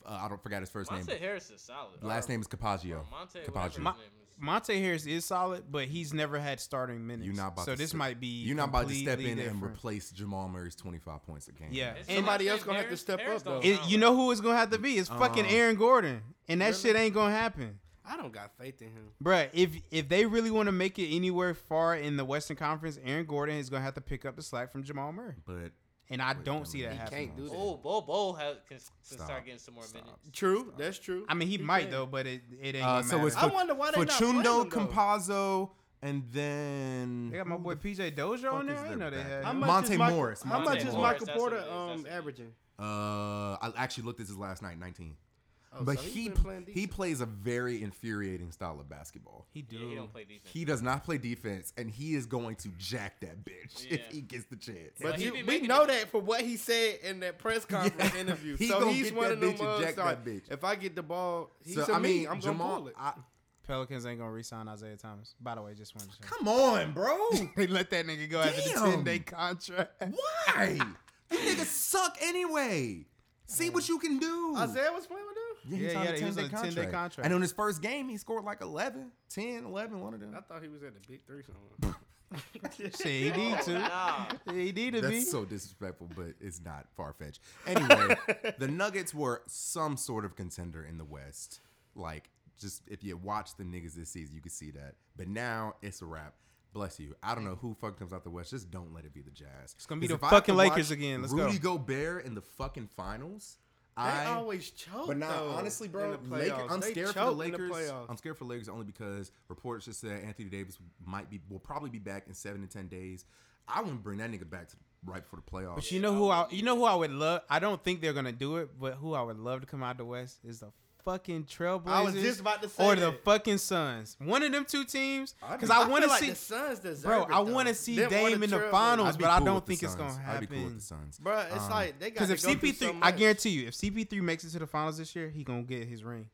Speaker 1: uh, I don't forgot his first
Speaker 4: Monte
Speaker 1: name.
Speaker 4: Harris is solid.
Speaker 1: Last
Speaker 4: Or-
Speaker 1: name is Capazio.
Speaker 4: or Monte, whatever
Speaker 1: Capazio.
Speaker 4: his
Speaker 3: Ma-
Speaker 4: name is.
Speaker 3: Monte Harris is solid, but he's never had starting minutes.
Speaker 1: You're not about
Speaker 3: so
Speaker 1: to
Speaker 3: this
Speaker 1: step-
Speaker 3: might be
Speaker 1: You're not about to step in
Speaker 3: completely
Speaker 1: and
Speaker 3: different.
Speaker 1: replace Jamal Murray's 25 points a game.
Speaker 3: Yeah.
Speaker 4: It's
Speaker 3: And-
Speaker 2: Somebody
Speaker 4: Monte
Speaker 2: else gonna have to
Speaker 4: Harris-
Speaker 2: step
Speaker 4: Harris
Speaker 2: up, though.
Speaker 4: don't
Speaker 3: It,
Speaker 4: sound
Speaker 3: you
Speaker 4: like-
Speaker 3: know who it's gonna have to be? It's fucking
Speaker 1: Uh,
Speaker 3: Aaron Gordon, and that
Speaker 2: really?
Speaker 3: shit ain't gonna happen.
Speaker 2: I don't got faith in him.
Speaker 3: Bruh, if if they really want to make it anywhere far in the Western Conference, Aaron Gordon is gonna have to pick up the slack from Jamal Murray,
Speaker 1: But
Speaker 3: and I
Speaker 1: Wait,
Speaker 3: don't
Speaker 1: that
Speaker 3: see
Speaker 1: would
Speaker 3: that
Speaker 1: be-
Speaker 2: He
Speaker 3: happening.
Speaker 2: can't do that.
Speaker 4: Oh, Bo Bo has can, can
Speaker 1: Stop.
Speaker 4: start getting some more
Speaker 1: Stop.
Speaker 4: minutes.
Speaker 2: True, that's true.
Speaker 3: I mean, he
Speaker 2: He
Speaker 3: might
Speaker 2: can.
Speaker 3: though, but it it ain't.
Speaker 1: Uh,
Speaker 3: gonna
Speaker 1: so
Speaker 3: matter.
Speaker 1: it's
Speaker 2: I wonder why they not playing
Speaker 1: Facundo
Speaker 2: him, though.
Speaker 1: Compasso and then
Speaker 3: they got my
Speaker 1: who
Speaker 3: boy
Speaker 1: the
Speaker 3: PJ Dozier
Speaker 1: fuck
Speaker 3: on there.
Speaker 1: is
Speaker 3: I
Speaker 1: their
Speaker 3: didn't know they
Speaker 1: backup?
Speaker 3: had.
Speaker 2: How
Speaker 3: him.
Speaker 2: much
Speaker 1: Monte
Speaker 2: is Michael,
Speaker 1: Morris,
Speaker 2: How
Speaker 1: Monte
Speaker 2: much is
Speaker 1: Morris,
Speaker 2: Michael
Speaker 4: that's what
Speaker 2: Porter
Speaker 4: it is, that's
Speaker 2: um,
Speaker 4: what it is.
Speaker 2: averaging?
Speaker 1: Uh, I actually looked at his last night, 19.
Speaker 2: Oh,
Speaker 1: but
Speaker 2: so he's
Speaker 1: he
Speaker 2: been
Speaker 1: pl-
Speaker 2: playing
Speaker 1: he
Speaker 2: decent.
Speaker 1: plays a very infuriating style of basketball.
Speaker 3: He do.
Speaker 4: Yeah, he don't play defense.
Speaker 1: He does not play defense, and he is going to jack that bitch
Speaker 4: Yeah.
Speaker 1: if he gets the chance.
Speaker 4: But
Speaker 2: But
Speaker 4: he
Speaker 2: you-
Speaker 4: be
Speaker 2: we
Speaker 4: making
Speaker 2: know
Speaker 4: it.
Speaker 2: that for what he said in that press conference
Speaker 1: Yeah.
Speaker 2: interview.
Speaker 1: He
Speaker 2: so
Speaker 1: gonna
Speaker 2: he's
Speaker 1: get
Speaker 2: one
Speaker 1: that
Speaker 2: of them
Speaker 1: bitch and
Speaker 2: mugs.
Speaker 1: jack
Speaker 2: like,
Speaker 1: that bitch.
Speaker 2: If I get the ball, he's
Speaker 1: so
Speaker 2: to
Speaker 1: I mean,
Speaker 2: me, I'm gonna pull
Speaker 1: Jamal,
Speaker 2: it.
Speaker 1: I,
Speaker 3: Pelicans ain't gonna re-sign Isaiah Thomas. By the way, just wanted to. Say.
Speaker 1: come on, bro.
Speaker 3: they let that nigga go after the
Speaker 1: Damn.
Speaker 3: ten day contract.
Speaker 1: Why? you niggas suck anyway. See what you can do.
Speaker 2: Isaiah was playing with
Speaker 1: Yeah, he's
Speaker 3: Yeah,
Speaker 1: on
Speaker 3: yeah,
Speaker 1: a
Speaker 3: he was
Speaker 1: 10-day
Speaker 3: on a 10-day contract.
Speaker 1: And on his first game, he scored like 11, 10, 11, one of them.
Speaker 2: him. I thought he was at the big three somewhere.
Speaker 3: Shit, he need
Speaker 4: Oh,
Speaker 3: to.
Speaker 4: nah.
Speaker 3: He need to be.
Speaker 1: That's so disrespectful, but it's not far fetched. Anyway, the Nuggets were some sort of contender in the West. Like, just if you watch the niggas this season, you could see that. But now it's a wrap. Bless you. I don't know who fucking comes out the West. Just don't let it be the Jazz. It's
Speaker 3: gonna be the fucking Lakers again. Let's go.
Speaker 1: Rudy Gobert in the fucking finals.
Speaker 2: They
Speaker 1: I
Speaker 2: always choke.
Speaker 1: but now,
Speaker 2: though,
Speaker 1: honestly,
Speaker 2: in
Speaker 1: bro,
Speaker 2: the
Speaker 1: Laker,
Speaker 2: playoffs.
Speaker 1: I'm
Speaker 2: They
Speaker 1: scared for the
Speaker 2: choke in
Speaker 1: Lakers.
Speaker 2: playoffs.
Speaker 1: I'm scared for the Lakers only because reports just said Anthony Davis might be will probably be back in seven to ten days. I wouldn't bring that nigga back to right before the playoffs.
Speaker 3: But you know who I you know who I would love. I don't think they're gonna do it, but who I would love to come out the West is the fucking Trailblazers.
Speaker 2: I was just about to say
Speaker 3: or the
Speaker 2: that.
Speaker 3: fucking Suns. One of them two teams, because I,
Speaker 2: feel
Speaker 3: want to
Speaker 2: like
Speaker 3: see.
Speaker 2: the Suns deserve
Speaker 3: Bro,
Speaker 2: it,
Speaker 3: I
Speaker 2: though.
Speaker 3: wanna see
Speaker 2: Them or
Speaker 3: Dame in the
Speaker 2: Trailblazers.
Speaker 3: finals.
Speaker 1: I'd be
Speaker 3: but I
Speaker 1: cool
Speaker 3: don't
Speaker 1: with the
Speaker 3: think it's
Speaker 1: Suns.
Speaker 3: gonna
Speaker 1: I'd be cool with
Speaker 3: happen.
Speaker 1: the Suns.
Speaker 2: Bro, it's
Speaker 1: Um,
Speaker 2: like they got
Speaker 3: Because if
Speaker 2: to go through
Speaker 3: CP3,
Speaker 2: so
Speaker 3: I
Speaker 2: much.
Speaker 3: guarantee you, if CP3 makes it to the finals this year, he gonna get his ring.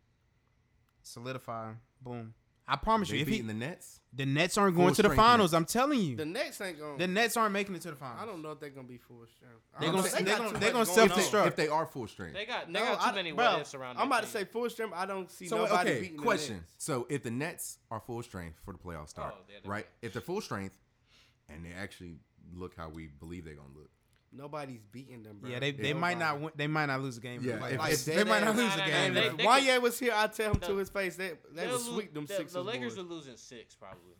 Speaker 3: Solidify, him. boom. I promise
Speaker 1: They
Speaker 3: you, if he,
Speaker 1: beating the
Speaker 3: the,
Speaker 1: Nets.
Speaker 3: Nets aren't going
Speaker 1: Full
Speaker 3: to the
Speaker 1: strength
Speaker 3: finals, I'm telling you,
Speaker 2: the
Speaker 3: the,
Speaker 2: Nets ain't gonna.
Speaker 3: Nets aren't making it to the finals.
Speaker 2: I don't know if they're gonna be full strength. I
Speaker 3: They
Speaker 2: don't
Speaker 3: gonna-
Speaker 2: know.
Speaker 3: they
Speaker 2: got too
Speaker 3: gonna-
Speaker 2: much
Speaker 3: they gonna
Speaker 2: going on.
Speaker 1: If
Speaker 3: self-destruct.
Speaker 1: If they are full strength.
Speaker 4: They got they
Speaker 2: No,
Speaker 4: got too
Speaker 2: I-
Speaker 4: many
Speaker 2: bro,
Speaker 4: what ifs around.
Speaker 2: I'm
Speaker 4: their
Speaker 2: about to say
Speaker 4: team.
Speaker 2: full strength. I don't see
Speaker 1: So
Speaker 2: nobody
Speaker 1: okay,
Speaker 2: beating the
Speaker 1: question.
Speaker 2: Nets.
Speaker 1: So if the Nets are full strength for the playoff start,
Speaker 4: Oh, yeah, they're
Speaker 1: right?
Speaker 4: right.
Speaker 1: If they're full strength, and they actually look how we believe they're gonna look,
Speaker 2: Nobody's beating them. Bro.
Speaker 3: Yeah, they, they
Speaker 2: Nobody.
Speaker 3: might not win. They might not lose a game.
Speaker 1: Yeah,
Speaker 3: Like,
Speaker 1: if-
Speaker 3: like,
Speaker 1: if
Speaker 3: they
Speaker 2: they-
Speaker 3: might not
Speaker 2: they-
Speaker 3: lose a
Speaker 4: nah, nah,
Speaker 3: game.
Speaker 4: they-
Speaker 3: bro.
Speaker 2: If Kanye was here, I'd tell him to
Speaker 4: No.
Speaker 2: his face that they
Speaker 4: They'll
Speaker 2: would
Speaker 4: lose-
Speaker 2: sweep them
Speaker 4: the-
Speaker 2: six.
Speaker 4: The Lakers are losing six probably.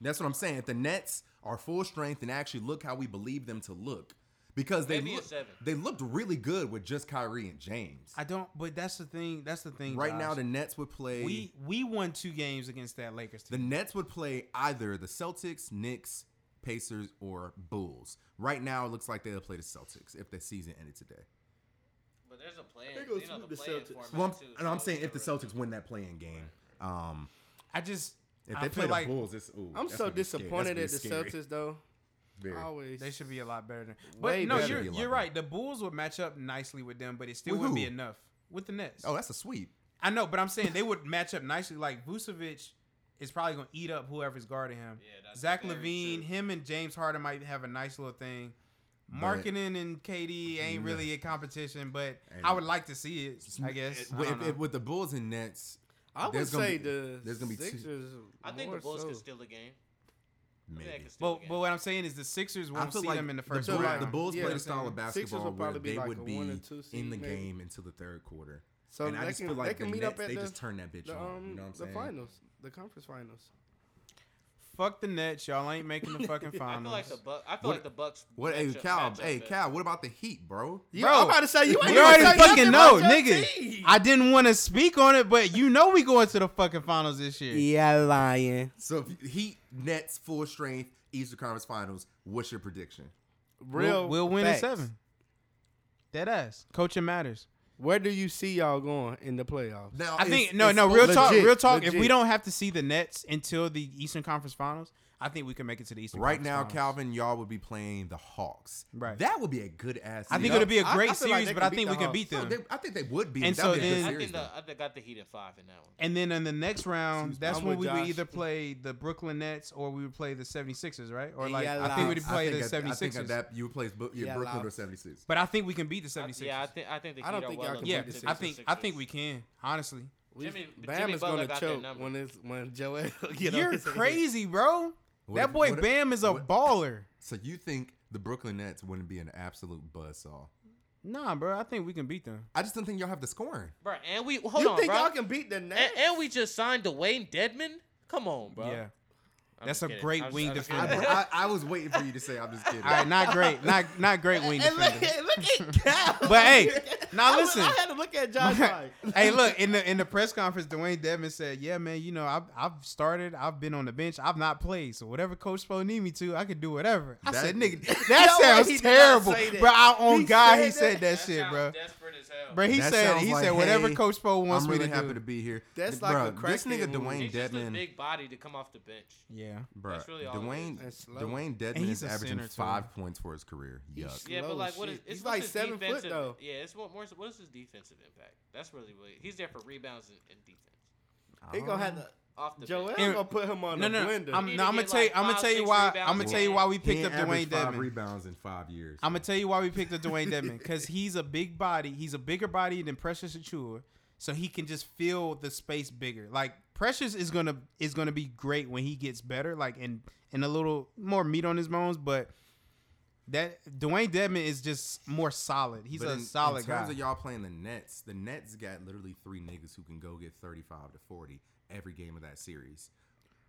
Speaker 1: That's what I'm saying. If the Nets are full strength and actually look how we believe them to look, because they
Speaker 4: Maybe a
Speaker 1: look,
Speaker 4: seven.
Speaker 1: they looked really good with just Kyrie and James.
Speaker 3: I don't. But that's the thing. That's the thing.
Speaker 1: right
Speaker 3: Josh.
Speaker 1: now, the Nets would play.
Speaker 3: we we won two games against that Lakers
Speaker 1: the
Speaker 3: team.
Speaker 1: Nets would play either the Celtics, Knicks, Pacers, or Bulls. Right now, it looks like they'll play the Celtics if the season ended today.
Speaker 4: But there's a plan.
Speaker 2: They gonna
Speaker 4: You know,
Speaker 2: sweep the
Speaker 4: the play
Speaker 2: Celtics.
Speaker 4: format
Speaker 1: Well, I'm,
Speaker 4: too,
Speaker 1: and I'm
Speaker 4: so
Speaker 1: saying if the
Speaker 4: it's
Speaker 1: Celtics win that playing game, um,
Speaker 3: I just
Speaker 1: if
Speaker 3: I
Speaker 1: they
Speaker 3: feel
Speaker 1: play the
Speaker 3: like
Speaker 1: Bulls, it's ooh,
Speaker 2: I'm
Speaker 1: that's
Speaker 2: so
Speaker 1: gonna be scary.
Speaker 2: disappointed at the
Speaker 1: That's gonna be scary.
Speaker 2: Celtics though.
Speaker 1: Very.
Speaker 2: Always.
Speaker 3: they should be a lot better than. But
Speaker 2: Way
Speaker 3: no,
Speaker 2: better.
Speaker 3: you're
Speaker 1: Should be a lot
Speaker 3: you're
Speaker 1: better.
Speaker 3: right. The Bulls would match up nicely with them, but it still
Speaker 1: With
Speaker 3: wouldn't be
Speaker 1: who?
Speaker 3: enough with the Nets.
Speaker 1: Oh, that's a sweep.
Speaker 3: I know, but I'm saying they would match up nicely. Like Vucevic is probably gonna eat up whoever's guarding him.
Speaker 4: Yeah, that's
Speaker 3: Zach
Speaker 4: very
Speaker 3: Levine,
Speaker 4: true.
Speaker 3: him and James Harden might have a nice little thing. Marketing and KD ain't really a competition, but
Speaker 1: And-
Speaker 3: I would like like to see it. I guess
Speaker 1: It-
Speaker 3: I
Speaker 1: if-
Speaker 3: don't know.
Speaker 1: if- with the Bulls and Nets,
Speaker 2: I would
Speaker 1: there's gonna
Speaker 2: say
Speaker 1: be-
Speaker 2: the
Speaker 1: there's gonna be two-
Speaker 2: Sixers.
Speaker 4: I think the
Speaker 2: more
Speaker 4: Bulls
Speaker 2: so.
Speaker 4: could steal a game. I think they
Speaker 1: maybe.
Speaker 4: could steal a
Speaker 3: But
Speaker 4: game.
Speaker 3: but what I'm saying is the Sixers won't see them in the first
Speaker 1: the, Bulls-
Speaker 3: round.
Speaker 1: the Bulls
Speaker 2: Yeah,
Speaker 1: play
Speaker 2: I'm
Speaker 1: the style of
Speaker 2: saying Sixers
Speaker 1: basketball
Speaker 2: will
Speaker 1: where
Speaker 2: probably be
Speaker 1: they
Speaker 2: like a
Speaker 1: would be
Speaker 2: one or two seed,
Speaker 1: in the
Speaker 2: maybe.
Speaker 1: game until the third quarter.
Speaker 2: So
Speaker 1: and I
Speaker 2: they
Speaker 1: just
Speaker 2: can-
Speaker 1: feel
Speaker 2: they
Speaker 1: like the
Speaker 2: can meet up
Speaker 1: Nets,
Speaker 2: at
Speaker 1: they
Speaker 2: the-
Speaker 1: just turn that bitch
Speaker 2: The,
Speaker 1: on. You
Speaker 2: um,
Speaker 1: know what I'm
Speaker 2: the
Speaker 1: saying?
Speaker 2: finals, the conference finals.
Speaker 3: Fuck the Nets, y'all ain't making the fucking
Speaker 4: I
Speaker 3: finals.
Speaker 4: feel like the Buck. I feel
Speaker 1: What-
Speaker 4: like the Bucks.
Speaker 1: What? Hey,
Speaker 4: matchup-
Speaker 1: Cal.
Speaker 4: matchup
Speaker 1: Hey,
Speaker 4: better.
Speaker 1: Cal. What about the Heat, bro?
Speaker 2: You-
Speaker 3: Bro,
Speaker 2: I'm about to say you ain't
Speaker 3: we
Speaker 2: gonna
Speaker 3: already
Speaker 2: say
Speaker 3: fucking
Speaker 2: nothing
Speaker 3: know,
Speaker 2: about your
Speaker 3: nigga.
Speaker 2: team.
Speaker 3: I didn't want to speak on it, but you know we going to the fucking finals this year.
Speaker 2: Yeah, lying.
Speaker 1: So if Heat Nets full strength Eastern Conference Finals. What's your prediction?
Speaker 2: Real.
Speaker 3: we'll, we'll win in
Speaker 2: facts.
Speaker 3: seven. Dead ass. Coaching matters.
Speaker 2: Where do you see y'all going in the playoffs?
Speaker 1: Now
Speaker 3: I
Speaker 1: Uh, it's-
Speaker 3: think no,
Speaker 1: it's-
Speaker 3: no. Real talk.
Speaker 2: legit,
Speaker 3: Real talk. If
Speaker 2: legit.
Speaker 3: we don't have to see the Nets until the Eastern Conference Finals, I think we can make it to the Eastern.
Speaker 1: Right
Speaker 3: Conference
Speaker 1: now,
Speaker 3: Finals.
Speaker 1: Calvin, y'all would be playing the Hawks.
Speaker 3: Right.
Speaker 1: That would be a good ass.
Speaker 3: I think
Speaker 1: setup.
Speaker 3: it'll be a
Speaker 2: I- I
Speaker 3: great
Speaker 2: feel like
Speaker 3: series,
Speaker 2: they
Speaker 3: but
Speaker 2: can
Speaker 3: I think
Speaker 2: beat
Speaker 3: we
Speaker 2: the
Speaker 3: can beat
Speaker 1: No,
Speaker 3: them.
Speaker 1: they- I think they would be.
Speaker 3: And
Speaker 1: That'd
Speaker 3: so
Speaker 1: be a good
Speaker 3: then-
Speaker 4: I
Speaker 1: series,
Speaker 4: think the,
Speaker 1: though.
Speaker 4: I got the Heat in five in that one.
Speaker 3: And then in the next round,
Speaker 1: Excuse me.
Speaker 3: that's
Speaker 2: I'm
Speaker 3: when we
Speaker 2: with
Speaker 3: would
Speaker 2: Josh.
Speaker 3: either play the Brooklyn Nets or we would play the 76ers, right? Or
Speaker 2: Yeah,
Speaker 3: like I
Speaker 2: like-
Speaker 1: I
Speaker 3: think we'd play the
Speaker 1: think at- I think at
Speaker 3: 76ers.
Speaker 1: that you would play Bu- yeah,
Speaker 2: Yeah,
Speaker 1: Brooklyn or
Speaker 2: Lops.
Speaker 1: 76.
Speaker 3: but I think we can beat the
Speaker 4: I-
Speaker 3: 76ers.
Speaker 4: yeah, I think I think the Heat
Speaker 2: I don't
Speaker 4: are
Speaker 2: think
Speaker 4: well
Speaker 2: y'all
Speaker 4: up
Speaker 2: can
Speaker 3: Yeah,
Speaker 4: to
Speaker 2: beat the
Speaker 3: I
Speaker 4: Sixers.
Speaker 3: think I think we can, honestly.
Speaker 2: We-
Speaker 4: Jimmy-
Speaker 2: Bam
Speaker 4: Jimmy
Speaker 2: is
Speaker 4: Butler
Speaker 2: gonna
Speaker 4: got their
Speaker 2: choke
Speaker 4: number.
Speaker 2: when it's when Joel. Get on
Speaker 3: You're
Speaker 2: his head.
Speaker 3: crazy, bro.
Speaker 1: What
Speaker 3: That
Speaker 1: if-
Speaker 3: boy
Speaker 1: what if-
Speaker 3: Bam is a
Speaker 1: what-
Speaker 3: baller.
Speaker 1: So you think the Brooklyn Nets wouldn't be an absolute buzzsaw?
Speaker 3: Nah, bro. I think we can beat them.
Speaker 1: I just don't think y'all have the scoring.
Speaker 4: bro. And we hold
Speaker 2: you
Speaker 4: on,
Speaker 2: think
Speaker 4: bro.
Speaker 2: y'all can beat the
Speaker 4: and,
Speaker 2: Nets?
Speaker 4: and we just signed Dwayne Deadman. Come on, bro.
Speaker 3: Yeah.
Speaker 4: I'm
Speaker 3: That's
Speaker 4: just
Speaker 3: a
Speaker 4: kidding.
Speaker 3: great
Speaker 4: I'm just-
Speaker 3: wing
Speaker 4: I'm just
Speaker 1: I,
Speaker 3: defender.
Speaker 4: kidding.
Speaker 1: I, I was waiting for you to say I'm just kidding.
Speaker 3: All right, not great. Not not great wing
Speaker 2: And look,
Speaker 3: defender.
Speaker 2: at- look at Cal.
Speaker 3: But hey,
Speaker 2: I
Speaker 3: now
Speaker 2: was-
Speaker 3: listen.
Speaker 2: I had to look at Josh like,
Speaker 3: hey, look in the in the press conference, Dwayne Devin said, "Yeah, man, you know, I've I've started, I've been on the bench, I've not played, so whatever Coach Spo need me to, I could do whatever." I
Speaker 1: That-
Speaker 3: said, "Nigga,
Speaker 2: No
Speaker 3: that
Speaker 2: way he
Speaker 3: sounds
Speaker 2: did not
Speaker 3: terrible,
Speaker 2: say that.
Speaker 3: bro." I on
Speaker 2: He
Speaker 3: God,
Speaker 2: said
Speaker 3: he said
Speaker 2: that?
Speaker 3: that, shit,
Speaker 4: sounds
Speaker 3: bro.
Speaker 4: Desperate as hell.
Speaker 3: Bro, he
Speaker 1: That
Speaker 3: said
Speaker 1: sounds
Speaker 3: he
Speaker 1: like,
Speaker 3: said whatever
Speaker 1: hey,
Speaker 3: Coach Spo wants
Speaker 1: I'm
Speaker 3: me
Speaker 1: really
Speaker 3: to
Speaker 1: happy
Speaker 3: do.
Speaker 1: to be here.
Speaker 2: That's
Speaker 1: Th-
Speaker 2: like a
Speaker 1: bruh,
Speaker 2: crack
Speaker 1: this nigga
Speaker 2: game move.
Speaker 1: Dwayne
Speaker 4: He's just a
Speaker 1: Deadman.
Speaker 4: big body to come off the bench.
Speaker 3: yeah,
Speaker 1: Bruh,
Speaker 4: That's really all it
Speaker 1: Dwayne
Speaker 2: is. And slow.
Speaker 1: Dwayne
Speaker 3: And
Speaker 1: Dedman
Speaker 3: he's
Speaker 1: is
Speaker 3: a
Speaker 1: averaging
Speaker 3: center, too.
Speaker 1: five points for his career. Yuck.
Speaker 2: He's-
Speaker 4: Yeah,
Speaker 2: Slow
Speaker 4: but like, what is?
Speaker 2: shit.
Speaker 4: It's
Speaker 2: He's
Speaker 4: what's
Speaker 2: like
Speaker 4: his
Speaker 2: seven foot,
Speaker 4: defensive-
Speaker 2: though.
Speaker 4: Yeah, it's what more. What is his defensive impact? That's really what he's there for rebounds and, and defense
Speaker 1: I
Speaker 2: he
Speaker 1: don't
Speaker 2: gonna have
Speaker 1: know.
Speaker 2: to.
Speaker 4: off the
Speaker 2: Joel
Speaker 4: bench.
Speaker 3: And-
Speaker 2: gonna put him on
Speaker 3: no,
Speaker 2: the
Speaker 3: no,
Speaker 2: blender.
Speaker 3: I'm,
Speaker 4: He
Speaker 3: no,
Speaker 4: need
Speaker 3: I'm
Speaker 4: to
Speaker 3: gonna
Speaker 4: get,
Speaker 3: tell you,
Speaker 4: like,
Speaker 3: I'm gonna
Speaker 4: five,
Speaker 3: tell you
Speaker 4: six
Speaker 3: why,
Speaker 4: rebounds
Speaker 3: I'm
Speaker 4: a
Speaker 3: gonna tell you
Speaker 4: game.
Speaker 3: why we
Speaker 1: He
Speaker 3: picked up
Speaker 1: ain't averaged
Speaker 3: Dwayne
Speaker 1: five
Speaker 3: Devin.
Speaker 1: rebounds in five years.
Speaker 3: I'm gonna tell you why we picked up Dwayne Dedman because he's a big body. He's a bigger body than Precious Achua, so he can just fill the space bigger. Like Precious is gonna is gonna be great when he gets better, like and and a little more meat on his bones. But that Dwayne Dedman is just more solid. He's
Speaker 1: But
Speaker 3: a
Speaker 1: in,
Speaker 3: solid
Speaker 1: In terms
Speaker 3: guy.
Speaker 1: of y'all playing the Nets, the Nets got literally three niggas who can go get 35 to 40 every game of that series.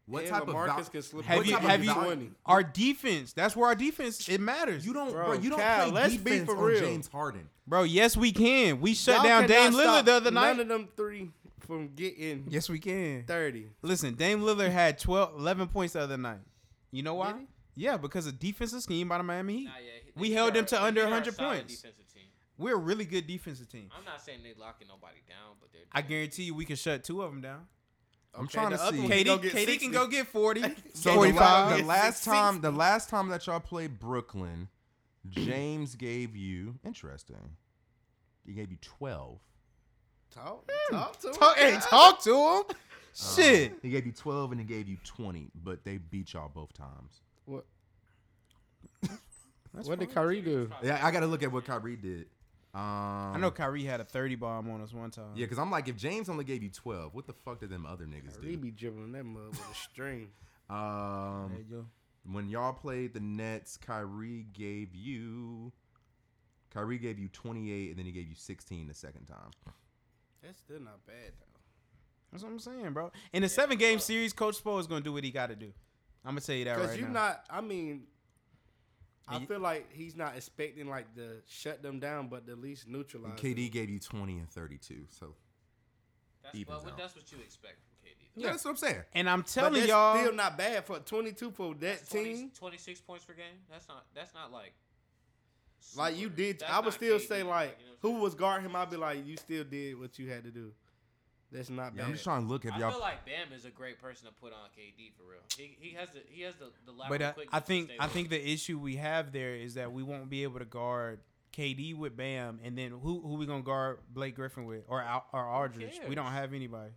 Speaker 1: What
Speaker 2: Yeah,
Speaker 1: type of
Speaker 2: LaMarcus
Speaker 1: val-
Speaker 2: can slip
Speaker 3: have
Speaker 1: what
Speaker 3: you
Speaker 1: type of
Speaker 3: have you
Speaker 1: value-
Speaker 3: our defense? That's where our defense it matters.
Speaker 1: You don't,
Speaker 2: Bro,
Speaker 1: bro. you don't
Speaker 2: Cal,
Speaker 1: play
Speaker 2: let's be
Speaker 1: defense
Speaker 2: for
Speaker 1: on
Speaker 2: real.
Speaker 1: James Harden.
Speaker 3: bro. Yes, we can. We shut
Speaker 2: Y'all
Speaker 3: down
Speaker 2: cannot
Speaker 3: Dame
Speaker 2: stop
Speaker 3: Lillard the other night.
Speaker 2: None of them three from getting
Speaker 3: yes, we can.
Speaker 2: thirty.
Speaker 3: Listen, Dame Lillard had 12, 11 points the other night. You know why?
Speaker 2: Did
Speaker 3: Yeah, because of defensive scheme by the Miami Heat.
Speaker 4: Nah, yeah, he-
Speaker 3: We
Speaker 4: they
Speaker 3: held
Speaker 4: are-
Speaker 3: them to
Speaker 4: they
Speaker 3: under
Speaker 4: are a
Speaker 3: 100
Speaker 4: solid
Speaker 3: points.
Speaker 4: defensive team.
Speaker 3: We're a really good defensive team.
Speaker 4: I'm not saying they locking nobody down, but they're.
Speaker 3: I guarantee you we can shut two of them down.
Speaker 1: I'm
Speaker 2: Okay,
Speaker 1: trying to
Speaker 2: the other
Speaker 1: see.
Speaker 2: one- He
Speaker 3: KD,
Speaker 2: gonna get
Speaker 3: KD
Speaker 2: 60.
Speaker 3: can go get 40,
Speaker 1: So
Speaker 3: 45.
Speaker 1: The, la- the last
Speaker 3: 60.
Speaker 1: time, the last time that y'all played Brooklyn, James gave you interesting. He gave you 12.
Speaker 2: Talk, Hmm. talk to
Speaker 3: Talk,
Speaker 2: him.
Speaker 3: hey, talk to him. Shit.
Speaker 1: Um, he gave you 12 and he gave you 20, but they beat y'all both times.
Speaker 2: What, what did Kyrie do?
Speaker 1: Yeah, I got to look at what Kyrie did. Um,
Speaker 3: I know Kyrie had a 30 bomb on us one time.
Speaker 1: Yeah, because I'm like, if James only gave you 12, what the fuck did them other niggas
Speaker 2: Kyrie be dribbling that mug with a string.
Speaker 1: do? Um,
Speaker 3: There you go.
Speaker 1: when y'all played the Nets, Kyrie gave you. Kyrie gave you 28, and then he gave you 16 the second time.
Speaker 2: That's still not bad though.
Speaker 3: That's what I'm saying, bro. In a seven game series, Coach Spo is going to do what he got to do. I'm going to tell you that
Speaker 2: Because
Speaker 3: right
Speaker 2: you're
Speaker 3: now.
Speaker 2: not. I mean, I
Speaker 3: And you-
Speaker 2: feel like he's not expecting like to shut them down, but to at least neutralize.
Speaker 1: And
Speaker 2: them.
Speaker 1: KD gave you 20 and 32. So
Speaker 4: That's,
Speaker 1: Evens
Speaker 4: well,
Speaker 1: out.
Speaker 4: that's what you expect from KD. though.
Speaker 1: yeah, that's what I'm saying.
Speaker 3: and I'm
Speaker 2: But
Speaker 3: telling
Speaker 2: that's
Speaker 3: y'all.
Speaker 2: still not bad for 22 for that
Speaker 4: 20,
Speaker 2: team.
Speaker 4: 26 points per game. That's not. That's not like.
Speaker 2: Like
Speaker 4: super-
Speaker 2: you did,
Speaker 4: that's
Speaker 2: I would
Speaker 4: not
Speaker 2: still
Speaker 4: KD,
Speaker 2: say like
Speaker 4: you know what
Speaker 2: who
Speaker 4: I'm
Speaker 2: was guarding him. I'd be like, you still did what you had to do. That's not
Speaker 1: Yeah,
Speaker 2: bad.
Speaker 1: I'm just trying to look if
Speaker 4: saying? I
Speaker 1: y'all.
Speaker 4: feel like Bam is a great person to put on KD for real. He, he has the he has the the lateral
Speaker 3: But I,
Speaker 4: quickness
Speaker 3: I
Speaker 4: to
Speaker 3: think
Speaker 4: stay
Speaker 3: I
Speaker 4: with
Speaker 3: think the issue we have there is that we won't be able to guard KD with Bam, and then who who we gonna guard Blake Griffin with or Al- or Aldridge? We don't
Speaker 4: cares?
Speaker 3: have anybody.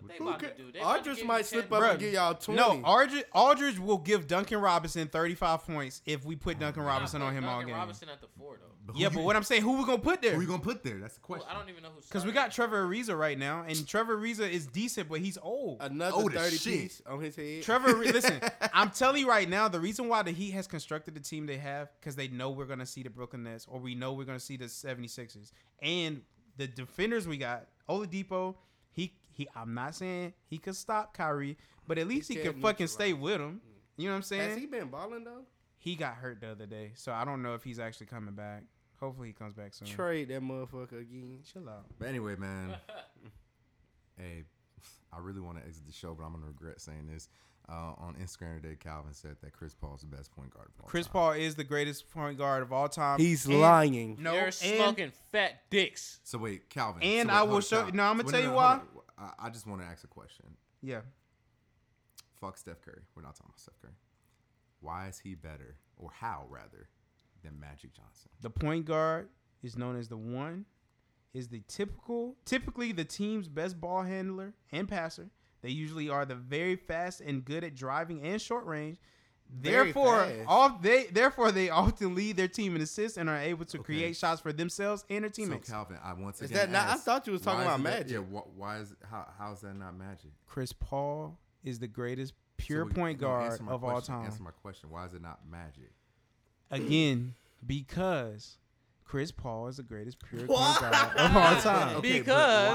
Speaker 4: What they
Speaker 2: Who
Speaker 4: about
Speaker 2: ca-
Speaker 4: to do? They about to give
Speaker 2: Aldridge
Speaker 4: you
Speaker 2: might
Speaker 4: 10
Speaker 2: slip up
Speaker 4: bucks.
Speaker 3: Bruh,
Speaker 2: and give y'all 20.
Speaker 3: No, Aldridge Aldridge will give Duncan Robinson thirty five points if we put Duncan
Speaker 4: You're not
Speaker 3: Robinson on
Speaker 4: putting
Speaker 3: him all
Speaker 4: Duncan
Speaker 3: game.
Speaker 4: Robinson at the four though.
Speaker 1: who
Speaker 3: Yeah, but
Speaker 1: you-
Speaker 3: what I'm saying, who we gonna put
Speaker 1: Who
Speaker 3: there?
Speaker 1: you gonna put there? That's the
Speaker 4: Well,
Speaker 1: question.
Speaker 4: I don't even know who.
Speaker 3: Because we got Trevor Ariza right now, and Trevor Ariza is decent, but he's old.
Speaker 2: another
Speaker 1: old as
Speaker 2: 30
Speaker 1: shit.
Speaker 2: piece on his head.
Speaker 3: Trevor, Ariza- listen, I'm telling you right now, the reason why the Heat has constructed the team they have because they know we're going to see the Brooklyn Nets or we know we're going to see the 76ers. And the defenders we got, Oladipo, he he I'm not saying he could stop Kyrie, but at least he,
Speaker 2: can't
Speaker 3: can fucking
Speaker 2: neutralize.
Speaker 3: stay with him. You know what I'm
Speaker 2: Has
Speaker 3: saying?
Speaker 2: he been balling though?
Speaker 3: He-, got hurt the other day, so I don't know if he's actually coming back. Hopefully he comes back
Speaker 1: Uh,
Speaker 3: soon.
Speaker 2: Trade that motherfucker again.
Speaker 3: Chill out.
Speaker 1: But anyway, man. hey, I really want to exit the show, but I'm gonna regret saying this. Uh, on Instagram today, Calvin said that Chris Paul's the best point guard. Of all
Speaker 3: Chris
Speaker 1: time.
Speaker 3: Paul is the greatest point guard of all time.
Speaker 2: He's
Speaker 3: And-
Speaker 2: lying.
Speaker 3: No,
Speaker 4: They're
Speaker 3: and-
Speaker 4: smoking fat dicks.
Speaker 1: So wait, Calvin.
Speaker 3: And
Speaker 1: so wait,
Speaker 3: I
Speaker 1: hold
Speaker 3: will
Speaker 1: on,
Speaker 3: show-
Speaker 1: Calvin.
Speaker 3: no, I'ma
Speaker 1: Wait,
Speaker 3: tell you
Speaker 1: hold on. I, I just want to ask a question.
Speaker 3: Yeah.
Speaker 1: Fuck Steph Curry. We're not talking about Steph Curry. Why is he better, or how rather, than Magic Johnson?
Speaker 3: The point guard is known as the one, is the typical, typically the team's best ball handler and passer. They usually are the very fast and good at driving and short range.
Speaker 2: Very
Speaker 3: Therefore,
Speaker 2: fast.
Speaker 3: all they therefore they often lead their team in assists and are able to create shots for themselves and their teammates.
Speaker 1: So Calvin, I once
Speaker 2: Is
Speaker 1: again.
Speaker 2: that not? I
Speaker 1: ask,
Speaker 2: thought you was talking
Speaker 1: why is
Speaker 2: about
Speaker 1: it that-
Speaker 2: Magic.
Speaker 1: yeah. wh- why is how how's that not Magic?
Speaker 3: Chris Paul is the greatest
Speaker 1: So
Speaker 3: pure
Speaker 1: we-
Speaker 3: point
Speaker 1: no,
Speaker 3: guard
Speaker 1: answer my
Speaker 3: of all
Speaker 1: question,
Speaker 3: time.
Speaker 1: Answer my question. Why is it not Magic?
Speaker 3: Again, because Chris Paul is the greatest pure point guard of all
Speaker 1: Okay,
Speaker 3: time.
Speaker 1: but
Speaker 4: Because-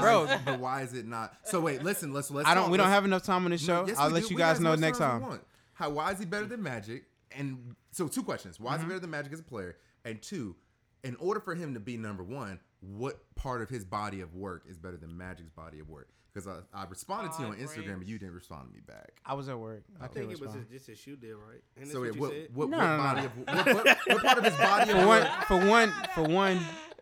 Speaker 1: why-
Speaker 3: Bro.
Speaker 1: but why is it not? So wait, listen, let's let's.
Speaker 3: I don't.
Speaker 1: talk,
Speaker 3: We don't
Speaker 1: let's-
Speaker 3: have enough time on this show.
Speaker 1: Yes,
Speaker 3: I'll
Speaker 1: we
Speaker 3: let
Speaker 1: do. We
Speaker 3: you
Speaker 1: can
Speaker 3: guys
Speaker 1: ask
Speaker 3: know
Speaker 1: whatever
Speaker 3: next
Speaker 1: we
Speaker 3: time.
Speaker 1: want. How why is he better than Magic? And so two questions: Why
Speaker 3: Mm-hmm.
Speaker 1: is he better than Magic as a player? And two, in order for him to be number one, what part of his body of work is better than Magic's body of work? Because I, I responded to you on
Speaker 4: Five
Speaker 1: Instagram,
Speaker 4: rings.
Speaker 1: and you didn't respond to me back.
Speaker 3: I was at work. I,
Speaker 2: I think it was
Speaker 3: fine.
Speaker 2: just, just a shoe deal, right? And that's
Speaker 1: So
Speaker 2: what
Speaker 1: wait,
Speaker 2: you
Speaker 1: what,
Speaker 2: said?
Speaker 1: what,
Speaker 3: No,
Speaker 1: what
Speaker 3: no, no.
Speaker 1: body of what, what, what part of his body of
Speaker 3: for one,
Speaker 1: work?
Speaker 3: for one, for one,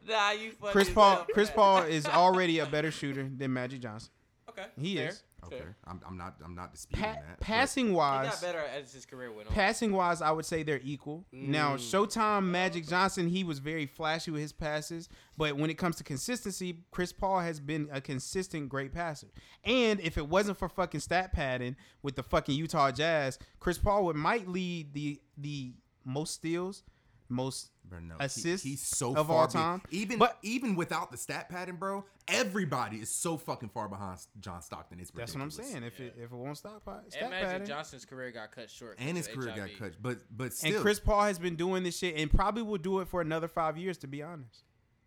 Speaker 4: Nah, you funny
Speaker 3: Chris
Speaker 4: as
Speaker 3: Paul.
Speaker 4: hell for
Speaker 3: Chris
Speaker 4: that.
Speaker 3: Paul is already a better shooter than Magic Johnson.
Speaker 4: Okay.
Speaker 3: He
Speaker 4: fair,
Speaker 3: is.
Speaker 1: Okay,
Speaker 4: fair.
Speaker 1: I'm, I'm not I'm not disputing
Speaker 3: Pa-
Speaker 1: that. but-
Speaker 3: passing
Speaker 4: He
Speaker 3: wise,
Speaker 4: got better as his career went on.
Speaker 3: passing wise, I would say they're equal. Now, Showtime Magic Johnson, he was very flashy with his passes, but when it comes to consistency, Chris Paul has been a consistent great passer. And if it wasn't for fucking stat padding with the fucking Utah Jazz, Chris Paul would might lead the the most steals, most
Speaker 1: Bro, no, he-
Speaker 3: assists
Speaker 1: he's so
Speaker 3: of
Speaker 1: far
Speaker 3: all
Speaker 1: be-
Speaker 3: time.
Speaker 1: even
Speaker 3: But-
Speaker 1: even without the stat pattern, bro, everybody is so fucking far behind John Stockton. It's
Speaker 3: That's
Speaker 1: ridiculous.
Speaker 3: what I'm saying. If it if it won't stop, uh, stat
Speaker 4: And Magic
Speaker 3: padding.
Speaker 4: Johnson's career got cut short.
Speaker 1: And his
Speaker 4: due to
Speaker 1: career
Speaker 4: HIV.
Speaker 1: got cut, but but still.
Speaker 3: and Chris Paul has been doing this shit and probably will do it for another five years, to be honest.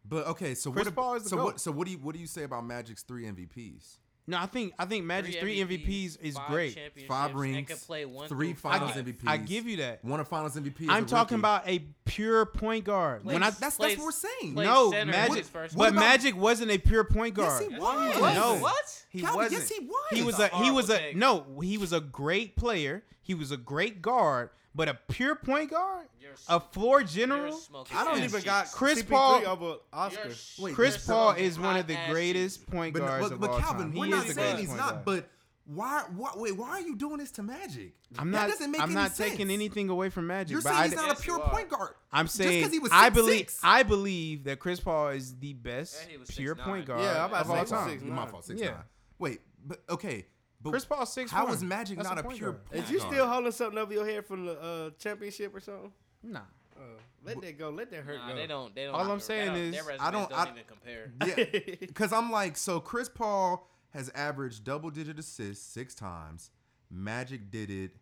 Speaker 1: but okay, so
Speaker 3: Chris
Speaker 1: what? ab-
Speaker 3: Paul is the
Speaker 1: so
Speaker 3: GOAT.
Speaker 1: what? So what do you what do you say about Magic's three MVPs?
Speaker 3: No, I think I think Magic's three MVPs, is
Speaker 4: five
Speaker 3: great.
Speaker 1: Five
Speaker 4: championships, and
Speaker 1: rings,
Speaker 4: can play one
Speaker 1: three
Speaker 4: through five.
Speaker 1: Finals
Speaker 3: gi-
Speaker 1: MVPs.
Speaker 3: I give you that.
Speaker 1: One of Finals MVP. as
Speaker 3: I'm
Speaker 1: a
Speaker 3: talking
Speaker 1: rookie.
Speaker 3: about a pure point guard.
Speaker 4: Plays-
Speaker 3: when I
Speaker 1: that's
Speaker 4: plays-
Speaker 1: that's what we're saying.
Speaker 4: plays
Speaker 3: no
Speaker 4: center
Speaker 3: Magic,
Speaker 4: is his first
Speaker 3: but
Speaker 1: about-
Speaker 3: Magic wasn't a pure point
Speaker 1: Yes,
Speaker 3: guard.
Speaker 1: he was.
Speaker 4: What?
Speaker 3: No,
Speaker 4: What?
Speaker 3: he
Speaker 1: Calvin,
Speaker 3: wasn't.
Speaker 1: yes, he was.
Speaker 3: He was a
Speaker 4: That's a
Speaker 3: he was
Speaker 4: horrible
Speaker 3: a
Speaker 4: take.
Speaker 3: no. He was a great player. He was a great guard, but a pure point guard,
Speaker 4: You're s-
Speaker 3: a floor
Speaker 4: you're
Speaker 3: general.
Speaker 4: smoking
Speaker 2: I don't
Speaker 4: ass
Speaker 2: even
Speaker 4: cheeks.
Speaker 2: got
Speaker 3: Chris
Speaker 2: CP3
Speaker 3: Paul-
Speaker 2: over Oscar.
Speaker 4: You're
Speaker 1: Wait,
Speaker 3: Chris
Speaker 1: You're
Speaker 3: Paul
Speaker 4: smoking
Speaker 3: is one of the
Speaker 4: hot ass
Speaker 3: greatest
Speaker 4: cheeks.
Speaker 3: point
Speaker 1: But,
Speaker 3: guards
Speaker 1: but,
Speaker 3: of
Speaker 1: but
Speaker 3: all
Speaker 1: Calvin,
Speaker 3: time.
Speaker 1: we're
Speaker 3: he
Speaker 1: not
Speaker 3: is the
Speaker 1: saying
Speaker 3: greatest
Speaker 1: he's
Speaker 3: point
Speaker 1: not.
Speaker 3: guard.
Speaker 1: But why? Why? Wait, why are you doing this to Magic?
Speaker 3: I'm
Speaker 1: That
Speaker 3: not.
Speaker 1: doesn't make
Speaker 3: I'm
Speaker 1: any
Speaker 3: not
Speaker 1: sense.
Speaker 3: taking anything away from Magic.
Speaker 1: You're
Speaker 3: but
Speaker 1: saying
Speaker 3: I
Speaker 1: he's
Speaker 3: d-
Speaker 1: not a
Speaker 4: Yes,
Speaker 1: pure
Speaker 4: you are.
Speaker 1: point guard.
Speaker 3: I'm
Speaker 1: Just
Speaker 3: saying
Speaker 1: 'cause he was
Speaker 3: I
Speaker 1: 6'6".
Speaker 3: believe I believe that Chris Paul is the best
Speaker 4: And he was
Speaker 3: pure
Speaker 4: 6'9".
Speaker 3: point guard
Speaker 1: Uh,
Speaker 2: Yeah, I'm about
Speaker 3: of
Speaker 2: to
Speaker 3: all
Speaker 2: say
Speaker 3: time.
Speaker 2: 6'9".
Speaker 1: My fault. Six
Speaker 3: Yeah.
Speaker 1: nine. Wait, but okay. But
Speaker 3: Chris Paul six.
Speaker 1: How is Magic not a pure point
Speaker 2: Is you
Speaker 1: guard?
Speaker 2: still holding something over your head from the uh, championship or something?
Speaker 3: Nah.
Speaker 2: Uh, let that go. Let that hurt
Speaker 4: Nah,
Speaker 2: go.
Speaker 4: they don't. They don't.
Speaker 3: All I'm
Speaker 4: even- they
Speaker 3: saying
Speaker 4: don't-
Speaker 3: is,
Speaker 4: their
Speaker 1: I
Speaker 4: resumes
Speaker 1: don't-
Speaker 4: don't,
Speaker 1: I-
Speaker 4: even compare.
Speaker 1: Yeah, because I'm like, so Chris Paul has averaged double digit assists six times. Magic did it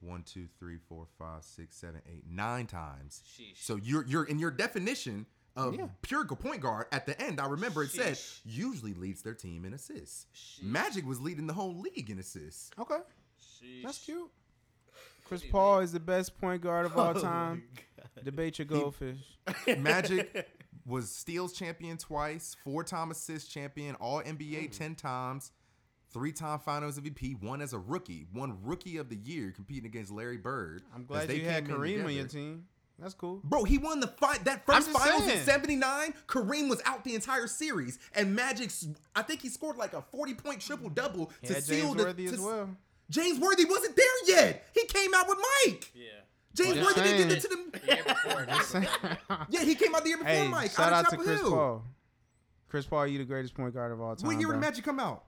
Speaker 1: one, two, three, four, five, six, seven, eight, nine times.
Speaker 4: Sheesh.
Speaker 1: So you're you're in your definition of pure point guard. At the end, I remember it said
Speaker 4: Sheesh.
Speaker 1: usually leads their team in assists.
Speaker 4: Sheesh.
Speaker 1: Magic was leading the whole league in assists.
Speaker 3: Okay,
Speaker 4: Sheesh.
Speaker 3: that's cute. Chris Paul is the best point guard of all time. Debate your goldfish.
Speaker 1: Magic was steals champion twice, four time assist champion, all
Speaker 3: Hmm.
Speaker 1: NBA 10 times, three time finals MVP, one as a rookie, one rookie of the year competing against Larry Bird.
Speaker 3: I'm
Speaker 1: as
Speaker 3: glad
Speaker 1: they
Speaker 3: you had
Speaker 1: came in
Speaker 3: Kareem on your
Speaker 1: together.
Speaker 3: team. That's cool.
Speaker 1: Bro, he won the fight that first
Speaker 3: just
Speaker 1: finals in
Speaker 3: saying.
Speaker 1: '79. Kareem was out the entire series, and Magic's. I think he scored like a 40 point triple double
Speaker 3: He
Speaker 1: to
Speaker 3: had
Speaker 1: seal
Speaker 3: James
Speaker 1: the.
Speaker 3: Worthy
Speaker 1: to-
Speaker 3: as well.
Speaker 1: James Worthy wasn't there yet. He came out with Mike.
Speaker 4: Yeah.
Speaker 1: James
Speaker 3: Just
Speaker 1: Worthy didn't get
Speaker 3: saying.
Speaker 1: into the.
Speaker 4: The year before, they were-
Speaker 1: Yeah, he came out the year before
Speaker 3: hey,
Speaker 1: Mike. out
Speaker 3: shout out
Speaker 1: of
Speaker 3: to
Speaker 1: Chapel
Speaker 3: Chris
Speaker 1: Hill.
Speaker 3: Paul. Chris Paul, you the greatest point guard of all time.
Speaker 1: What year
Speaker 3: bro.
Speaker 1: did Magic come out?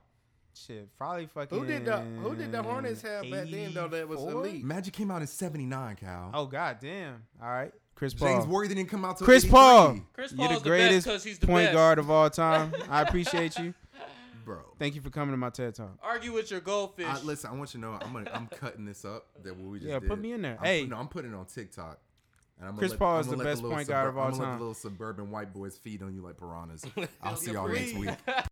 Speaker 3: Shit, probably fucking.
Speaker 2: Who did the Who did the Hornets have back then though? That was
Speaker 3: 84?
Speaker 2: elite.
Speaker 1: Magic came out in '79, Cal.
Speaker 3: Oh god damn! All right, Chris Paul.
Speaker 1: James Worthy didn't come out till
Speaker 3: Chris Paul,
Speaker 1: 83.
Speaker 4: Chris
Speaker 3: you're
Speaker 4: Paul's
Speaker 3: the
Speaker 4: the best
Speaker 3: greatest
Speaker 4: 'cause he's the
Speaker 3: point
Speaker 4: best.
Speaker 3: guard of all time. I appreciate you.
Speaker 1: bro.
Speaker 3: Thank you for coming to my TED talk.
Speaker 4: Argue with your goldfish.
Speaker 1: I, listen, I want you to know I'm gonna, I'm cutting this up. That what we just
Speaker 3: Yeah,
Speaker 1: did.
Speaker 3: put me in there.
Speaker 1: I'm
Speaker 3: Hey.
Speaker 1: putting- no, I'm putting it on TikTok. And I'm
Speaker 3: Chris
Speaker 1: gonna let,
Speaker 3: Paul
Speaker 1: I'm
Speaker 3: is
Speaker 1: gonna
Speaker 3: the
Speaker 1: let
Speaker 3: best
Speaker 1: little
Speaker 3: point guard of all
Speaker 1: I'm gonna let
Speaker 3: time.
Speaker 1: the little suburban white boys feed on you like piranhas. I'll see y'all next
Speaker 2: free.
Speaker 1: week.